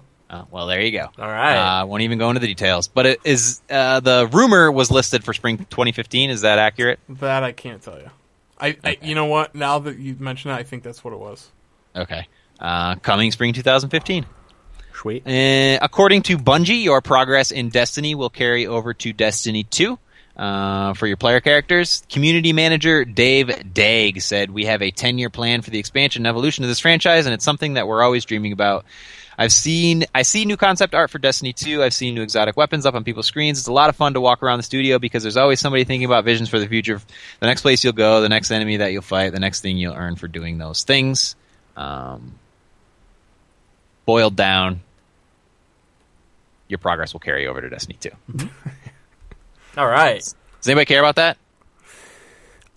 S3: well, there you go.
S4: All right.
S3: Uh, won't even go into the details. But it is uh, the rumor was listed for spring 2015. Is that accurate?
S2: That I can't tell you. I, I you know what? Now that you mention it, I think that's what it was.
S3: Okay. Uh, coming spring 2015.
S1: Sweet.
S3: Uh, according to Bungie, your progress in Destiny will carry over to Destiny 2. Uh, for your player characters, community manager Dave Daig said, We have a 10 year plan for the expansion and evolution of this franchise, and it's something that we're always dreaming about. I've seen, I see new concept art for Destiny 2. I've seen new exotic weapons up on people's screens. It's a lot of fun to walk around the studio because there's always somebody thinking about visions for the future, the next place you'll go, the next enemy that you'll fight, the next thing you'll earn for doing those things. Um, boiled down, your progress will carry over to Destiny 2.
S4: All right.
S3: Does anybody care about that?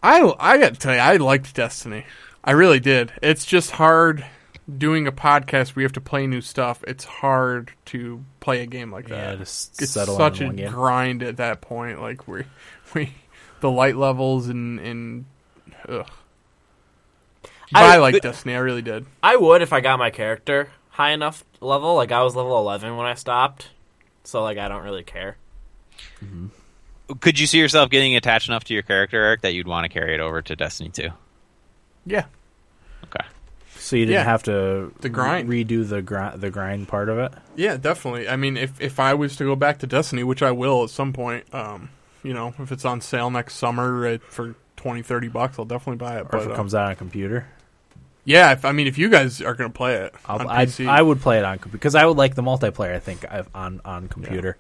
S2: I I got to tell you, I liked Destiny. I really did. It's just hard doing a podcast. We have to play new stuff. It's hard to play a game like
S1: Yeah,
S2: that.
S1: just
S2: it's
S1: settle
S2: such
S1: in
S2: a
S1: one game.
S2: grind at that point. Like we we the light levels and and ugh. But I,
S4: I-
S2: liked
S4: but-
S2: Destiny. I really did.
S4: I would if I got my character high enough level. Like I was level 11 when I stopped. So like I don't really care.
S3: Could you see yourself getting attached enough to your character, Eric, that you'd want to carry it over to Destiny 2?
S2: Yeah.
S3: Okay.
S1: So you didn't
S2: Yeah.
S1: have to
S2: The grind.
S1: re- redo the grind the grind part of it.
S2: Yeah, definitely. I mean, if if I was to go back to Destiny, which I will at some point, um, you know, if it's on sale next summer at, for 20, 30 bucks, I'll definitely buy it.
S1: Or
S2: But
S1: if it
S2: uh,
S1: comes out on a computer,
S2: yeah, if, I mean, if you guys are gonna play it
S1: I'll,
S2: on
S1: I
S2: PC,
S1: I would play it on computer because I would like the multiplayer. I think I've, on on computer.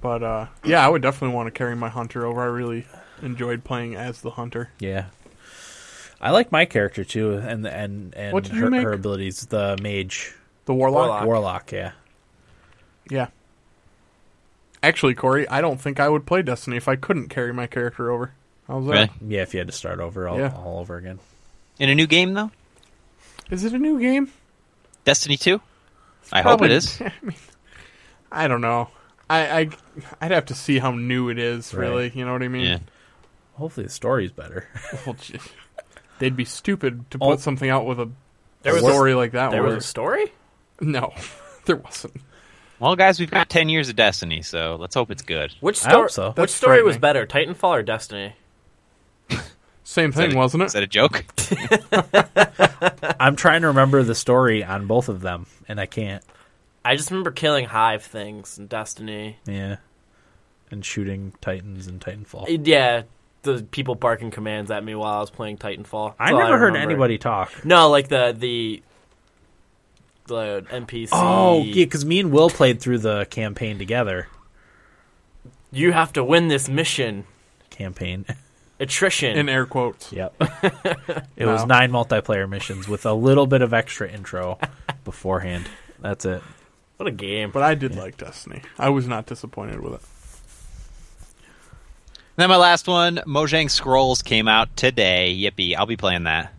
S2: but uh, yeah, I would definitely want to carry my hunter over. I really enjoyed playing as the hunter.
S1: Yeah. I like my character too, and and and
S2: What did you
S1: her,
S2: make?
S1: her abilities. The mage
S2: The warlock.
S4: Warlock.
S1: warlock. Yeah.
S2: Yeah. Actually, Corey, I don't think I would play Destiny if I couldn't carry my character over. I was like,
S3: Really?
S1: Yeah, if you had to start over all,
S2: Yeah.
S1: all over again.
S3: In a new game, though?
S2: is it a new game?
S3: Destiny 2? I hope it
S2: Probably-
S3: is.
S2: I mean, I don't know. I, I I'd have to see how new it is.
S1: Right.
S2: Really, you know what I mean?
S3: Yeah.
S1: Hopefully the story's better.
S2: Well, gee, they'd be stupid to put
S1: Oh.
S2: something out with a
S4: There was a-
S2: story like that.
S4: There was
S2: where-
S4: a story?
S2: no, there wasn't.
S3: Well, guys, we've got 10 years of Destiny, so let's hope it's good.
S4: Which
S1: I hope
S4: story?
S1: so.
S4: Which
S2: That's
S4: story was
S2: frightening.
S4: better, Titanfall or Destiny?
S2: Same
S3: Is
S2: thing,
S3: that a-
S2: wasn't
S3: Is
S2: it?
S3: that a joke?
S1: I'm trying to remember the story on both of them, and I can't.
S4: I just remember killing hive things in Destiny.
S1: Yeah. And shooting Titans and Titanfall.
S4: Yeah, the people barking commands at me while I was playing Titanfall. That's
S1: I
S4: all
S1: never heard
S4: remember.
S1: anybody talk.
S4: No, like the the the NPC.
S1: Oh, yeah, because me and Will played through the campaign together.
S4: you have to win this mission.
S1: Campaign.
S4: Attrition.
S2: In air quotes.
S1: Yep. it
S2: No.
S1: was nine multiplayer missions with a little bit of extra intro beforehand. That's it.
S4: what a game!
S2: But I did like Destiny. I was not disappointed with it.
S3: then my last one, Mojang Scrolls came out today. Yippee! I'll be playing that.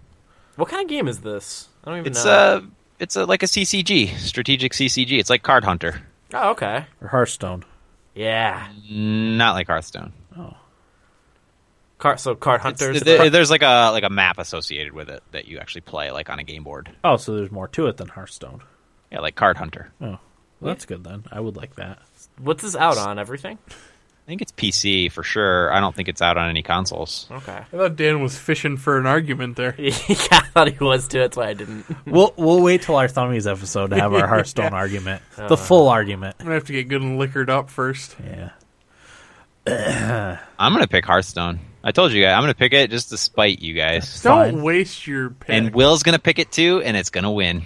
S4: What kind of game is this? I don't even
S3: It's uh,
S4: know.
S3: a, it's a, like a CCG, strategic CCG. It's like Card Hunter,
S4: Oh, okay.
S1: Or Hearthstone.
S4: Yeah.
S3: not like Hearthstone.
S4: Car- so card
S3: It's-
S4: hunters.
S3: there- there's like a like a map associated with it that you actually play like on a game board.
S1: Oh, so there's more to it than Hearthstone.
S3: Yeah, like Card Hunter.
S1: Oh. Well, that's good then. I would like that.
S4: What's this out on? Everything.
S3: I think it's PC for sure. I don't think it's out on any consoles.
S4: Okay.
S2: I thought Dan was fishing for an argument there.
S4: yeah, I thought he was too. That's why I didn't.
S1: We'll we'll wait till our Thummies episode to have our Hearthstone argument. The full argument.
S2: I'm gonna have to get good and liquored up first.
S1: Yeah.
S3: I'm gonna pick Hearthstone. I told you guys I'm gonna pick it just to spite you guys.
S1: Fine.
S2: Don't waste your pick.
S3: And Will's gonna pick it too, and it's gonna win.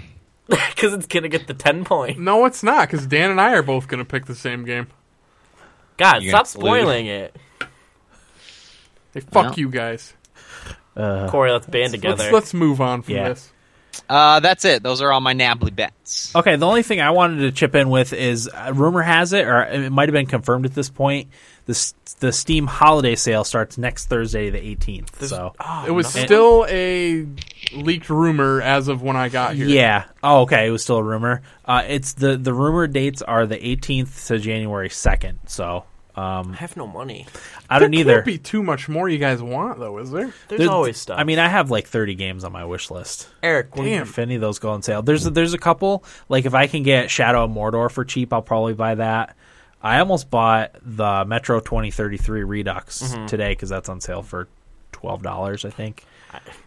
S4: Because it's gonna get the ten point.
S2: no, it's not because Dan and I are both gonna pick the same game.
S4: God,
S3: You're
S4: stop
S3: gonna lose.
S4: spoiling it,
S2: Hey, fuck
S3: Well.
S2: you guys.
S4: Corey. Let's band
S2: Let's
S4: together.
S2: let's move on from
S1: Yeah.
S2: this.
S3: Uh, that's it. Those are all my nabbly bets.
S1: Okay, the only thing I wanted to chip in with is uh, rumor has it, or it might have been confirmed at this point, the s- the Steam holiday sale starts next Thursday, the eighteenth. So,
S2: It was
S1: no.
S2: still a leaked rumor as of when I got here.
S1: yeah. Oh, okay. It was still a rumor. Uh, it's the the rumor dates are the eighteenth to January second. So,
S4: I have no money.
S1: I don't
S2: there
S1: either.
S2: Can't be too much more you guys want though, is there?
S4: There's,
S1: There's-
S4: always stuff.
S1: I mean, I have like thirty games on my wish list.
S4: Eric, when
S2: Damn.
S1: If any of those go on sale, there's a, there's a couple. Like if I can get Shadow of Mordor for cheap, I'll probably buy that. I almost bought the Metro 2033 Redux today 'cause today because that's on sale for twelve dollars, I think.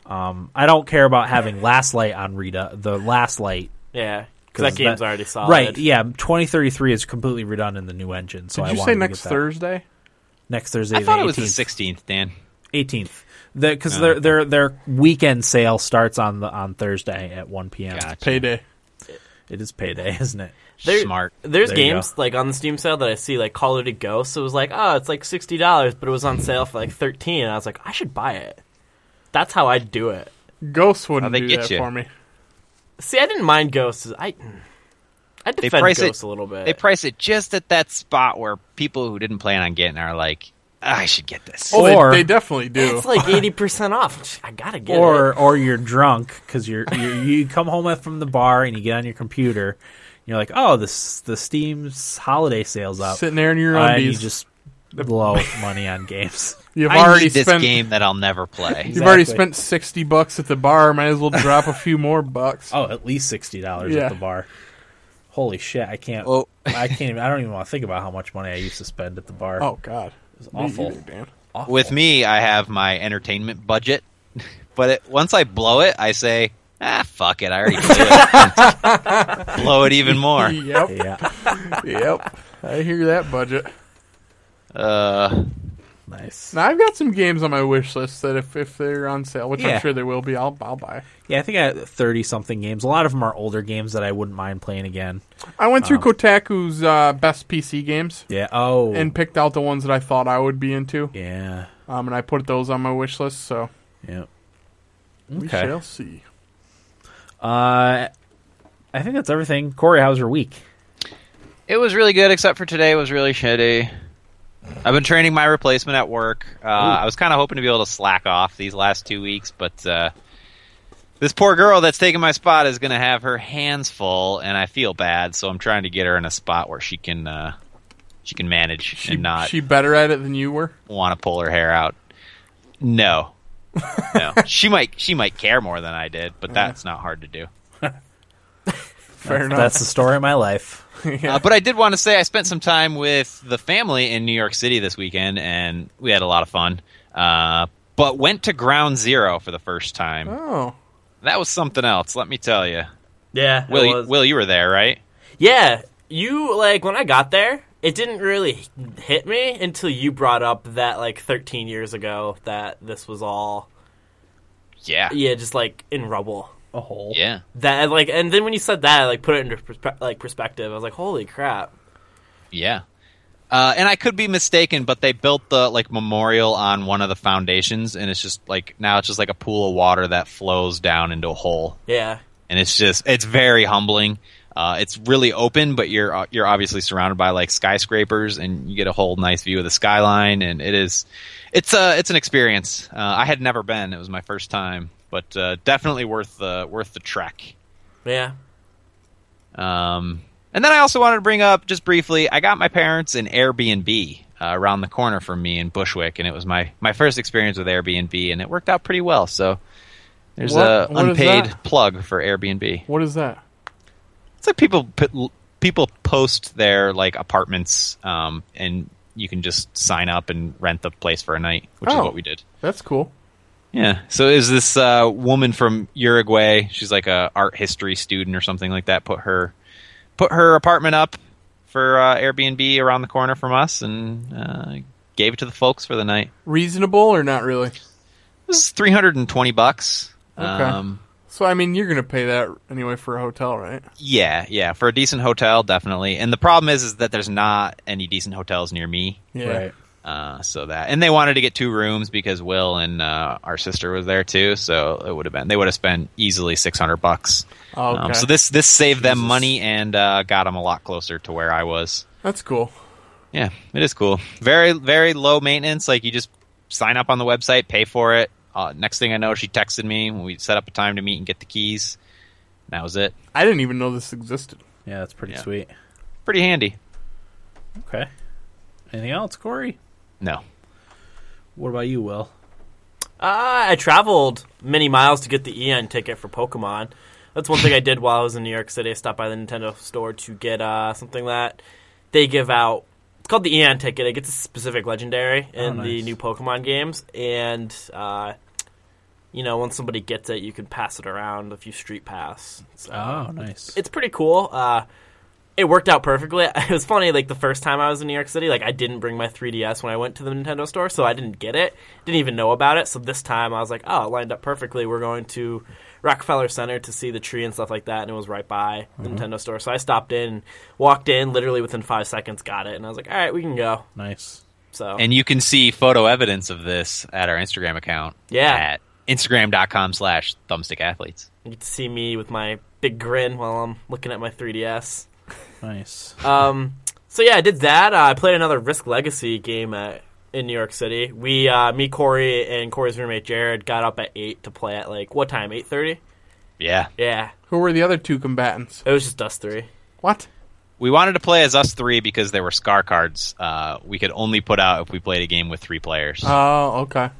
S1: Um, I don't care about having Last Light on Rita. The Last Light,
S4: Yeah, because
S1: 'Cause
S4: that game's
S1: that-
S4: already solid.
S1: right? Yeah, twenty thirty three is completely redundant in the new engine. So
S2: Did
S1: I
S2: you
S1: wanted
S2: say
S1: to
S2: next
S1: get that.
S2: Thursday?
S1: Next Thursday,
S3: I
S1: the
S3: thought it was the
S1: 18th.
S3: sixteenth, Dan.
S1: eighteenth. Because their their their weekend sale starts on the on Thursday at one p.m.
S3: Gotcha.
S2: Payday.
S1: It is payday, isn't it?
S4: There-
S3: Smart.
S4: There's
S1: There you
S4: games like on the Steam sale that I see like Call of Duty Ghosts. It was like, oh, it's like sixty dollars, but it was on sale for like thirteen. And I was like, I should buy it. That's how I'd do it.
S2: Ghosts wouldn't
S3: they
S2: do
S3: get
S2: that
S3: you.
S2: for me.
S4: See, I didn't mind Ghosts. I I defend
S3: price it-
S4: Ghosts a little bit.
S3: They price it just at that spot where people who didn't plan on getting are like, "Ah, I should get this.
S1: Oh,
S2: Oh, they-
S1: Or-
S2: they, definitely do.
S4: it's like eighty percent off. I gotta get it.
S1: or or you're drunk because you're, you you come home from the bar and you get on your computer. And you're like, oh, this the Steam's holiday sales up,
S2: Sitting there in your
S1: Uh, and you
S2: undies.
S1: just blow money on games.
S2: You've
S3: I
S2: already
S3: need this
S2: spent.
S3: game that I'll never play.
S2: You've already
S1: Exactly.
S2: spent sixty bucks at the bar. Might as well drop a few more bucks.
S1: Oh, at least sixty dollars
S2: Yeah.
S1: at the bar. Holy shit! I can't.
S3: Oh.
S1: I can't even. I don't even want to think about how much money I used to spend at the bar.
S2: Oh God, it's
S1: awful.
S2: Dan.
S1: Awful.
S3: With me, I have my entertainment budget, but it, once I blow it, I say, ah, fuck it, I already blew it. blow it even more.
S2: Yep,
S1: yeah,
S2: yep. I hear that budget.
S3: Uh,
S1: nice.
S2: Now I've got some games on my wish list that if, if they're on sale, which
S1: Yeah.
S2: I'm sure they will be, I'll I'll buy.
S1: Yeah, I think I had thirty something games. A lot of them are older games that I wouldn't mind playing again.
S2: I went
S1: Um.
S2: through Kotaku's uh, best PC games
S1: Yeah. Oh.
S2: and picked out the ones that I thought I would be into,
S1: yeah.
S2: um, and I put those on my wish list. So
S1: Yeah.
S2: we
S1: Okay.
S2: shall see.
S1: Uh, I think that's everything. Corey, how's your week?
S3: it was really good, except for today was really shitty. I've been training my replacement at work. Uh, I was kind of hoping to be able to slack off these last two weeks, but uh, this poor girl that's taking my spot is going to have her hands full, and I feel bad. So I'm trying to get her in a spot where she can uh, she can manage
S2: She
S3: and not
S2: she better at it than you were.
S3: want to pull her hair out. No, no. she might she might care more than I did, but that's not hard to do.
S2: Fair enough.
S1: That's the story of my life.
S3: Uh, but I did want to say I spent some time with the family in New York City this weekend, and we had a lot of fun. Uh, but went to Ground Zero for the first time.
S2: oh,
S3: That was something else. Let me tell you,
S4: yeah, it
S3: Will. You,
S4: was.
S3: Will, you were there, right?
S4: Yeah, you like when I got there, it didn't really hit me until you brought up that like 13 years ago that this was all
S3: Yeah.
S4: yeah, just like in rubble.
S1: A hole.
S3: Yeah.
S4: That like, and then when you said that, I, like put it into perspe- like perspective. I was like, holy crap!
S3: Yeah. Uh, and I could be mistaken, but they built the like memorial on one of the foundations, and it's just like now it's just like a pool of water that flows down into a hole,
S4: Yeah,
S3: and it's just it's very humbling. Uh, it's really open, but you're uh, you're obviously surrounded by like skyscrapers, and you get a whole nice view of the skyline, and it is it's a it's an experience. Uh, I had never been; it was my first time, but uh, definitely worth the worth the trek.
S4: yeah,
S3: Um, and then I also wanted to bring up just briefly. I got my parents an Airbnb uh, around the corner from me in Bushwick, and it was my my first experience with Airbnb, and it worked out pretty well. So there's
S2: What-
S3: a
S2: what is
S3: unpaid
S2: that?
S3: plug for Airbnb.
S2: what is that?
S3: It's like people put, people post their like apartments, um, and you can just sign up and rent the place for a night, which
S2: Oh.
S3: is what we did.
S2: That's cool.
S3: Yeah. So is this uh, woman from Uruguay? She's like a art history student or something like that. Put her put her apartment up for uh, Airbnb around the corner from us, and uh, gave it to the folks for the night.
S2: Reasonable or not really?
S3: It was three hundred and twenty bucks.
S2: Okay.
S3: Um,
S2: So I mean, you're gonna pay that anyway for a hotel, right?
S3: yeah, yeah, for a decent hotel, definitely. And the problem is, is that there's not any decent hotels near me.
S2: Yeah.
S1: Right.
S3: Uh, so that, and they wanted to get two rooms because Will and uh, our sister was there too. So it would have been they would have spent easily six hundred bucks.
S2: Oh, okay.
S3: Um, so this this saved them
S2: Jesus.
S3: money and uh, got them a lot closer to where I was.
S2: that's cool.
S3: Yeah, it is cool. Very very low maintenance. Like you just sign up on the website, pay for it. Uh, next thing I know, she texted me. We set up a time to meet and get the keys. And that was it.
S2: I didn't even know this existed.
S1: Yeah, that's pretty
S3: Yeah.
S1: sweet.
S3: Pretty handy.
S1: Okay. Anything else, Corey?
S3: No.
S1: What about you, Will?
S4: uh, I traveled many miles to get the EN ticket for Pokemon. That's one thing I did while I was in New York City. I stopped by the Nintendo store to get uh, something that they give out. It's called the Eon Ticket. It gets a specific legendary in
S1: Oh,
S4: the
S1: nice.
S4: new Pokemon games, and uh, you know once somebody gets it, you can pass it around if you street pass. So
S1: Oh, nice.
S4: it's pretty cool. Uh, it worked out perfectly. It was funny, like the first time I was in New York City, like I didn't bring my 3DS when I went to the Nintendo store, so I didn't get it. Didn't even know about it. So this time I was like, oh, it lined up perfectly. We're going to Rockefeller Center to see the tree and stuff like that, and it was right by the Nintendo store. So I stopped in, walked in, literally within five seconds, got it, and I was like, all right, we can go.
S1: nice.
S4: So
S3: And you can see photo evidence of this at our Instagram account.
S4: Yeah.
S3: At Instagram.com slash thumbstick athletes.
S4: you get to see me with my big grin while I'm looking at my 3DS.
S1: Nice.
S4: um, so yeah, I did that. Uh, I played another Risk Legacy game at, in New York City. We, uh, me, Corey, and Corey's roommate Jared got up at eight to play at like what time? Eight thirty.
S3: Yeah.
S4: Yeah,
S2: Who were the other two combatants?
S4: it was just us three.
S2: What?
S3: We wanted to play as us three because there were scar cards uh, we could only put out if we played a game with three players.
S2: Oh, okay.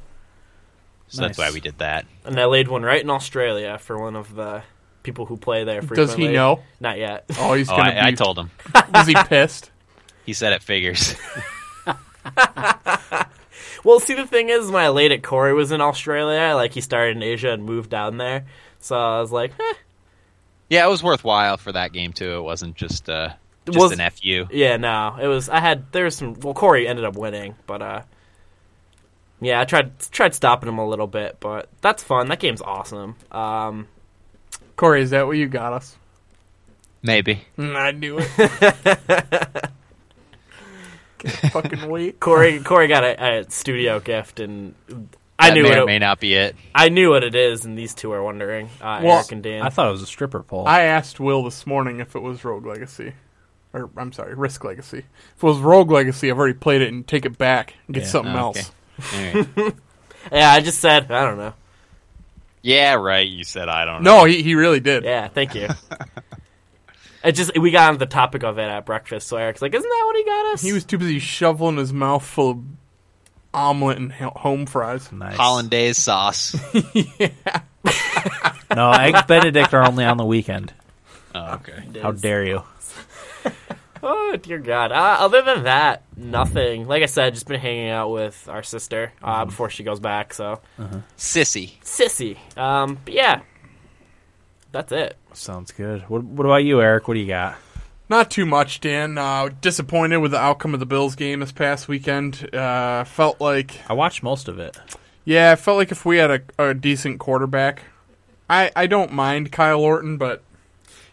S3: so that's
S1: nice.
S3: why we did that.
S4: And I laid one right in Australia for one of the people who play there.
S2: Does
S4: Frequently.
S2: he know?
S4: Not yet.
S2: Oh, he's
S3: Oh,
S2: gonna be.
S3: I, I told him.
S2: Was he pissed?
S3: He said it figures.
S4: Well, see, the thing is, when I laid it, Corey was in Australia. Like he started in Asia and moved down there. So I was like, eh.
S3: yeah, it was worthwhile for that game too. It wasn't just uh, just
S4: Was-
S3: an fu.
S4: Yeah, no, it was. I had there was some. Well, Corey ended up winning, but uh, yeah, I tried tried stopping him a little bit, but that's fun. That game's awesome. Um,
S2: Corey, is that what you got us?
S3: Maybe.
S2: Mm, I knew it. Can't fucking wait.
S4: Corey Corey got a, a studio gift, and I
S3: that
S4: knew
S3: may
S4: what
S3: or
S4: it,
S3: may not be it.
S4: I knew what it is, and these two are wondering. Uh,
S2: Well,
S4: Eric and Dan.
S1: I thought it was a stripper pole.
S2: I asked Will this morning if it was Rogue Legacy. Or, I'm sorry, Risk Legacy. If it was Rogue Legacy, I've already played it and take it back and get
S1: Yeah,
S2: something
S3: Oh,
S2: else.
S3: okay. All right.
S4: yeah, I just said I don't know.
S3: yeah, right. You said I don't know.
S2: No, he, he really did.
S4: Yeah, thank you. It just we got on the topic of it at breakfast, so Eric's like, "Isn't that what he got us?"
S2: He was too busy shoveling his mouth full of omelet and ho- home fries.
S1: nice.
S3: Hollandaise sauce.
S1: No, eggs Benedict are only on the weekend.
S3: oh, okay.
S1: How dare you?
S4: Oh dear God! Uh, other than that, nothing. Like I said, just been hanging out with our sister uh, before she goes back. So
S3: Sissy.
S4: sissy. Um, but yeah, that's it.
S1: Sounds good. What, what about you, Eric? What do you got?
S2: Not too much, Dan. Uh, disappointed with the outcome of the Bills game this past weekend. Uh, felt like
S1: I watched most of it.
S2: Yeah, I felt like if we had a, a decent quarterback, I, I don't mind Kyle Orton, but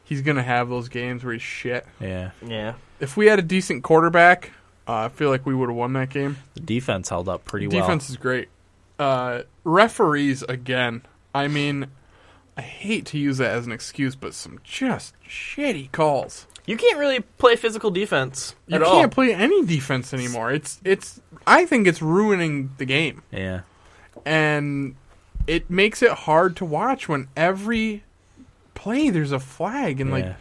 S2: he's gonna have those games where he's shit.
S1: Yeah.
S4: Yeah,
S2: If we had a decent quarterback, uh, I feel like we would have won that game.
S1: The defense held up pretty well.
S2: Defense is great. Uh, referees again. I mean, I hate to use that as an excuse, but some just shitty calls.
S4: you can't really play physical defense
S2: You
S4: at
S2: can't
S4: all.
S2: play any defense anymore. It's it's. I think it's ruining the game.
S1: Yeah.
S2: and it makes it hard to watch when every play there's a flag and
S1: yeah.
S2: like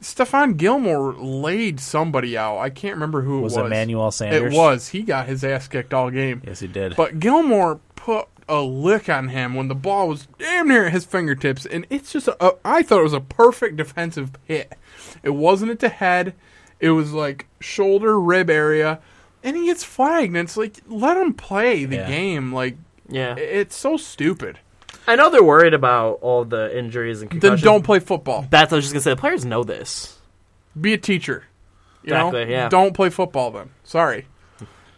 S2: Stefan Gilmore laid somebody out. I can't remember who it was.
S1: was, it Manuel Sanders?
S2: It was. He got his ass kicked all game.
S1: Yes, he did.
S2: But Gilmore put a lick on him when the ball was damn near at his fingertips, and it's just a, I thought it was a perfect defensive hit. It wasn't at the head; it was like shoulder rib area, and he gets flagged. And it's like let him play the
S1: Yeah.
S2: game. Like
S4: Yeah,
S2: it's so stupid.
S4: I know they're worried about all the injuries and
S2: Then
S4: concussions.
S2: don't play football.
S4: That's what I was just gonna say. The players know this.
S2: Be a teacher. You know?
S4: Exactly, yeah.
S2: Don't play football then. Sorry.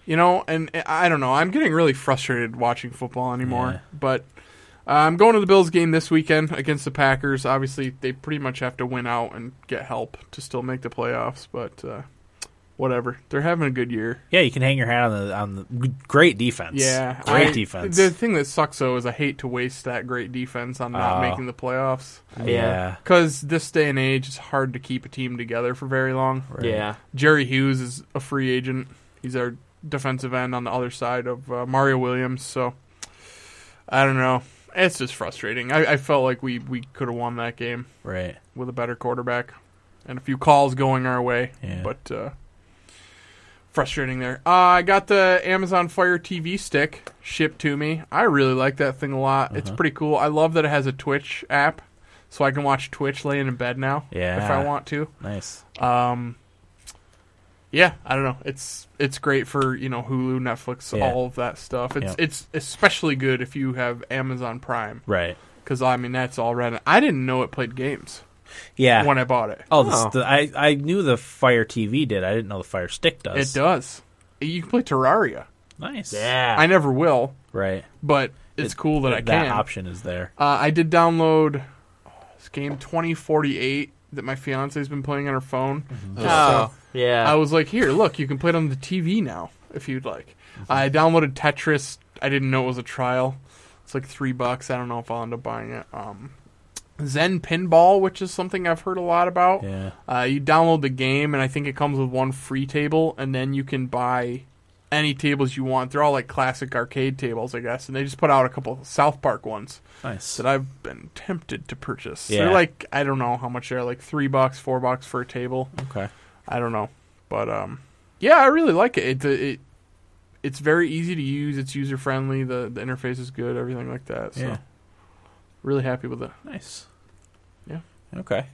S2: You know, and I I don't know. I'm getting really frustrated watching football anymore.
S1: Yeah.
S2: But uh, I'm going to the Bills game this weekend against the Packers. Obviously, they pretty much have to win out and get help to still make the playoffs. But uh, whatever, they're having a good year.
S1: yeah, you can hang your hat on the on the great defense.
S2: Yeah,
S1: great
S2: I-
S1: defense.
S2: The thing that sucks though is I hate to waste that great defense on not
S1: Oh.
S2: making the playoffs.
S1: yeah.
S2: Because this day and age, it's hard to keep a team together for very long.
S1: Right.
S4: Yeah.
S2: Jerry Hughes is a free agent. He's our defensive end on the other side of uh, Mario Williams. So I don't know. It's just frustrating. I, I felt like we, we could have won that game
S1: Right.
S2: with a better quarterback and a few calls going our way.
S1: Yeah.
S2: But uh, frustrating there. Uh, I got the Amazon Fire TV stick shipped to me. I really like that thing a lot. It's pretty cool. I love that it has a Twitch app, so I can watch Twitch laying in bed now if
S1: Yeah.
S2: I want to.
S1: Nice.
S2: Um, Yeah, I don't know. It's it's great for you know Hulu, Netflix,
S1: Yeah.
S2: all of that stuff. It's
S1: Yeah.
S2: it's especially good if you have Amazon Prime
S1: Right.
S2: because I mean that's all red. I didn't know it played games
S1: Yeah.
S2: when I bought it.
S1: Oh, this,
S4: Oh.
S1: The, I I knew the Fire TV did. I didn't know the Fire Stick does.
S2: It does. You can play Terraria.
S1: Nice.
S4: Yeah.
S2: I never will,
S1: Right.
S2: but it's
S1: It-
S2: cool that I
S1: That
S2: can.
S1: option is there.
S2: Uh, I did download oh, this game 2048 that my fiance's been playing on her phone.
S1: Mm-hmm.
S4: Oh,
S2: So
S4: yeah.
S2: I was like, here, look, you can play it on the TV now if you'd like. I downloaded Tetris. I didn't know it was a trial. It's like three bucks. I don't know if I'll end up buying it. Um, Zen Pinball, which is something I've heard a lot about.
S1: Yeah.
S2: Uh, you download the game, and I think it comes with one free table, and then you can buy any tables you want. They're all like classic arcade tables, I guess. And they just put out a couple South Park ones
S1: Nice.
S2: that I've been tempted to purchase.
S1: Yeah.
S2: They're like I don't know how much they're like three bucks, four bucks for a table.
S1: Okay.
S2: I don't know, but um, yeah, I really like it. It it it's very easy to use. It's user friendly. The the interface is good. Everything like that. So
S1: Yeah.
S2: really happy with it.
S1: Nice.
S2: Yeah.
S1: Okay.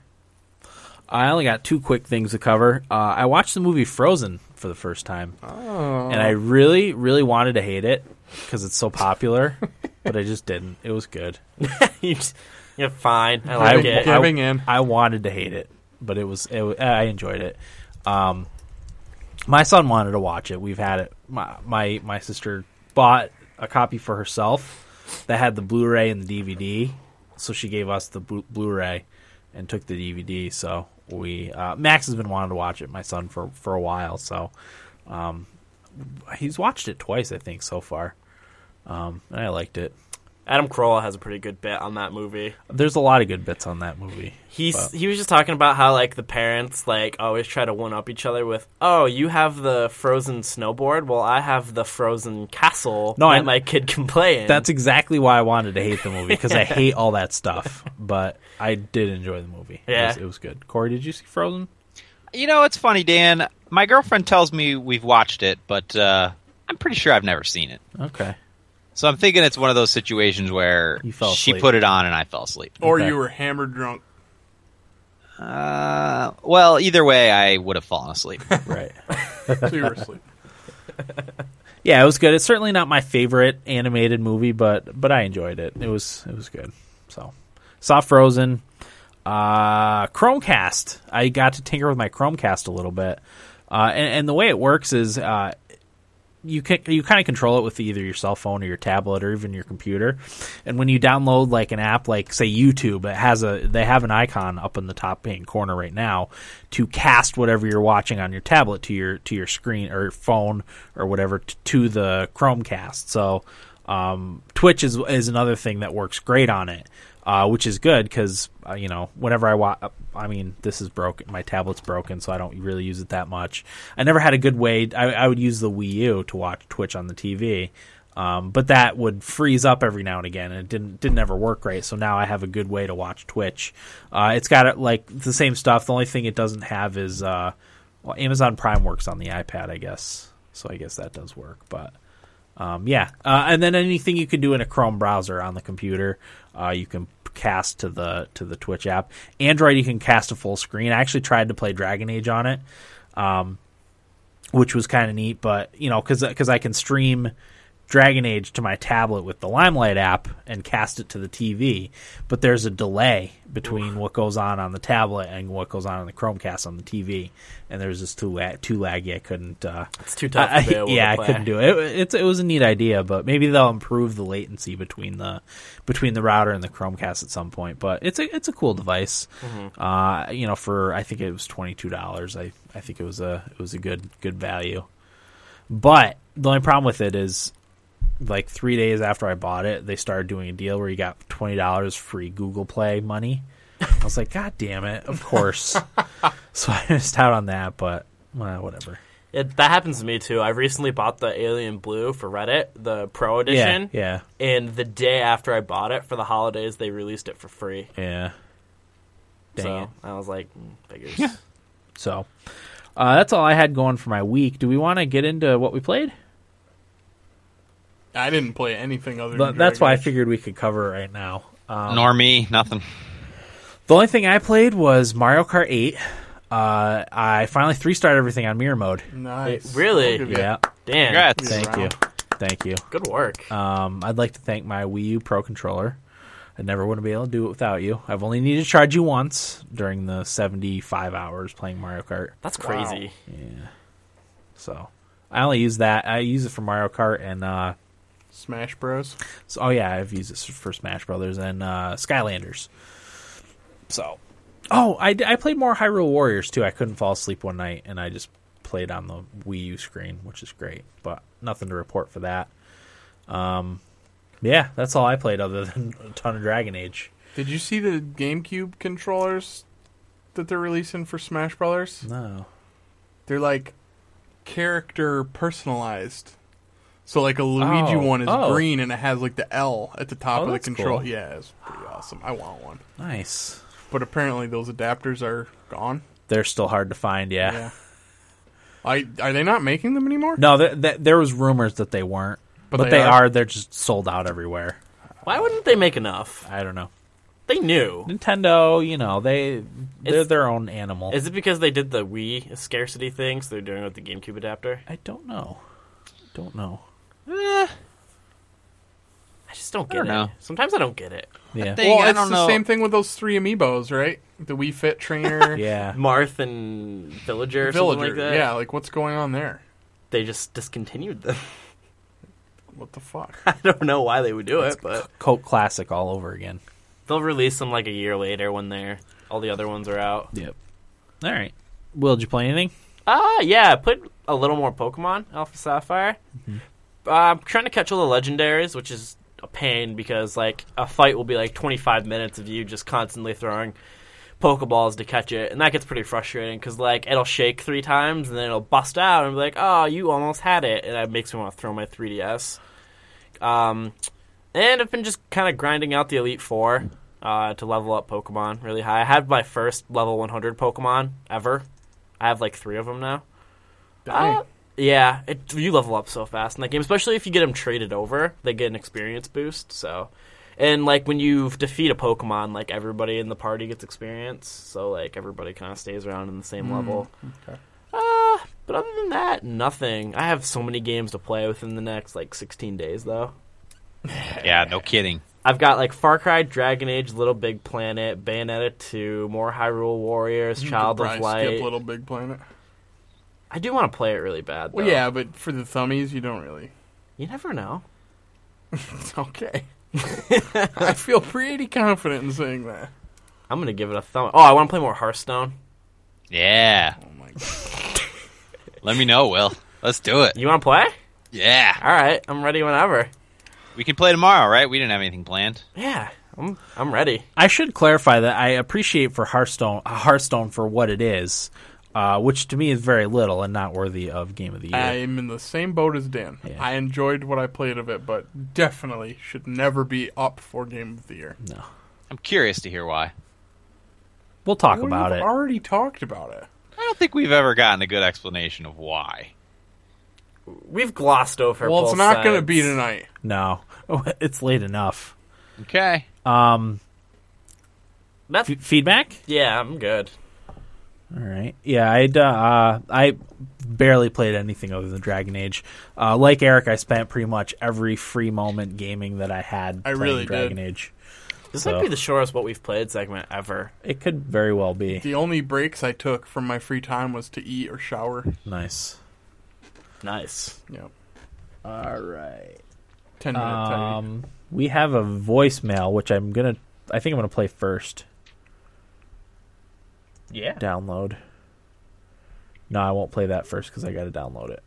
S1: I only got two quick things to cover. Uh, I watched the movie Frozen for the first time,
S2: Oh,
S1: and I really, really wanted to hate it because it's so popular, but I just didn't. It was good.
S4: You just- You're fine. I
S1: I-
S4: like it.
S1: I-
S2: giving in.
S1: I wanted to hate it, but it was. It, wa- I enjoyed it. Um, my son wanted to watch it. We've had it. My my my sister bought a copy for herself that had the Blu-ray and the DVD, so she gave us the Blu- Blu-ray and took the DVD. So we uh, Max has been wanting to watch it. My son for for a while. So um, he's watched it twice, I think, so far. Um, and I liked it.
S4: Adam Carolla has a pretty good bit on that movie.
S1: There's a lot of good bits on that movie.
S4: He's
S1: Wow.
S4: he was just talking about how like the parents like always try to one up each other with, "Oh, you have the frozen snowboard, well I have the frozen castle
S1: No,
S4: that
S1: I-
S4: my kid can play in."
S1: That's exactly why I wanted to hate the movie because I hate all that stuff. But I did enjoy the movie. It
S4: Yeah.
S1: was, it was good. Corey, did you see Frozen?
S3: You know, it's funny, Dan. My girlfriend tells me we've watched it, but uh, I'm pretty sure I've never seen it.
S1: Okay,
S3: So I'm thinking it's one of those situations where
S1: You fell
S3: she
S1: asleep.
S3: put it on and I fell asleep.
S2: Or
S1: Okay.
S2: you were hammered drunk.
S3: Uh, well, either way, I would have fallen asleep.
S1: right.
S2: So you were asleep.
S1: yeah, it was good. It's certainly not my favorite animated movie, but but I enjoyed it. It was it was good. So saw Frozen. Uh, Chromecast. I got to tinker with my Chromecast a little bit, uh, and, and the way it works is uh, you can you kind of control it with either your cell phone or your tablet or even your computer. And when you download like an app like say YouTube, it has a they have an icon up in the top hand corner right now to cast whatever you're watching on your tablet to your to your screen or phone or whatever t- to the Chromecast. So um, Twitch is is another thing that works great on it. Uh, which is good because uh, you know whenever I watch, I mean this is broken. My tablet's broken, so I don't really use it that much. I never had a good way. I, I would use the Wii U to watch Twitch on the TV, um, but that would freeze up every now and again, and it didn't didn't ever work right. So now I have a good way to watch Twitch. Uh, it's got uh, like the same stuff. The only thing it doesn't have is uh, well, Amazon Prime works on the iPad, I guess. So I guess that does work, but. Um, yeah, uh, and then anything you can do in a Chrome browser on the computer, uh, you can cast to the to the Twitch app. Android, you can cast to full screen. I actually tried to play Dragon Age on it, um, which was kind of neat. But you know, because I can stream Dragon Age to my tablet with the Limelight app and cast it to the TV, but there's a delay between what goes on on the tablet and what goes on on the Chromecast on the TV, and there's just too la- too laggy. I couldn't. Uh,
S4: it's too tough
S1: I-
S4: to be able
S1: yeah,
S4: to
S1: I
S4: play.
S1: couldn't do it. it. It's it was a neat idea, but maybe they'll improve the latency between the between the router and the Chromecast at some point. But it's a it's a cool device. Uh, you know, for I think it was twenty two dollars. I I think it was a it was a good good value. But the only problem with it is, like three days after I bought it, they started doing a deal where you got twenty dollars free Google Play money. I was like, God damn it! Of course. so I missed out on that, but well, whatever.
S4: It, that happens to me too. I recently bought the Alien Blue for Reddit, the Pro Edition,
S1: Yeah, yeah.
S4: and the day after I bought it for the holidays, they released it for free.
S1: Yeah. Dang
S4: so
S1: it.
S4: I was like, mm, figures.
S1: So uh, that's all I had going for my week. Do we want to get into what we played?
S2: I didn't play anything other.
S1: Th-
S2: than
S1: that's why I
S2: Dragon Age.
S1: figured we could cover it right now. Um,
S3: Nor me, nothing.
S1: the only thing I played was Mario Kart 8. Uh, I finally three starred everything on mirror mode.
S2: Nice.
S4: really?
S2: I'll give you-
S1: Yeah,
S4: Damn.
S3: Congrats.
S2: Yeah.
S1: thank you, thank you.
S4: Good work.
S1: Um, I'd like to thank my Wii U Pro controller. I never would have been able to do it without you. I've only needed to charge you once during the seventy-five hours playing Mario Kart.
S4: That's crazy.
S1: So I only use that. I use it for Mario Kart and uh,
S2: Smash Bros.
S1: so, oh yeah, I've used it for Smash Brothers and uh, Skylanders. So, oh, I, I played more Hyrule Warriors too. I couldn't fall asleep one night, and I just played on the Wii U screen, which is great. But nothing to report for that. Um, yeah, that's all I played other than a ton of Dragon Age.
S2: Did you see the GameCube controllers that they're releasing for Smash Brothers?
S1: No,
S2: They're like character personalized. So like a Luigi
S1: Oh,
S2: one is
S1: oh.
S2: green and it has like the L at the top
S1: Oh,
S2: of the
S1: that's
S2: control.
S1: cool.
S2: Yeah, it's pretty awesome. I want one.
S1: nice.
S2: But apparently those adapters are gone.
S1: They're still hard to find. Yeah.
S2: I are they not making them anymore?
S1: No, th- th- there was rumors that they weren't, but, they, are. They're just sold out everywhere.
S4: Why wouldn't they make enough?
S1: I don't know.
S4: They knew.
S1: Nintendo, you know, they they're
S4: It's-
S1: their own animal.
S4: Is it because they did the Wii scarcity thing, so they're doing it with the GameCube adapter?
S1: I don't know. Don't know.
S4: I just don't
S3: I
S4: get
S3: don't
S4: it.
S3: know.
S4: Sometimes I don't get it.
S1: Yeah.
S3: think-
S2: Well,
S3: I
S2: it's
S3: don't
S2: the
S3: know.
S2: same thing with those three amiibos, right? The Wii Fit Trainer,
S1: Yeah.
S4: Marth and Villager or
S2: Villager.
S4: something like that.
S2: yeah, like what's going on there?
S4: They just discontinued them.
S2: What the fuck?
S4: I don't know why they would do it, but
S1: Coke Classic all over again.
S4: they'll release them like a year later when they're all the other ones are out.
S1: Yep. All right. Will, did you play anything?
S4: Ah, yeah, put a little more Pokemon Alpha Sapphire. Uh, I'm trying to catch all the legendaries, which is a pain because like a fight will be like 25 minutes of you just constantly throwing Pokeballs to catch it, and that gets pretty frustrating because like it'll shake three times and then it'll bust out and be like, "Oh, you almost had it," and that makes me want to throw my 3DS. Um, and I've been just kind of grinding out the Elite Four. Uh, to level up Pokemon really high. I had my first level 100 Pokemon ever. I have like three of them now.
S2: Dang.
S4: Uh, yeah, it, you level up so fast in that game, especially if you get them traded over. They get an experience boost. So, and like when you defeat a Pokemon, like everybody in the party gets experience. So like everybody kind of stays around in the same level.
S2: okay.
S4: Uh, but other than that, nothing. I have so many games to play within the next like 16 days though.
S3: Yeah, no kidding.
S4: I've got like Far Cry, Dragon Age, Little Big Planet, Bayonetta 2, more Hyrule Warriors,
S2: You could
S4: Child of
S2: probably
S4: Light.
S2: Hmm, Skip Little Big Planet.
S4: I do want to play it really bad. Though.
S2: Well, yeah, but for the thummies, you don't really.
S4: you never know.
S2: It's okay. I feel pretty confident in saying that.
S4: I'm gonna give it a thumb. Oh, I want to play more Hearthstone.
S3: Yeah.
S2: Oh my god.
S3: Let me know, Will. Let's do it.
S4: You want to play?
S3: Yeah.
S4: All right, I'm ready whenever.
S3: We can play tomorrow, right? We didn't have anything planned.
S4: Yeah, I'm I'm ready.
S1: I should clarify that I appreciate for Hearthstone Hearthstone for what it is, uh, which to me is very little and not worthy of game of the year.
S2: I'm in the same boat as Dan.
S1: Yeah.
S2: I enjoyed what I played of it, but definitely should never be up for Game of the Year.
S1: no.
S3: I'm curious to hear why.
S1: We'll talk
S2: Well,
S1: about
S2: you've
S1: it.
S2: Already talked about it.
S3: I don't think we've ever gotten a good explanation of why.
S4: We've glossed over.
S2: well, it's
S4: both
S2: not going to
S4: sides.
S2: be tonight.
S1: No. it's late enough.
S3: Okay.
S1: Um
S4: That's
S1: f- feedback?
S4: yeah, I'm good.
S1: All right. Yeah, I uh, uh, I barely played anything other than Dragon Age. Uh, like Eric, I spent pretty much every free moment gaming that I had.
S2: I
S1: playing
S2: really
S1: Dragon
S2: did.
S1: Age.
S4: This
S1: So-
S4: might be the shortest what we've played segment ever.
S1: It could very well be
S2: The only breaks I took from my free time was to eat or shower.
S1: nice.
S4: Nice.
S2: Yep.
S1: All right.
S2: Ten minute um,
S1: Um, we have a voicemail, which I'm gonna. I think I'm gonna play first.
S4: Yeah.
S1: Download. No, I won't play that first because I got to download it.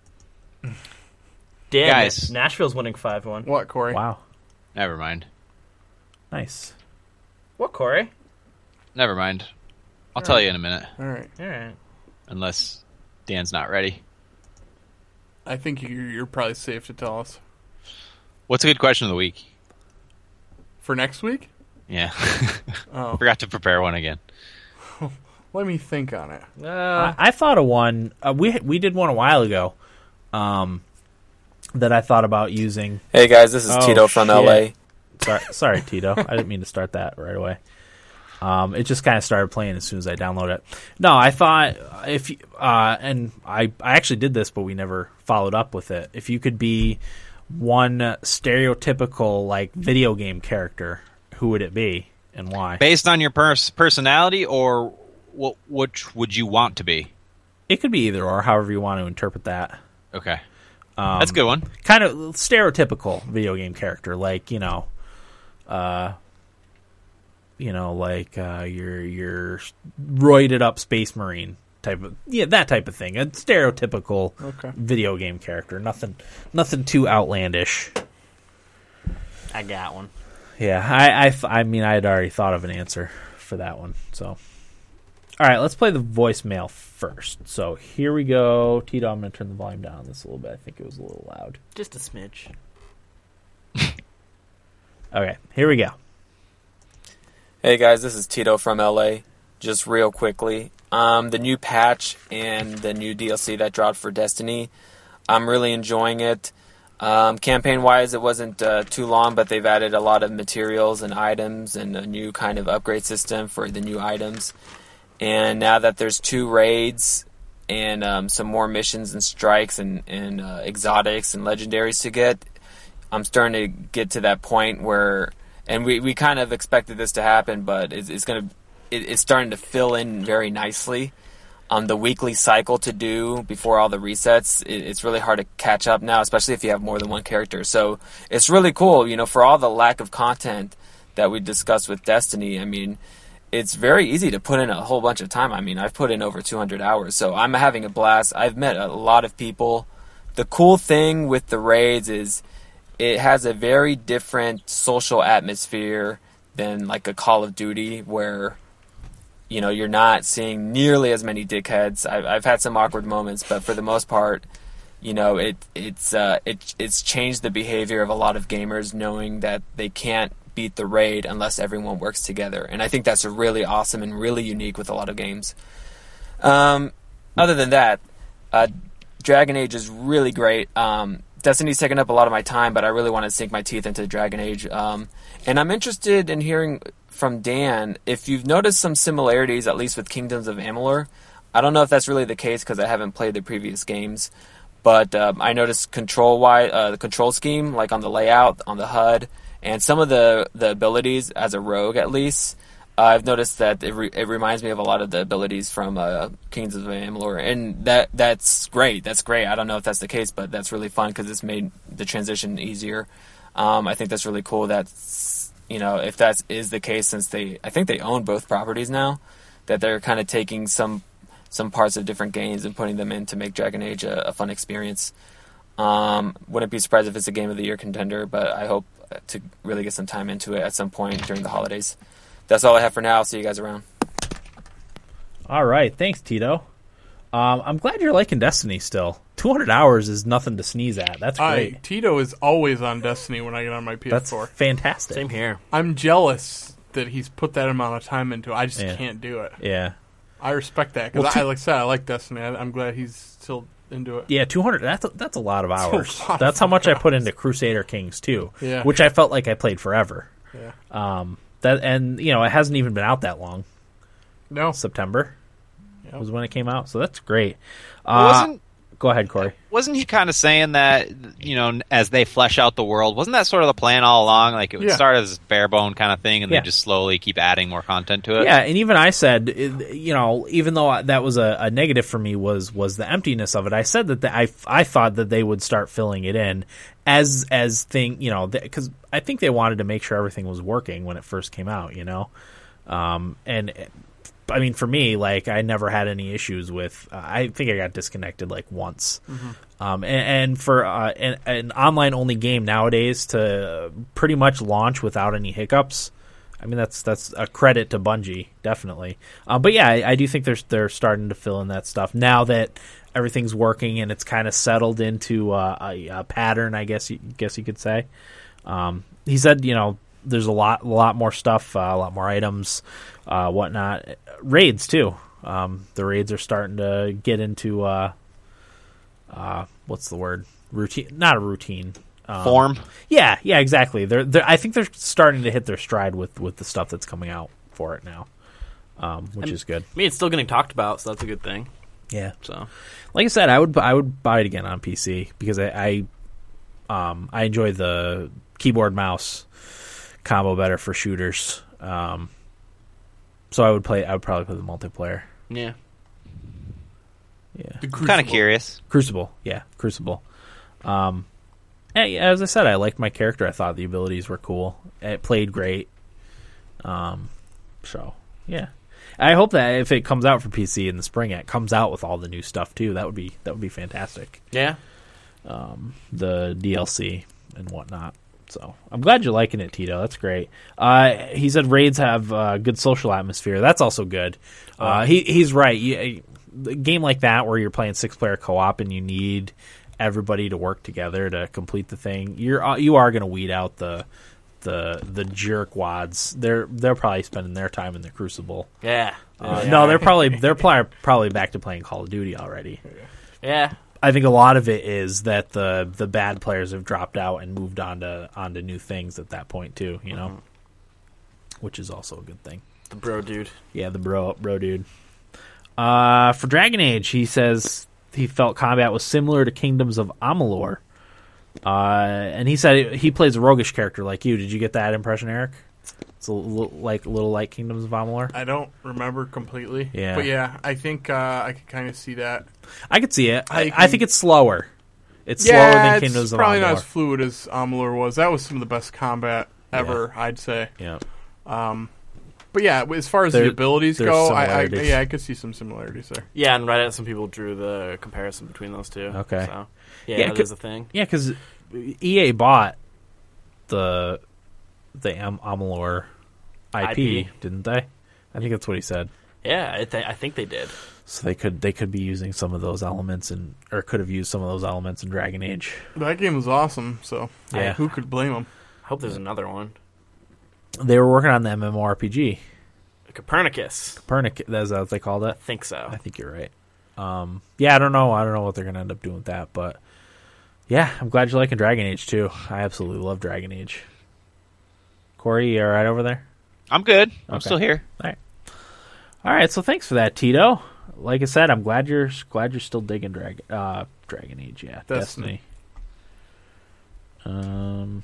S4: Damn
S3: Guys.
S4: it. Nashville's winning five one.
S2: What, Corey?
S1: Wow.
S3: Never mind.
S1: Nice.
S4: What, Corey?
S3: Never mind. I'll tell you in a minute,
S2: All right.
S4: All right.
S3: unless Dan's not ready.
S2: I think you- you're probably safe to tell us
S3: What's a good question of the week?
S2: for next week.
S3: Yeah.
S2: Oh,
S3: Forgot to prepare one again.
S2: let me think on it.
S1: I, I thought of one. Uh, we we did one a while ago, um, that I thought about using.
S5: Hey guys, this is
S1: Oh,
S5: Tito from
S1: shit.
S5: LA.
S1: Sorry, sorry, Tito. I didn't mean to start that right away. Um, it just kind of started playing as soon as I downloaded it. No, I thought if you- uh, and I I actually did this, but we never followed up with it. If you could be one stereotypical like video game character, who would it be and why?
S3: Based on your pers- personality, or what? Which would you want to be?
S1: It could be either or, however you want to interpret that.
S3: Okay, that's a good one.
S1: Kind of stereotypical video game character, like you know, uh, you know, like uh, your your roided up space marine type of yeah that type of thing. A stereotypical
S2: Okay.
S1: video game character. Nothing nothing too outlandish.
S4: I got one.
S1: Yeah, I, I th- I mean, I had already thought of an answer for that one. So, all right, let's play the voicemail first. So here we go. Tito, I'm gonna turn the volume down on this a little bit. I think it was a little loud.
S4: Just a smidge.
S1: Okay, here we go.
S5: Hey guys, this is Tito from LA. Just real quickly, um, the new patch and the new DLC that dropped for Destiny, I'm really enjoying it. Um, campaign wise, it wasn't uh, too long, but they've added a lot of materials and items and a new kind of upgrade system for the new items. And now that there's two raids and um, some more missions and strikes and, and uh, exotics and legendaries to get, I'm starting to get to that point where, and we, we kind of expected this to happen, but it's, it's going to, it, it's starting to fill in very nicely. Um, the weekly cycle to do before all the resets, it, it's really hard to catch up now, especially if you have more than one character. So it's really cool, you know, for all the lack of content that we discussed with Destiny. I mean, it's very easy to put in a whole bunch of time. I mean, I've put in over 200 hours, so I'm having a blast. I've met a lot of people. The cool thing with the raids is it has a very different social atmosphere than like a Call of Duty where you know you're not seeing nearly as many dickheads. I've, I've had some awkward moments, but for the most part, you know it it's uh, it it's changed the behavior of a lot of gamers knowing that they can't beat the raid unless everyone works together, and I think that's really awesome and really unique with a lot of games. Um, other than that, uh, Dragon Age is really great. Um, Destiny's taken up a lot of my time, but I really want to sink my teeth into Dragon Age. Um, and I'm interested in hearing from Dan if you've noticed some similarities, at least with Kingdoms of Amalur. I don't know if that's really the case because I haven't played the previous games, but um, I noticed control wise, uh, the control scheme, like on the layout, on the HUD, and some of the the abilities as a rogue, at least. Uh, I've noticed that it, re- it reminds me of a lot of the abilities from uh, Kings of Amalur, and that that's great. That's great. I don't know if that's the case, but that's really fun because it's made the transition easier. Um, I think that's really cool. That's you know if that is the case, since they I think they own both properties now, that they're kind of taking some some parts of different games and putting them in to make Dragon Age a, a fun experience. Um, wouldn't be surprised if it's a game of the year contender, but I hope to really get some time into it at some point during the holidays. That's all I have for now. I'll see you guys around.
S1: All right, thanks, Tito. Um, I'm glad you're liking Destiny still. 200 hours is nothing to sneeze at. That's great.
S2: I Tito is always on Destiny when I get on my PS4.
S1: That's fantastic.
S4: Same here.
S2: I'm jealous that he's put that amount of time into. it. I just
S1: Yeah.
S2: can't do it.
S1: Yeah,
S2: I respect that because
S1: Well, Ti-
S2: I like I said I like Destiny. I, I'm glad he's still into it.
S1: yeah. 200. That's a, that's a lot of
S2: a
S1: hours.
S2: lot
S1: that's
S2: of
S1: how much I put into Crusader Kings too,
S2: Yeah.
S1: which I felt like I played forever.
S2: Yeah.
S1: Um, that and you know it hasn't even been out that long.
S2: No,
S1: September
S2: Yep.
S1: was when it came out, so that's great. Uh,
S3: Wasn't
S1: go ahead, Corey.
S3: wasn't he kind of saying that you know as they flesh out the world wasn't that sort of the plan all along like it would
S2: Yeah.
S3: start as bare bone kind of thing and
S1: Yeah.
S3: then just slowly keep adding more content to it
S1: yeah, and even I said, it- you know, even though I- that was a, a negative for me was was the emptiness of it. I said that the, I I thought that they would start filling it in as as thing, you know, because I think they wanted to make sure everything was working when it first came out, you know, um, and. I mean, for me, like I never had any issues with. Uh, I think I got disconnected like once, um, and, and for uh, an, an online only game nowadays to pretty much launch without any hiccups, I mean that's that's a credit to Bungie definitely. Um, but yeah, I, I do think they're they're starting to fill in that stuff now that everything's working and it's kind of settled into uh, a, a pattern. I guess you, guess you could say. Um, he said, you know, there's a lot, a lot more stuff, uh, a lot more items, uh, whatnot. Raids too. Um, the raids are starting to get into uh, uh, what's the word? Routine, not a routine. Um,
S3: form
S1: Yeah, yeah, exactly. They're, they're, I think they're starting to hit their stride with with the stuff that's coming out. for it now, um, which
S4: And-
S1: is good.
S4: I mean, it's still getting talked about, so that's a good thing.
S1: Yeah.
S4: So
S1: Like I said, I would I would buy it again on PC because I, I um I enjoy the keyboard mouse combo better for shooters. Um, so I would play. I would probably play the multiplayer.
S4: yeah,
S1: Yeah.
S2: The
S3: I'm kind of
S2: Crucible.
S3: curious.
S1: Crucible, yeah, Crucible. Um, eh, as I said, I liked my character. I thought the abilities were cool. It played great. Um, so yeah, I hope that if it comes out for PC in the spring, it comes out with all the new stuff too. That would be that would be fantastic.
S4: yeah.
S1: The DLC and whatnot. So I'm glad you're liking it, Tito. That's great. Uh, he said raids have uh, good social atmosphere. That's also good. Uh, he he's right. You, a game like that where you're playing six player co op and you need everybody to work together to complete the thing, you're uh, you are going to weed out the the the jerk wads. They're they're probably spending their time in the crucible.
S4: Yeah.
S1: Uh, No, they're probably they're pli- probably back to playing Call of Duty already.
S4: Yeah.
S1: I think a lot of it is that the the bad players have dropped out and moved on to onto new things at that point too, you know.
S2: Mm-hmm.
S1: Which is also a good thing.
S4: The bro dude.
S1: Yeah, the bro bro dude. Uh for Dragon Age, he says he felt combat was similar to Kingdoms of Amalur. Uh and he said he plays a roguish character like you. Did you get that impression, Eric? It's a little, like a little like Kingdoms of Amalur.
S2: I don't remember completely.
S1: Yeah.
S2: But yeah, I think uh, I could kind of see that.
S1: I could see it. I,
S2: I
S1: I think it's slower. It's slower
S2: yeah,
S1: than
S2: it's
S1: Kingdoms of
S2: probably not
S1: Amalur.
S2: as fluid as Amalur was. That was some of the best combat ever, I'd say.
S1: yeah.
S2: But yeah, as far as
S1: There-
S2: the abilities
S1: there's
S2: go, I, I
S1: similarities.
S2: yeah, I could see some similarities there.
S4: Yeah, and Reddit, some people drew the comparison between those two.
S1: Okay.
S4: So, yeah,
S1: Yeah,
S4: that
S1: c-
S4: is a thing.
S1: Yeah, because EA bought the the Am- Amalur IP,
S4: IP.
S1: didn't they? I think that's what he said.
S4: Yeah, I, th- I think they did.
S1: So they could they could be using some of those elements and or could have used some of those elements in Dragon Age.
S2: That game was awesome, so
S1: Yeah.
S2: who could blame them?
S4: I hope there's another one.
S1: They were working on the MMORPG,
S4: Copernicus.
S1: Pernic. That's what they called it.
S4: I think so.
S1: I think you're right. Um, yeah, I don't know. I don't know what they're gonna end up doing with that, but yeah, I'm glad you're liking Dragon Age too. I absolutely love Dragon Age. Corey, you all right over there?
S3: I'm good. I'm
S1: Okay.
S3: still here.
S1: All right, so thanks for that, Tito. Like I said, I'm glad you're glad you're still digging Dragon uh, Dragon Age, yeah, Destiny.
S2: Destiny.
S1: Um,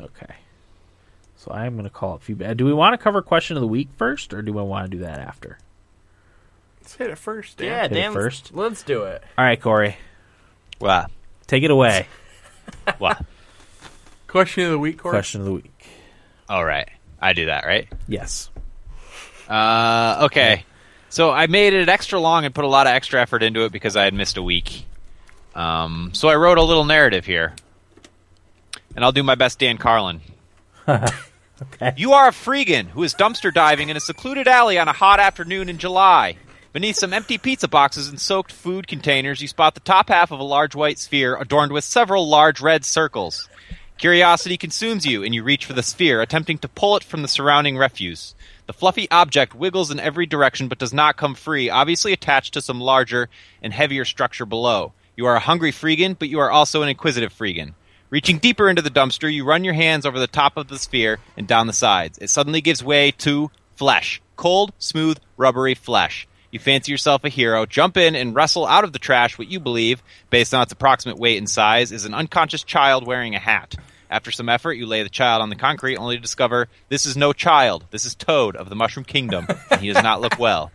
S1: okay. So I am going to call it feedback. Do we want to cover question of the week first, or do I want to do that after?
S2: Let's hit it first. Dan.
S4: yeah,
S1: Hit it
S4: damn.
S1: first.
S4: Let's do it.
S1: All right, Corey,
S3: Wow.
S1: take it away.
S3: Wow.
S2: Question of the week, Corey.
S1: question of the week.
S3: All right. I do that, right?
S1: Yes.
S3: Uh, okay. So I made it extra long and put a lot of extra effort into it because I had missed a week. Um, so I wrote a little narrative here. And I'll do my best, Dan Carlin.
S1: Okay.
S3: You are a freegan who is dumpster diving in a secluded alley on a hot afternoon in July. Beneath some empty pizza boxes and soaked food containers, you spot the top half of a large white sphere adorned with several large red circles. Curiosity consumes you, and you reach for the sphere, attempting to pull it from the surrounding refuse. The fluffy object wiggles in every direction but does not come free, obviously attached to some larger and heavier structure below. You are a hungry freegan, but you are also an inquisitive freegan. Reaching deeper into the dumpster, you run your hands over the top of the sphere and down the sides. It suddenly gives way to flesh. Cold, smooth, rubbery flesh. You fancy yourself a hero, jump in and wrestle out of the trash what you believe, based on its approximate weight and size, is an unconscious child wearing a hat. After some effort, you lay the child on the concrete, only to discover this is no child. This is Toad of the Mushroom Kingdom, and he does not look well.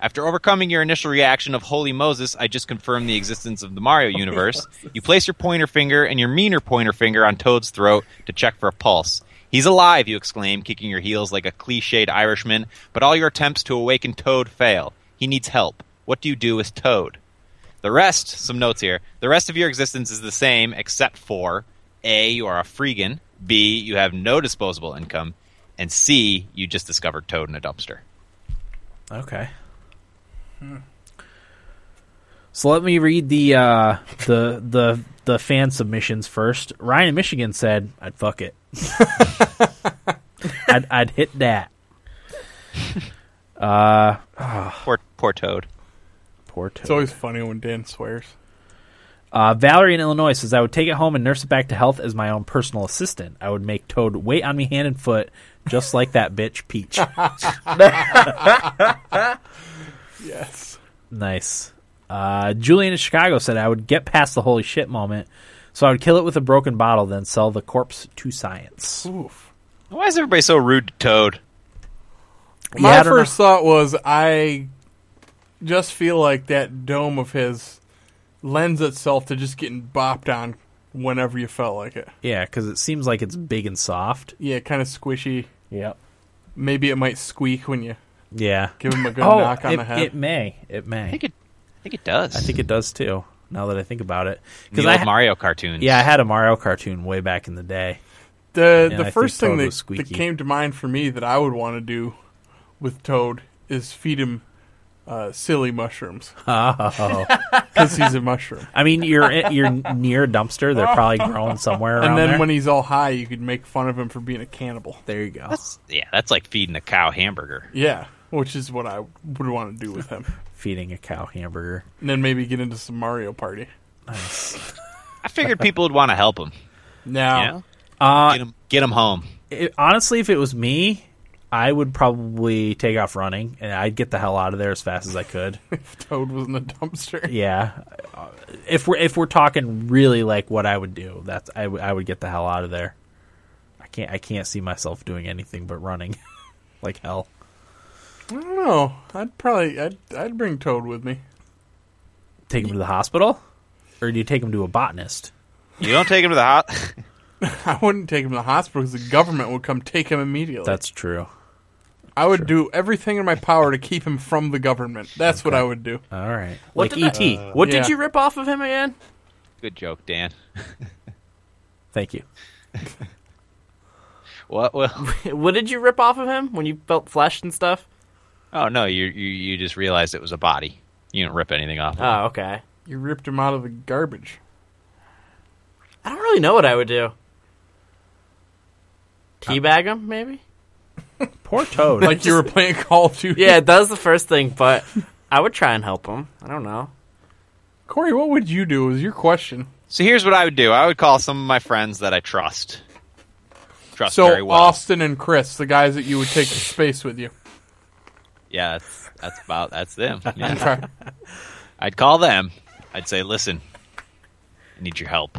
S3: After overcoming your initial reaction of Holy Moses, I just confirmed the existence of the Mario universe, you place your pointer finger and your meaner pointer finger on Toad's throat to check for a pulse. He's alive, you exclaim, kicking your heels like a cliched Irishman, but all your attempts to awaken Toad fail. He needs help. What do you do with Toad? The rest, some notes here. The rest of your existence is the same except for A, you are a freegan, B, you have no disposable income, and C, you just discovered Toad in a dumpster.
S1: Okay. So let me read the uh, the the the fan submissions first. Ryan in Michigan said, "I'd fuck it. I'd, I'd hit that." Uh,
S3: Poor, poor Toad.
S1: poor
S2: It's
S1: Toad.
S2: always funny when Dan swears.
S1: Uh, Valerie in Illinois says, I would take it home and nurse it back to health as my own personal assistant. I would make Toad wait on me hand and foot, just like that bitch Peach.
S2: Yes.
S1: Nice. Uh, Julian in Chicago said, I would get past the holy shit moment, so I would kill it with a broken bottle, then sell the corpse to science.
S2: Oof.
S3: Why is everybody so rude to Toad?
S1: Yeah,
S2: My
S1: I don't
S2: first thought was I just feel like that dome of his lends itself to just getting bopped on whenever you felt like it.
S1: know. Yeah, because it seems like it's big and soft.
S2: Yeah, kind of squishy.
S1: Yep.
S2: Maybe it might squeak when you
S1: Yeah. Oh,
S2: give him a good knock on
S1: it,
S2: the head.
S1: it may. It may.
S3: I think it. I think it does.
S1: I think it does too. Now that I think about it,
S3: the
S1: because I
S3: old
S1: ha-
S3: Mario cartoons.
S1: yeah I had a Mario cartoon way back in the day.
S2: The
S1: Yeah, I
S2: the
S1: think
S2: first thing
S1: Toad
S2: that,
S1: was
S2: that
S1: squeaky.
S2: came to mind for me that I would want to do with Toad is feed him uh, silly mushrooms
S1: Oh,
S2: because he's a mushroom.
S1: I mean you're in- you're near a dumpster. They're probably growing somewhere around
S2: Oh. And then
S1: there.
S2: when he's all high, you could make fun of him for being a cannibal.
S1: there you go.
S3: That's, yeah, that's like feeding a cow hamburger.
S2: Yeah, which is what I would want to do with him.
S1: Feeding a cow hamburger.
S2: And then maybe get into some Mario Party.
S3: I figured people would want to help him.
S2: Now,
S1: Uh,
S3: You know? get him, get him home.
S1: It- honestly, if it was me, I would probably take off running and I'd get the hell out of there as fast as I could.
S2: if Toad was in the dumpster,
S1: yeah, Uh, if we're if we're talking really like what I would do, that's I would- I would get the hell out of there. I can't I can't see myself doing anything but running, like hell.
S2: I don't know. I'd probably I'd I'd bring Toad with me.
S1: Take him to the hospital, or do you take him to a botanist?
S3: You don't take him to the hot.
S2: I wouldn't take him to the hospital because the government would come take him immediately.
S1: That's true.
S2: I would do everything in my power to keep him from the government. That's what I would do.
S1: All right,
S4: What
S1: like E
S4: did I-
S1: ET.
S4: E What
S2: Yeah.
S4: did you rip off of him again?
S3: Good joke, Dan.
S1: Thank you.
S3: What? Well,
S4: What did you rip off of him when you felt flesh and stuff?
S3: oh no, you, you you just realized it was a body. You didn't rip anything off.
S1: Uh,
S4: Oh, okay.
S2: You ripped him out of the garbage.
S4: I don't really know what I would do. Teabag him, maybe?
S1: Poor Toad.
S2: Like you were playing Call of Duty.
S4: Yeah, that was the first thing, but I would try and help him. I don't know.
S2: Corey, what would you do? Was your question.
S3: So here's what I would do. I would call some of my friends that I trust. Trust
S2: So
S3: Uh, very well.
S2: Austin and Chris, the guys that you would take to space with you.
S3: Yeah, that's, that's about that's them. Yeah.
S2: Okay.
S3: I'd call them. I'd say, "Listen, I need your help,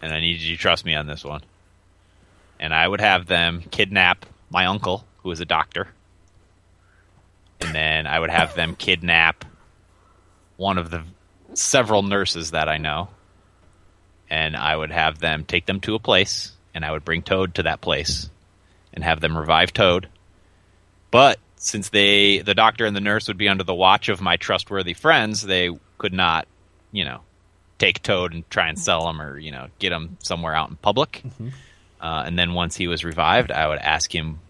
S3: and I need you to trust me on this one." And I would have them kidnap my uncle, who is a doctor, and then I would have them kidnap one of the several nurses that I know, and I would have them take them to a place, and I would bring Toad to that place, and have them revive Toad. But since they, the doctor and the nurse, would be under the watch of my trustworthy friends, they could not, you know, take Toad and try and sell him or you know get him somewhere out in public.
S1: Mm-hmm.
S3: Uh, and then once he was revived, I would ask him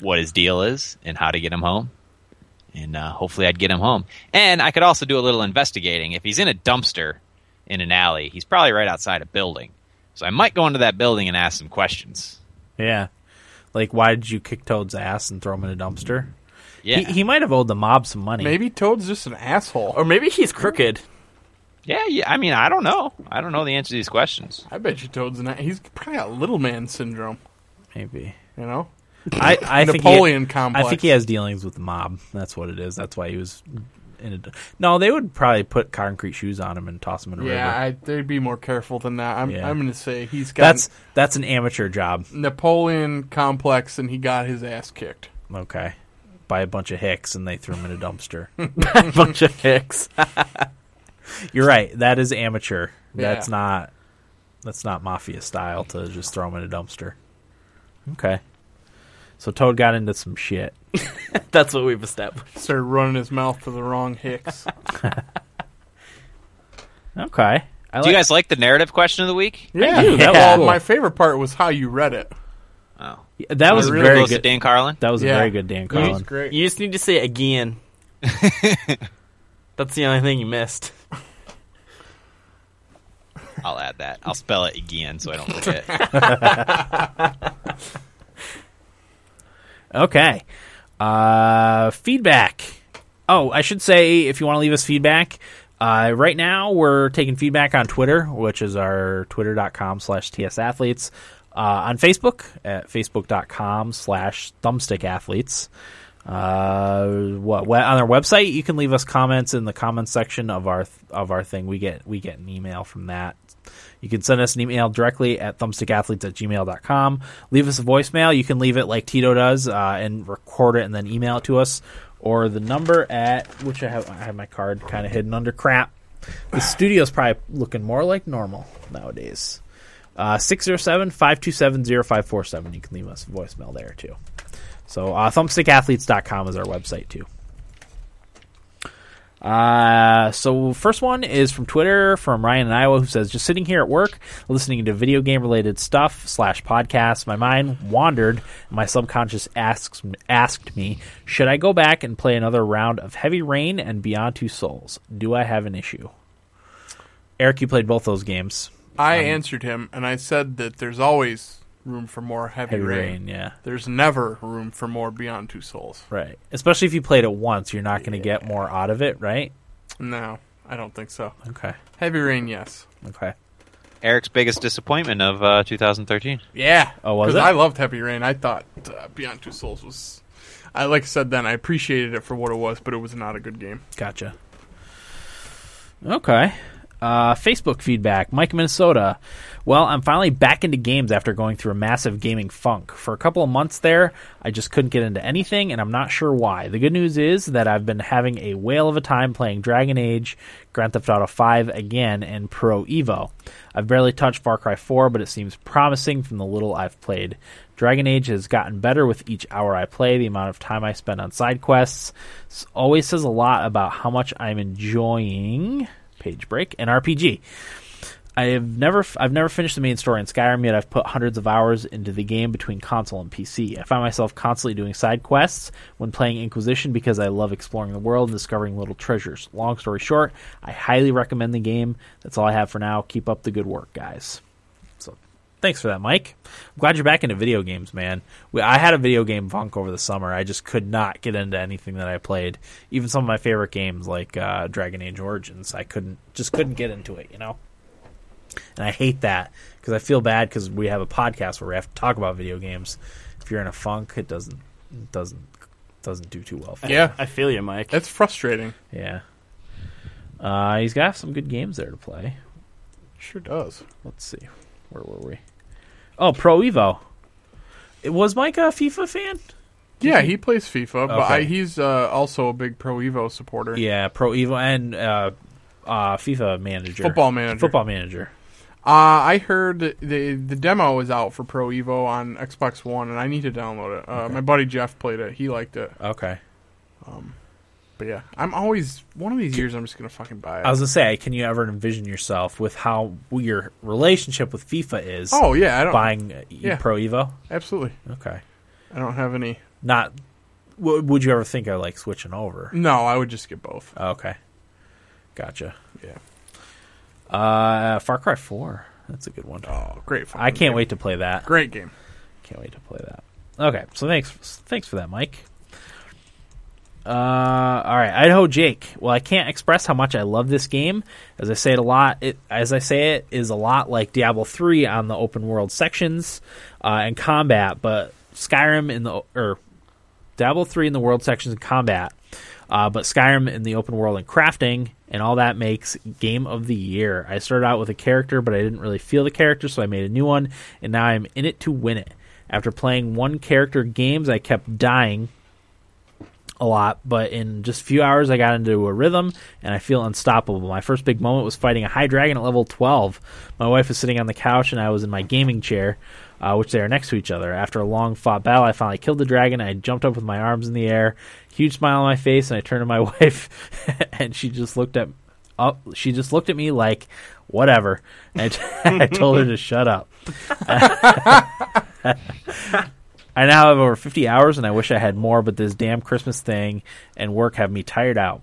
S3: what his deal is and how to get him home. And uh, hopefully, I'd get him home. And I could also do a little investigating. If he's in a dumpster in an alley, he's probably right outside a building. So I might go into that building and ask some questions.
S1: yeah. Like, why did you kick Toad's ass and throw him in a dumpster?
S3: Yeah,
S1: He, he might have owed the mob some money.
S2: Maybe Toad's just an asshole.
S4: Or maybe he's crooked.
S3: yeah, yeah. I mean, I don't know. I don't know the answer to these questions.
S2: I bet you Toad's an. a- He's probably got little man syndrome.
S1: Maybe.
S2: You know,
S1: I, I think he-
S2: Napoleon complex.
S1: I think he has dealings with the mob. That's what it is. That's why he was in a. No, they would probably put concrete shoes on him and toss him in a
S2: yeah,
S1: river.
S2: I, they'd be more careful than that. I'm.
S1: Yeah.
S2: I'm going to say he's got
S1: That's that's an amateur job.
S2: Napoleon complex, and he got his ass kicked.
S1: Okay. By a bunch of hicks and they threw him in a dumpster.
S4: Bunch of hicks.
S1: You're right. That is amateur. That's
S2: Yeah.
S1: not that's not mafia style to just throw him in a dumpster. Okay. So Toad got into some shit.
S4: That's what we've established.
S2: Started running his mouth to the wrong hicks.
S1: Okay. I
S3: Do you guys like the narrative question of the week?
S2: yeah,
S1: do, that was
S2: well,
S1: cool.
S2: my favorite part was how you read it.
S3: Oh,
S1: that was
S3: was really
S1: very
S3: close to
S1: good.
S3: Dan Carlin.
S1: That was a
S2: Yeah.
S1: very good Dan Carlin.
S2: great.
S4: You just need to say again. That's the only thing you missed.
S3: I'll add that. I'll spell it again so I don't forget.
S1: Okay. Uh, feedback. Oh, I should say if you want to leave us feedback, Uh, right now, we're taking feedback on Twitter, which is our twitter.com slash tsathletes. Uh, on Facebook at facebook.com slash thumbstickathletes. Uh, what, we- on our website, you can leave us comments in the comments section of our of our thing. We get we get an email from that. You can send us an email directly at thumbstickathletes at gmail.com. Leave us a voicemail. You can leave it like Tito does uh, and record it and then email it to us. Or the number at which I have I have my card kind of hidden under crap. The studio's probably looking more like normal nowadays. Uh, 607 527 0547. You can leave us a voicemail there too. So uh, thumbstickathletes.com is our website too. Uh, so first one is from Twitter from Ryan in Iowa who says, "Just sitting here at work, listening to video game related stuff slash podcasts. My mind wandered, and my subconscious asks asked me, should I go back and play another round of Heavy Rain and Beyond Two Souls? Do I have an issue?" Eric, you played both those games.
S2: I answered him and I said that there's always room for more heavy,
S1: Heavy
S2: rain.
S1: Rain, yeah,
S2: There's never room for more Beyond Two Souls.
S1: right. Especially if you played it once, you're not going to get more out of it, right?
S2: No, I don't think so.
S1: Okay,
S2: Heavy rain, yes.
S1: okay.
S3: Eric's biggest disappointment of uh, 2013.
S2: Yeah.
S1: Oh, was
S2: 'Cause
S1: it?
S2: I loved Heavy Rain. I thought uh, Beyond Two Souls was. I like I said then. I appreciated it for what it was, but it was not a good game.
S1: Gotcha. Okay. Uh, Facebook feedback. Mike, Minnesota. Well, I'm finally back into games after going through a massive gaming funk. For a couple of months there, I just couldn't get into anything, and I'm not sure why. The good news is that I've been having a whale of a time playing Dragon Age, Grand Theft Auto 5 again, and Pro Evo. I've barely touched Far Cry 4, but it seems promising from the little I've played. Dragon Age has gotten better with each hour I play. The amount of time I spend on side quests s- always says a lot about how much I'm enjoying page break and RPG. I have never f- I've never finished the main story in Skyrim yet. I've put hundreds of hours into the game between console and PC. I find myself constantly doing side quests when playing Inquisition because I love exploring the world and discovering little treasures. Long story short, I highly recommend the game. That's all I have for now. Keep up the good work, guys. So, thanks for that, Mike. I'm glad you're back into video games, man. We, I had a video game funk over the summer. I just could not get into anything that I played. Even some of my favorite games, like uh, Dragon Age Origins, I couldn't just couldn't get into it. You know. And I hate that because I feel bad because we have a podcast where we have to talk about video games. If you're in a funk, it doesn't it doesn't doesn't do too well. For
S2: Yeah,
S4: I feel you, Mike.
S2: that's frustrating.
S1: you. yeah. Uh, he's got some good games there to play.
S2: Sure does.
S1: Let's see, where were we? Oh, Pro Evo. It was Mike a FIFA fan?
S2: Yeah, he plays FIFA, but
S1: Okay.
S2: I, he's uh, also a big Pro Evo supporter.
S1: Yeah, Pro Evo and uh, uh, FIFA manager,
S2: Football manager.
S1: football manager.
S2: Uh, I heard the the demo was out for Pro Evo on Xbox One, and I need to download it. Uh, My buddy Jeff played it; he liked it.
S1: Okay,
S2: But yeah, I'm always one of these years. I'm just gonna fucking buy it.
S1: I was gonna say, can you ever envision yourself with how your relationship with FIFA is?
S2: oh yeah, I don't
S1: buying uh,
S2: Yeah.
S1: Pro Evo.
S2: absolutely.
S1: Okay,
S2: I don't have any.
S1: not. W- would you ever think of like switching over?
S2: No, I would just get both.
S1: Okay, gotcha.
S2: Yeah.
S1: Uh, Far Cry Four. That's a good one.
S2: Oh, great! fucking
S1: I can't
S2: game.
S1: wait to play that.
S2: Great game.
S1: Can't wait to play that. Okay, so thanks, thanks for that, Mike. Uh, all right, Idaho Jake. Well, I can't express how much I love this game. As I say it a lot, it as I say it is a lot like Diablo three on the open world sections uh, and combat, but Skyrim in the or Diablo three in the world sections and combat, uh, but Skyrim in the open world and crafting and all that makes game of the year. I started out with a character, but I didn't really feel the character, so I made a new one, and now I'm in it to win it. After playing one character games, I kept dying a lot, but in just a few hours, I got into a rhythm and I feel unstoppable. My first big moment was fighting a high dragon at level 12. My wife was sitting on the couch and I was in my gaming chair, uh, which they are next to each other. After a long fought battle, I finally killed the dragon. I jumped up with my arms in the air, huge smile on my face, and I turned to my wife and she just looked at up. She just looked at me like, whatever. And I I told her to shut up. I now have over 50 hours and I wish I had more, but this damn Christmas thing and work have me tired out.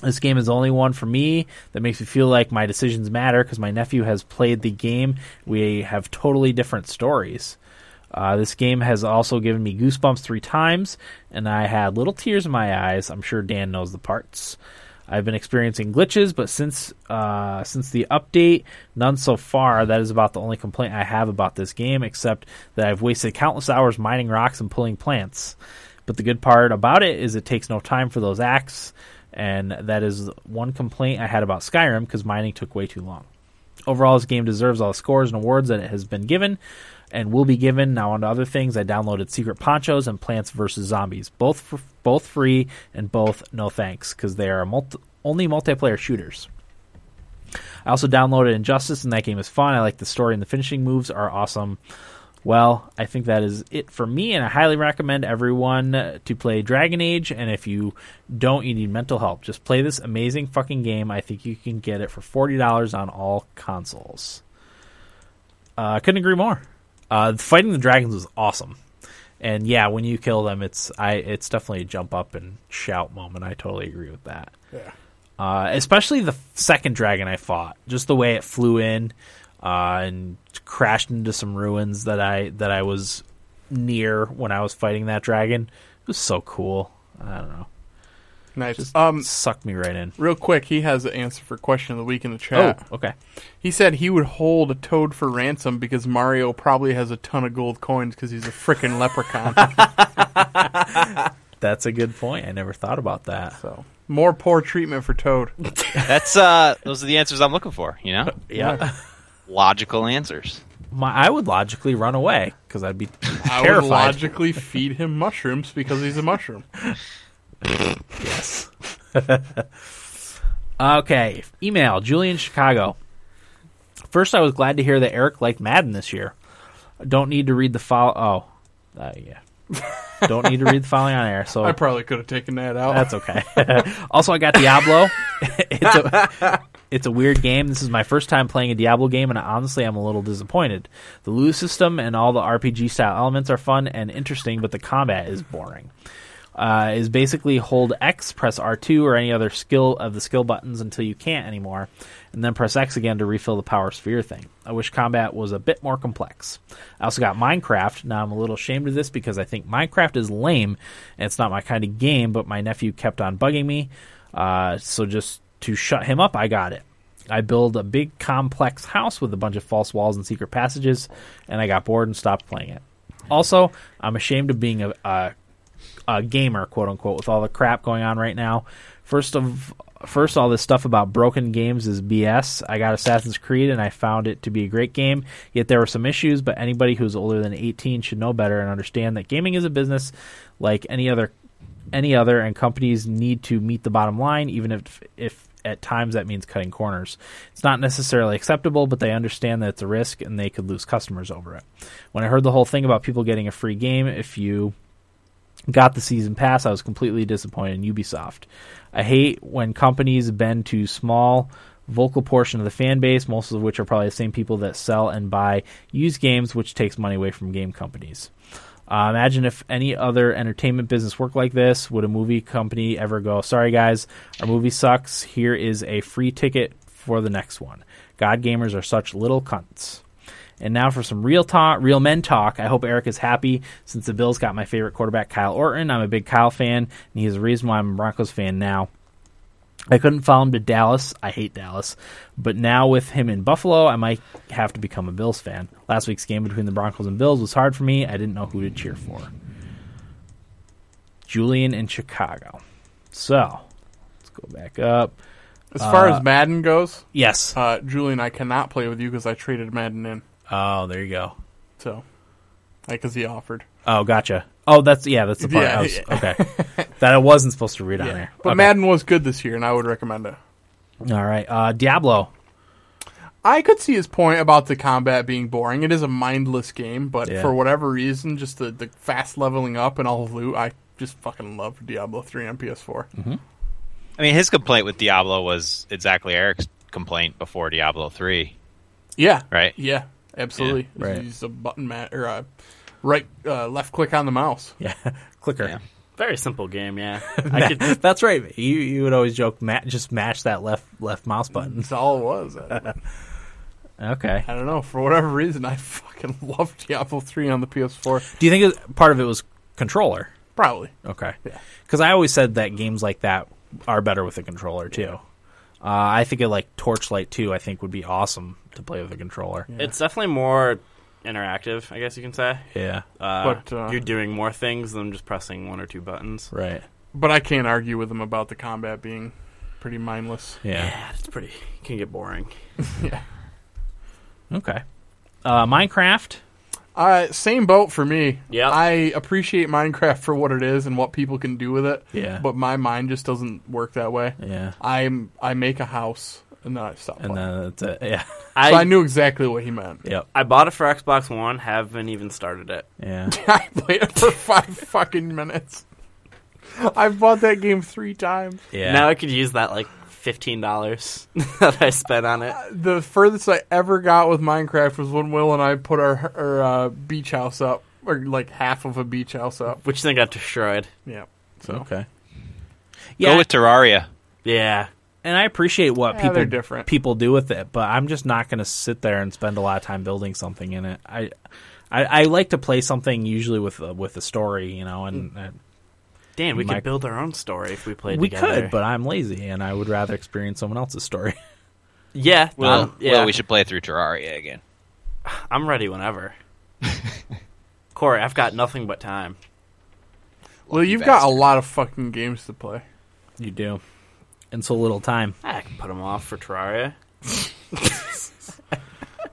S1: This game is the only one for me that makes me feel like my decisions matter because my nephew has played the game. We have totally different stories. Uh, this game has also given me goosebumps three times, and I had little tears in my eyes. I'm sure Dan knows the parts. I've been experiencing glitches, but since uh, since the update, none so far. That is about the only complaint I have about this game, except that I've wasted countless hours mining rocks and pulling plants. But the good part about it is it takes no time for those acts, and that is one complaint I had about Skyrim because mining took way too long. Overall, this game deserves all the scores and awards that it has been given and will be given. Now, on to other things, I downloaded Secret Ponchos and Plants vs. Zombies, both for, both free and both no thanks because they are multi- only multiplayer shooters. I also downloaded Injustice, and that game is fun. I like the story, and the finishing moves are awesome. Well, I think that is it for me, and I highly recommend everyone uh, to play Dragon Age. And if you don't, you need mental help. Just play this amazing fucking game. I think you can get it for $40 on all consoles. Uh, I couldn't agree more. Uh, fighting the dragons was awesome. And yeah, when you kill them, it's I it's definitely a jump up and shout moment. I totally agree with that.
S2: Yeah.
S1: Uh, especially the second dragon I fought, just the way it flew in uh, and crashed into some ruins that I that I was near when I was fighting that dragon. It was so cool. I don't know,
S2: Nice.
S1: Just-
S2: um,
S1: sucked me right in.
S2: real quick, he has the answer for question of the week in the chat.
S1: Oh, okay.
S2: He said he would hold a toad for ransom because Mario probably has a ton of gold coins because he's a frickin' leprechaun.
S1: That's a good point. I never thought about that.
S2: So more poor treatment for Toad.
S3: That's uh, those are the answers I'm looking for. You know,
S1: Yeah,
S3: logical answers.
S1: My, I would logically run away because I'd be
S2: I
S1: terrified.
S2: would logically feed him mushrooms because he's a mushroom.
S1: Yes. okay. Email Julian Chicago. First, I was glad to hear that Eric liked Madden this year. Don't need to read the follow. Oh, uh, yeah. Don't need to read the following on air. So
S2: I probably could have taken that out.
S1: that's okay. also, I got Diablo. it's a it's a weird game. This is my first time playing a Diablo game, and honestly, I'm a little disappointed. The loot system and all the RPG style elements are fun and interesting, but the combat is boring. Uh, is basically hold X, press R2 or any other skill of the skill buttons until you can't anymore, and then press X again to refill the power sphere thing. I wish combat was a bit more complex. I also got Minecraft. Now I'm a little ashamed of this because I think Minecraft is lame and it's not my kind of game, but my nephew kept on bugging me. Uh, so just to shut him up, I got it. I build a big complex house with a bunch of false walls and secret passages, and I got bored and stopped playing it. Also, I'm ashamed of being a, a a gamer, quote unquote, with all the crap going on right now. First of first, all this stuff about broken games is BS. I got Assassin's Creed and I found it to be a great game. Yet there were some issues, but anybody who's older than 18 should know better and understand that gaming is a business like any other any other, and companies need to meet the bottom line, even if if at times that means cutting corners. It's not necessarily acceptable, but they understand that it's a risk and they could lose customers over it. When I heard the whole thing about people getting a free game if you got the season pass, I was completely disappointed in Ubisoft. I hate when companies bend to small vocal portion of the fan base, most of which are probably the same people that sell and buy used games, which takes money away from game companies. Uh, imagine if any other entertainment business worked like this. Would a movie company ever go, sorry guys, our movie sucks. Here is a free ticket for the next one. God gamers are such little cunts. And now for some real talk, real men talk. I hope Eric is happy since the Bills got my favorite quarterback, Kyle Orton. I'm a big Kyle fan, and he's the reason why I'm a Broncos fan now. I couldn't follow him to Dallas. I hate Dallas. But now with him in Buffalo, I might have to become a Bills fan. Last week's game between the Broncos and Bills was hard for me. I didn't know who to cheer for. Julian in Chicago. So, let's go back up.
S2: As far
S1: Uh,
S2: as Madden goes,
S1: Yes.
S2: uh, Julian, I cannot play with you because I traded Madden in.
S1: Oh, there you go.
S2: So, because he offered.
S1: Oh, gotcha. Oh, that's yeah, that's the part.
S2: Yeah,
S1: I was,
S2: yeah.
S1: Okay, that I wasn't supposed to read on there.
S2: But
S1: Okay.
S2: Madden was good this year, and I would recommend it.
S1: All right, uh, Diablo.
S2: I could see his point about the combat being boring. It is a mindless game, but
S1: Yeah.
S2: for whatever reason, just the, the fast leveling up and all the loot, I just fucking love Diablo 3 on PS4.
S1: Mm-hmm.
S3: I mean, his complaint with Diablo was exactly Eric's complaint before Diablo three.
S2: Yeah.
S3: Right.
S2: Yeah, absolutely.
S1: Yeah, right.
S2: Use the button ma- or uh, right uh, left click on the mouse.
S1: Yeah, clicker.
S3: Yeah.
S4: Very simple game, yeah. I could
S1: That's right. You you would always joke, ma- just mash that left left mouse button.
S2: That's all it was. I,
S1: Okay.
S2: I don't know. For whatever reason, I fucking love Diablo 3 on the PS4.
S1: Do you think it, part of it was controller?
S2: Probably.
S1: Okay.
S2: Yeah.
S1: Because I always said that games like that are better with a controller too. Uh, I think a like Torchlight too. I think would be awesome to play with a controller.
S4: It's definitely more interactive, I guess you can say.
S1: Yeah,
S4: Uh,
S2: But, uh,
S4: you're doing more things than just pressing one or two buttons.
S1: right.
S2: But I can't argue with him about the combat being pretty mindless.
S1: Yeah.
S4: Yeah, it's pretty. It can get boring.
S1: Okay. Uh, Minecraft.
S2: Uh, same boat for me.
S4: Yep.
S2: I appreciate Minecraft for what it is and what people can do with it.
S1: Yeah.
S2: But my mind just doesn't work that way.
S1: Yeah.
S2: I'm I make a house and then I stop.
S1: And
S2: playing.
S1: then that's it. Yeah.
S4: I
S2: so I knew exactly what he meant.
S1: Yep.
S4: I bought it for Xbox One. Haven't even started it.
S1: Yeah.
S2: I played it for five fucking minutes. I've bought that game three times.
S1: Yeah.
S4: Now I could use that like fifteen dollars that I spent on it.
S2: The furthest I ever got with Minecraft was when Will and I put our, our uh, beach house up, or like half of a beach house up.
S4: Which then got destroyed.
S2: Yeah. So
S1: okay.
S3: Go
S1: Yeah,
S3: with Terraria.
S4: Yeah.
S1: and I appreciate what
S2: Yeah,
S1: people
S2: they're different.
S1: people do with it, but I'm just not going to sit there and spend a lot of time building something in it. I I, I like to play something usually with a, with a story, you know, and uh,
S4: Damn, we
S1: My-
S4: could build our own story if we played
S1: we
S4: together.
S1: could, but I'm lazy and I would rather experience someone else's story.
S4: yeah,
S3: Well,
S4: um, yeah.
S3: well, we should play through Terraria again.
S4: I'm ready whenever. Corey, I've got nothing but time.
S2: Well,
S3: Lucky
S2: you've got a
S3: bastard.
S2: lot of fucking games to play.
S1: you do, in so little time.
S4: I can put them off for Terraria.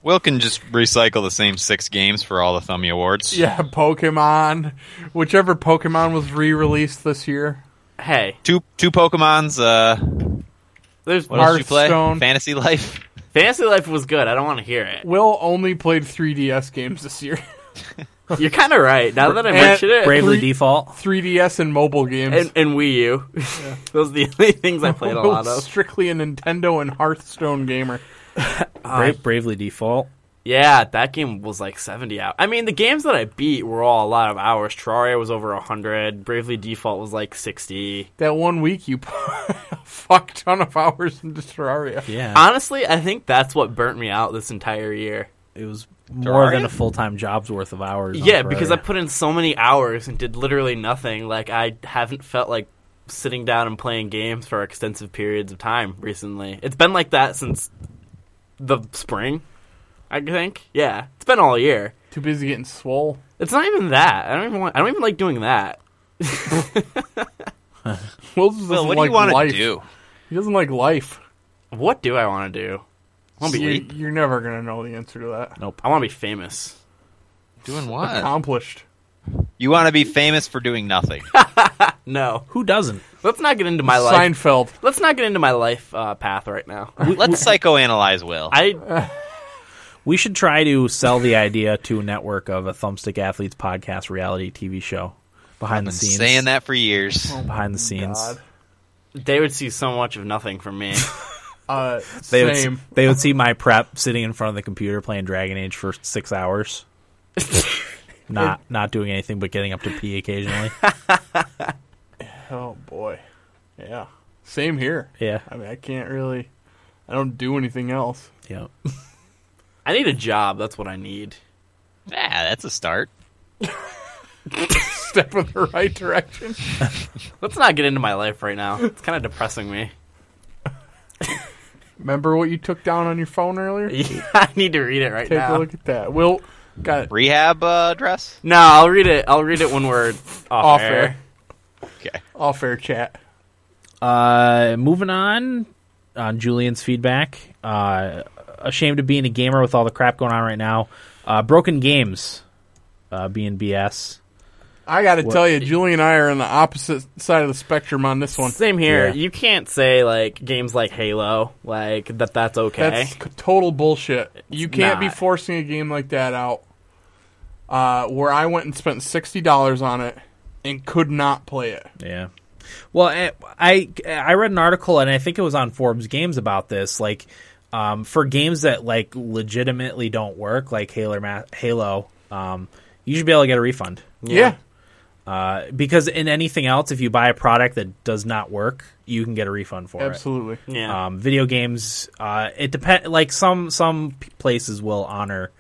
S3: Will can just recycle the same six games for all the Thummy Awards.
S2: Yeah, Pokemon, whichever Pokemon was re-released this year.
S4: Hey,
S3: Two two Pokemon's uh
S4: there's
S3: what else did you play?
S2: Hearthstone.
S3: Fantasy Life.
S4: Fantasy Life was good. I don't want to hear it.
S2: Will only played 3DS games this year.
S4: You're kind of right. Now that I
S2: And-
S4: mention it,
S1: Bravely
S2: Three-
S1: Default.
S2: 3DS and mobile games.
S4: and, and Wii U, those are the only things I played a
S2: Will's
S4: lot of.
S2: Strictly a Nintendo and Hearthstone gamer.
S1: Bra- Bravely Default.
S4: Yeah, that game was like 70 hours. I mean, the games that I beat were all a lot of hours. Terraria was over 100. Bravely Default was like 60.
S2: That one week you put a fuck ton of hours into Terraria.
S1: Yeah,
S4: Honestly, I think that's what burnt me out this entire year.
S1: it was more
S3: Terraria?
S1: than a full time job's worth of hours. on
S4: Yeah, because I
S1: Terraria.
S4: put in so many hours and did literally nothing. Like I haven't felt like sitting down and playing games for extensive periods of time recently. It's been like that since the spring, I think. Yeah, it's been all year.
S2: Too busy getting swole.
S4: It's not even that. I don't even want. I don't even like doing that.
S2: Will just
S3: Will,
S2: doesn't
S3: what do
S2: like
S3: you want
S2: life.
S3: to do?
S2: He doesn't like life.
S4: What do I want to do? I want to be.
S2: You,
S4: weak.
S2: you're never gonna know the answer to that.
S4: I want to be famous.
S3: Doing what?
S2: Accomplished.
S3: You want to be famous for doing nothing.
S4: No,
S1: who doesn't?
S4: let's not get into my life.
S2: Seinfeld.
S4: Let's not get into my life uh, path right now.
S3: Let's psychoanalyze Will.
S4: I
S1: We should try to sell the idea to a network of a Thumbstick Athletes podcast reality TV show behind the
S3: been
S1: scenes.
S3: saying that for years.
S1: behind the scenes.
S2: God.
S4: they would see so much of nothing from me.
S2: Uh,
S1: They would,
S2: same.
S1: they would see my prep sitting in front of the computer playing Dragon Age for six hours, not not doing anything but getting up to pee occasionally.
S2: Oh boy. Yeah. Same here.
S1: Yeah,
S2: I mean, I can't really. I don't do anything else.
S1: yeah.
S4: I need a job. That's what I need.
S3: Yeah, that's a start.
S2: Step in the right direction.
S4: Let's not get into my life right now. It's kind of depressing me.
S2: Remember what you took down on your phone earlier?
S4: I need to read it right
S2: Take a
S4: now.
S2: look at that. Will got it.
S3: Rehab uh, dress.
S4: No, I'll read it. I'll read it when we're off,
S2: Off
S4: air.
S2: air.
S3: Okay.
S2: off air chat.
S1: Uh, moving on on Julian's feedback. Uh, ashamed of being a gamer with all the crap going on right now. Uh, broken games, uh, being BS.
S2: I got to
S1: What-
S2: tell you, Julie and I are on the opposite side of the spectrum on this one.
S4: Same here.
S1: Yeah.
S4: You can't say like games like Halo, like that. That's okay.
S2: That's c- total bullshit. You can't be
S4: not.
S2: forcing a game like that out. Uh, where I went and spent sixty dollars on it and could not play it.
S1: Yeah. Well, I- I I read an article and I think it was on Forbes Games about this. Like, um, for games that like legitimately don't work, like Halo, Ma- Halo, um, you should be able to get a refund.
S2: Yeah.
S1: Uh, because in anything else, if you buy a product that does not work, you can get a refund for it.
S2: absolutely.
S4: yeah.
S1: Um, video games, uh, it depend. Like some some p- places will honor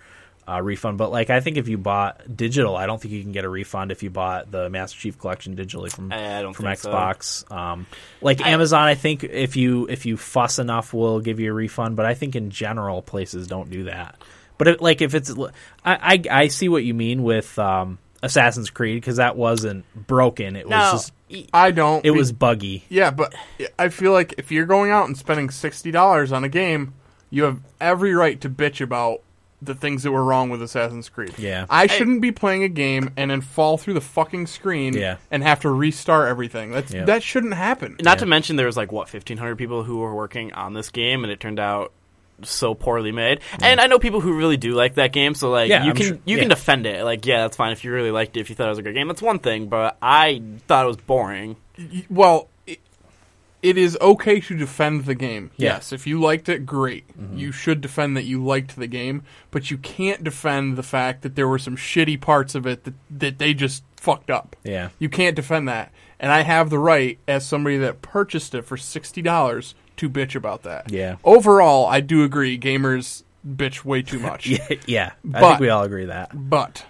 S1: uh, refund. But like, I think if you bought digital, I don't think you can get a refund if you bought the Master Chief Collection digitally from
S4: I don't
S1: from
S4: think so.
S1: Xbox. Um, like Amazon, I think if you if you fuss enough, will give you a refund. But I think in general, places don't do that. But it, like if it's, I, I I see what you mean with um, Assassin's Creed because that wasn't broken. It was just
S2: I don't.
S1: it
S2: be-
S1: was buggy.
S2: Yeah, but I feel like if you're going out and spending sixty dollars on a game, you have every right to bitch about the things that were wrong with Assassin's Creed.
S1: Yeah.
S2: I shouldn't be playing a game and then fall through the fucking screen
S1: Yeah.
S2: and have to restart everything. That's
S1: Yeah.
S2: that shouldn't happen.
S4: Not to mention there was like what 1500 people who were working on this game and it turned out so poorly made. And I know people who really do like that game, so like
S1: Yeah,
S4: you
S1: I'm
S4: can
S1: sure-
S4: you
S1: yeah.
S4: can defend it. Like yeah, that's fine if you really liked it, if you thought it was a good game. That's one thing, but I thought it was boring.
S2: Y- Well, it, it is okay to defend the game.
S1: Yeah. Mm-hmm.
S2: Yes, if you liked it, great. You should defend that you liked the game, but you can't defend the fact that there were some shitty parts of it that that they just fucked up.
S1: Yeah.
S2: You can't defend that. And I have the right, as somebody that purchased it for $60, to bitch about that.
S1: Yeah.
S2: Overall, I do agree gamers bitch way too much.
S1: yeah, I think
S2: But-
S1: we all agree that.
S2: But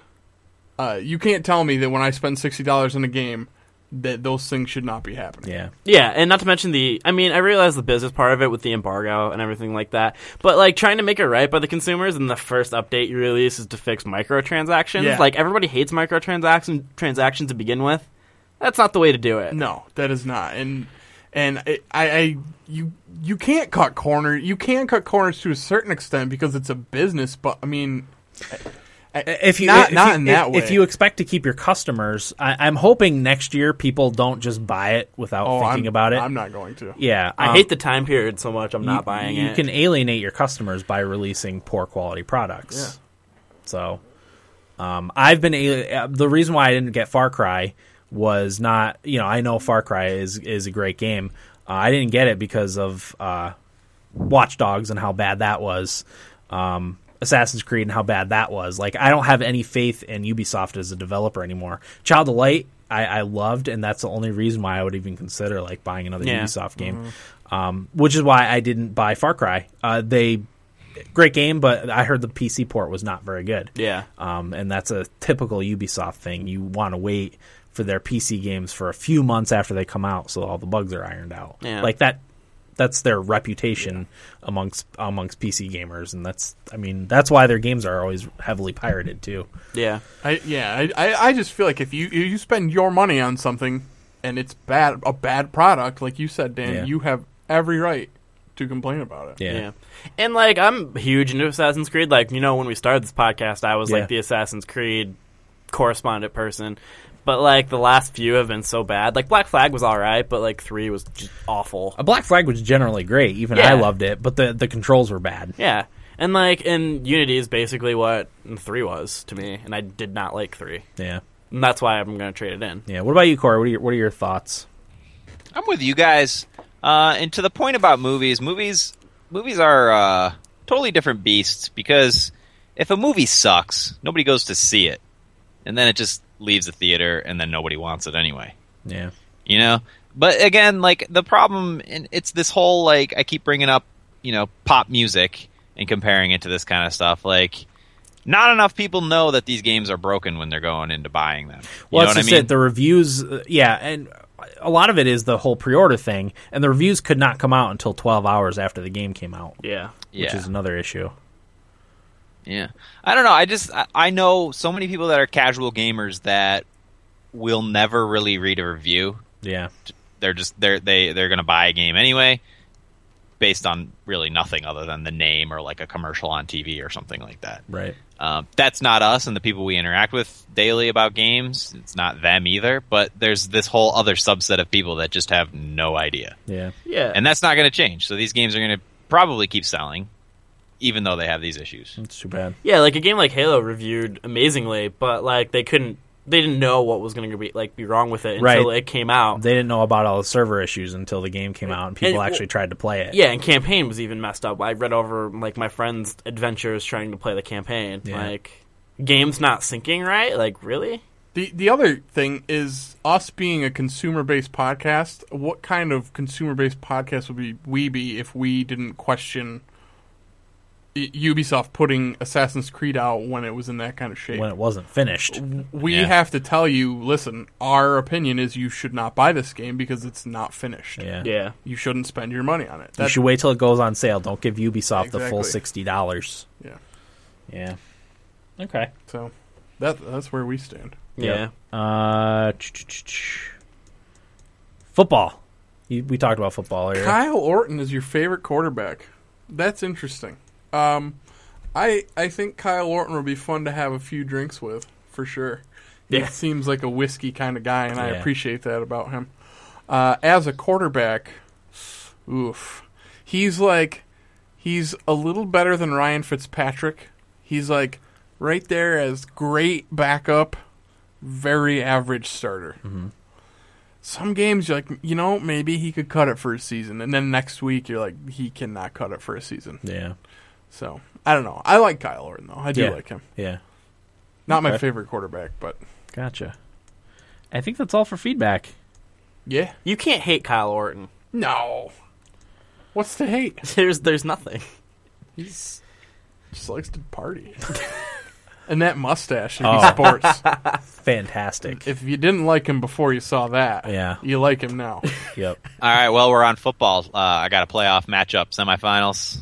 S2: uh, you can't tell me that when I spend $60 in a game, that those things should not be happening.
S1: Yeah,
S4: Yeah, and not to mention the I mean, I realize the business part of it with the embargo and everything like that. But like trying to make it right by the consumers and the first update you release is to fix microtransactions.
S2: Yeah.
S4: Like everybody hates microtransactions transactions to begin with. That's not the way to do it.
S2: No, that is not. And and I, I I- you you can't cut corner. You can cut corners to a certain extent because it's a business. But I mean, I- I-
S1: if you
S2: not
S1: if
S2: not
S1: you-
S2: in
S1: if-
S2: that way.
S1: if you expect to keep your customers, I, I'm hoping next year people don't just buy it without
S2: oh,
S1: thinking
S2: I'm,
S1: about it.
S2: I'm not going to.
S1: yeah,
S4: I
S1: um,
S4: hate the time period so much. I'm
S1: you-
S4: not buying
S1: you
S4: it.
S1: can alienate your customers by releasing poor quality products. So, um, I've been ali- uh, the reason why I didn't get Far Cry was not you know I know Far Cry is is a great game. Uh, I didn't get it because of uh, Watch Dogs and how bad that was. Um, Assassin's Creed and how bad that was. Like I don't have any faith in Ubisoft as a developer anymore. Child of Light I, I loved, and that's the only reason why I would even consider like buying another
S4: Yeah. Mm-hmm.
S1: Ubisoft game. Um, which is why I didn't buy Far Cry. Uh, they great game, but I heard the PC port was not very good.
S4: yeah.
S1: Um, and that's a typical Ubisoft thing. You want to wait for their PC games for a few months after they come out, so all the bugs are ironed out.
S4: Yeah.
S1: Like that, that's their reputation amongst amongst PC gamers, and that's I mean that's why their games are always heavily pirated too.
S4: Yeah.
S2: I yeah, I, I, I just feel like if you if you spend your money on something and it's bad a bad product, like you said, Dan,
S1: Yeah.
S2: you have every right to complain about it.
S1: Yeah.
S4: Yeah. And like I'm huge into Assassin's Creed. Like, you know, when we started this podcast, I was
S1: Yeah.
S4: like the Assassin's Creed correspondent person. But like the last few have been so bad. Like Black Flag was all right, but like 3 was just awful.
S1: A Black Flag was generally great. Even
S4: Yeah.
S1: I loved it, but the the controls were bad.
S4: Yeah. And like and Unity is basically what 3 was to me, and I did not like 3.
S1: Yeah.
S4: And that's why I'm going to trade it in.
S1: Yeah. What about you, Corey? What are your, what are your thoughts?
S3: I'm with you guys. Uh, and to the point about movies, movies movies are uh, totally different beasts because if a movie sucks, nobody goes to see it, and then it just leaves the theater, and then nobody wants it anyway.
S1: Yeah.
S3: You know. But again, like the problem, and it's this whole like I keep bringing up, you know, pop music and comparing it to this kind of stuff. Like, not enough people know that these games are broken when they're going into buying them. You
S1: Well,
S3: know
S1: that's
S3: what I
S1: just
S3: mean?
S1: it. The reviews, uh, yeah, and a lot of it is the whole pre-order thing, and the reviews could not come out until 12 hours after the game came out,
S4: Yeah.
S1: which
S3: Yeah.
S1: is another issue.
S3: Yeah. I don't know. I just I, I know so many people that are casual gamers that will never really read a review.
S1: Yeah,
S3: They're just they're they they're going to buy a game anyway based on really nothing other than the name or like a commercial on TV or something like that.
S1: right.
S3: Um, that's not us and the people we interact with daily about games. It's not them either, but there's this whole other subset of people that just have no idea.
S1: Yeah,
S4: Yeah.
S3: And that's not going to change. So these games are going to probably keep selling even though they have these issues.
S1: it's too bad.
S4: Yeah, like a game like Halo reviewed amazingly, but like they couldn't, they didn't know what was going to be like be wrong with it until
S1: Right.
S4: it came out.
S1: They didn't know about all the server issues until the game came out, and people
S4: well-
S1: actually tried to play it.
S4: yeah, and campaign was even messed up. I read over like my friend's adventures trying to play the campaign.
S1: Yeah.
S4: Like game's not syncing right. Like really?
S2: The the other thing is us being a consumer based podcast. What kind of consumer based podcast would be we be if we didn't question U- Ubisoft putting Assassin's Creed out when it was in that kind of shape.
S1: when it wasn't finished.
S2: we
S3: Yeah.
S2: have to tell you, listen, our opinion is you should not buy this game because it's not finished.
S1: Yeah.
S4: Yeah.
S2: You shouldn't spend your money on it.
S1: You
S2: That's,
S1: should wait till it goes on sale. Don't give Ubisoft the full
S2: Exactly.
S1: sixty dollars.
S2: Yeah.
S1: Yeah. Okay.
S2: so that that's where we stand.
S1: Yep. Uh, ch- ch- ch- ch. football. You, we talked about football earlier.
S2: Kyle Orton is your favorite quarterback. That's interesting. Um, I I think Kyle Orton would be fun to have a few drinks with for sure. He
S4: Yeah.
S2: seems like a whiskey kind of guy, and I
S1: Yeah.
S2: appreciate that about him. Uh, as a quarterback, oof, he's like he's a little better than Ryan Fitzpatrick. He's like right there as great backup, very average starter. Some games you're like, you know, maybe he could cut it for a season, and then next week you're like, he cannot cut it for a season.
S1: Yeah.
S2: So I don't know. I like Kyle Orton though. I do
S1: Yeah.
S2: like him.
S1: Yeah.
S2: Not my
S1: Okay.
S2: favorite quarterback, but
S1: Gotcha. I think that's all for feedback.
S2: yeah.
S4: You can't hate Kyle Orton.
S2: No. What's to hate?
S4: There's there's nothing.
S2: He's just likes to party. and that mustache if
S1: Oh.
S2: he sports.
S1: Fantastic.
S2: if you didn't like him before you saw that,
S1: Yeah.
S2: you like him now.
S4: Mm.
S1: yep.
S3: All right, well, we're on football. Uh, I got a playoff matchup, semifinals.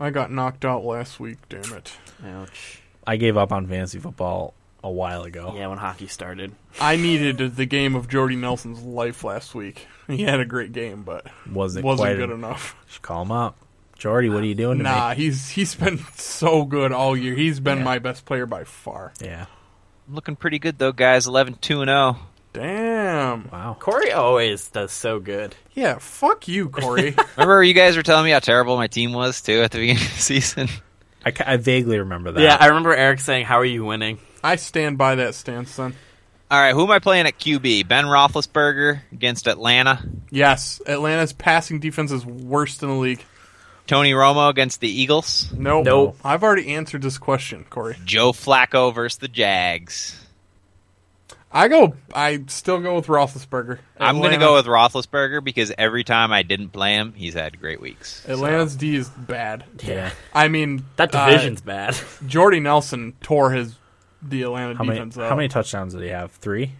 S2: I got knocked out last week, damn it.
S4: Ouch.
S1: I gave up on fantasy football a while ago.
S4: Yeah, when hockey started.
S2: I needed the game of Jordy Nelson's life last week. He had a great game, but
S1: Wasn't quite
S2: wasn't good enough.
S1: Just call him up. Jordy, what are you doing to
S2: Nah, he's he's been so good all year. He's been my best player by far.
S1: me? Yeah.
S3: Looking pretty good, though, guys. 11 2 0.
S2: Damn.
S1: Wow.
S4: Corey always does so good.
S2: Yeah, fuck you, Corey.
S3: Remember, you guys were telling me how terrible my team was, too, at the beginning of the season?
S1: I, ca- I vaguely remember that.
S4: Yeah, I remember Eric saying, "How are you winning?"
S2: I stand by that stance, son.
S3: All right, who am I playing at QB? Ben Roethlisberger against Atlanta.
S2: Yes, Atlanta's passing defense is worst in the league.
S3: Tony Romo against the Eagles.
S2: No,
S1: Nope.
S2: I've already answered this question, Corey.
S3: Joe Flacco versus the Jags.
S2: I go. I still go with Roethlisberger.
S3: I'm going to
S2: Atlanta-
S3: go with Roethlisberger because every time I didn't play him, he's had great weeks.
S2: Atlanta's D is bad.
S1: Yeah.
S2: I mean,
S4: That
S2: uh,
S4: division's bad.
S2: Jordy Nelson tore his the Atlanta
S1: How many,
S2: defense out.
S1: how many touchdowns did he have? Three?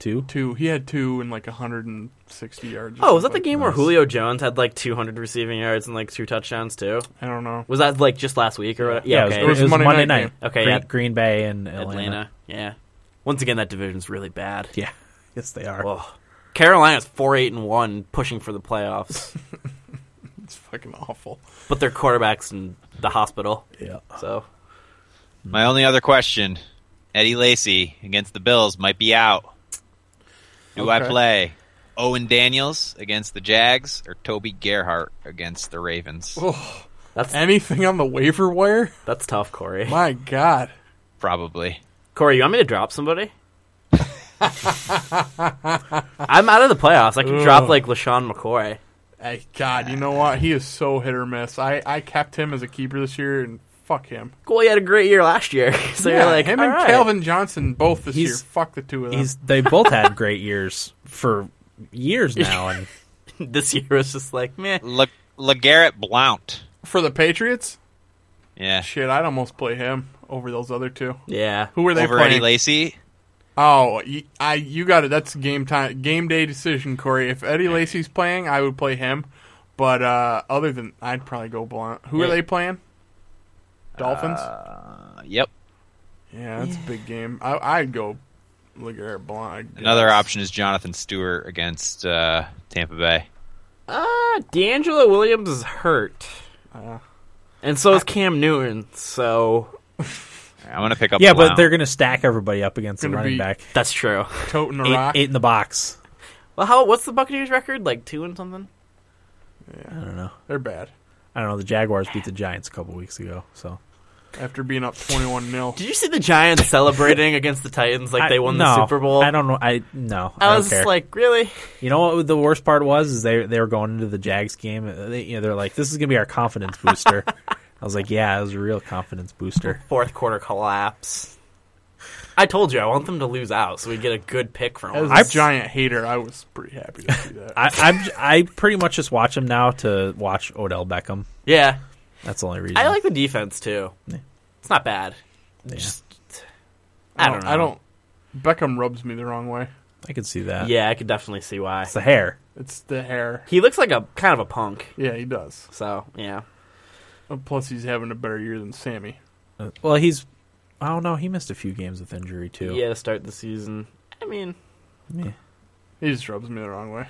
S1: Two?
S2: Two. He had two and like 160 yards. or
S4: Oh, was that the
S2: something.
S4: game where Julio Jones had like 200 receiving yards and like two touchdowns too?
S2: I don't know.
S4: Was that like just last week or whatever?
S1: Yeah,
S4: Yeah,
S1: it was,
S4: okay.
S1: it was Monday, night.
S4: game. Okay,
S1: Green,
S4: yeah.
S1: Green Bay and Atlanta.
S4: Atlanta. Yeah. Once again, that division's really bad.
S1: Yeah. Yes, they are.
S4: Ugh. Carolina's four eight and one, pushing for the playoffs,
S2: It's fucking awful.
S4: but their quarterback's in the hospital.
S1: yeah.
S4: So
S3: My only other question Eddie Lacy against the Bills might be out. Do I
S2: Okay.
S3: play Owen Daniels against the Jags or Toby Gerhart against the Ravens?
S4: that's
S2: Anything on the waiver wire?
S4: that's tough, Corey.
S2: My God.
S3: Probably.
S4: Corey, you want me to drop somebody? I'm out of the playoffs. I can drop like LaShawn McCoy.
S2: Hey, God, you know what? He is so hit or miss. I, I kept him as a keeper this year, and fuck him.
S4: Cool, he had a great year last year. so
S2: Yeah,
S4: you're like
S2: him
S4: all
S2: and
S4: right.
S2: Calvin Johnson both this
S1: He's-
S2: year. Fuck the two of them.
S1: He's they both had great years for years now and
S4: This year was just like meh.
S3: La- LeGarrette Blount.
S2: For the Patriots,
S3: Yeah.
S2: shit, I'd almost play him over those other two.
S4: Yeah.
S2: Who were they
S3: Over Eddie
S2: playing?
S3: Lacy.
S2: oh, you, I you got it. That's game time, game day decision, Corey. If Eddie Lacy's playing, I would play him. But uh, other than, I'd probably go Blunt. Who are
S4: Yeah.
S2: they playing? Dolphins.
S3: Uh, yep.
S2: yeah, that's a big game. I, I'd go Legarrette Blunt. I
S3: Another
S2: guess.
S3: option is Jonathan Stewart against uh, Tampa Bay.
S4: Uh, D'Angelo Williams is hurt.
S2: Uh.
S4: and so is Cam Newton. So
S3: I'm going to pick up.
S1: Yeah,
S3: Blount.
S1: but they're gonna stack everybody up against the
S2: Gonna
S1: running
S2: be
S1: back.
S4: that's true.
S2: Toting a
S1: Eight,
S2: rock.
S1: eight in the box.
S4: Well, how? What's the Buccaneers record? Like two and something.
S1: I don't know.
S2: They're bad.
S1: I don't know. The Jaguars beat the Giants a couple weeks ago, so
S2: After being up 21 0.
S4: Did you see the Giants celebrating against the Titans like
S1: I-
S4: they won
S1: no,
S4: the Super Bowl?
S1: I don't know. I no. I,
S4: I
S1: don't
S4: was
S1: care.
S4: just like, really?
S1: you know what the worst part was is they they were going into the Jags game. uh, They, you know, they're like, this is gonna be our confidence booster. I was like, yeah, it was a real confidence booster.
S4: Fourth quarter collapse. I told you I want them to lose out so we get a good pick from
S2: As
S4: them.
S2: a
S1: I-
S2: giant hater, I was pretty happy to see that.
S1: I I'm, I pretty much just watch him now to watch Odell Beckham.
S4: Yeah.
S1: That's the only reason.
S4: I like the defense too.
S1: Yeah.
S4: It's not bad.
S1: Yeah,
S4: Just I don't know.
S2: I don't. Beckham rubs me the wrong way.
S1: I can see that.
S4: Yeah, I could definitely see why.
S1: It's the hair.
S2: It's the hair.
S4: He looks like a kind of a punk.
S2: Yeah, he does.
S4: So yeah,
S2: Uh, Plus, he's having a better year than Sammy.
S1: Uh, Well, he's. I don't know. He missed a few games with injury too.
S4: yeah. To start the season, I mean,
S1: Yeah.
S2: He just rubs me the wrong way.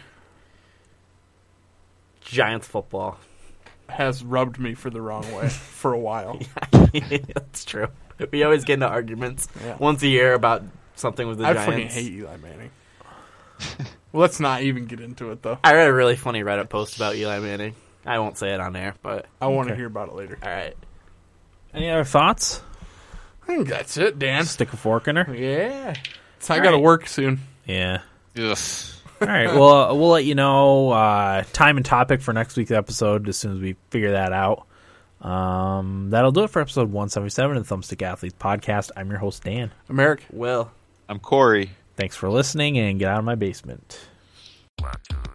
S4: Giants football.
S2: Has rubbed me for the wrong way for a while.
S4: That's true. We always get into arguments
S2: Yeah.
S4: once a year about something with the
S2: I
S4: Giants.
S2: fucking hate Eli Manning. well, let's not even get into it though.
S4: I read a really funny Reddit post about Eli Manning. I won't say it on air, but
S2: I want to
S1: Okay.
S2: hear about it later.
S4: all right.
S1: Any other thoughts?
S2: I think that's it, Dan.
S1: Stick a fork in her.
S2: Yeah. So I got to work soon.
S1: Yeah.
S3: Ugh.
S1: All right. Well, uh, we'll let you know uh, time and topic for next week's episode as soon as we figure that out. Um, that'll do it for episode 177 of the Thumbstick Athletes podcast. I'm your host, Dan.
S2: America.
S4: Will.
S3: I'm Corey.
S1: Thanks for listening and get out of my basement.
S6: One, two,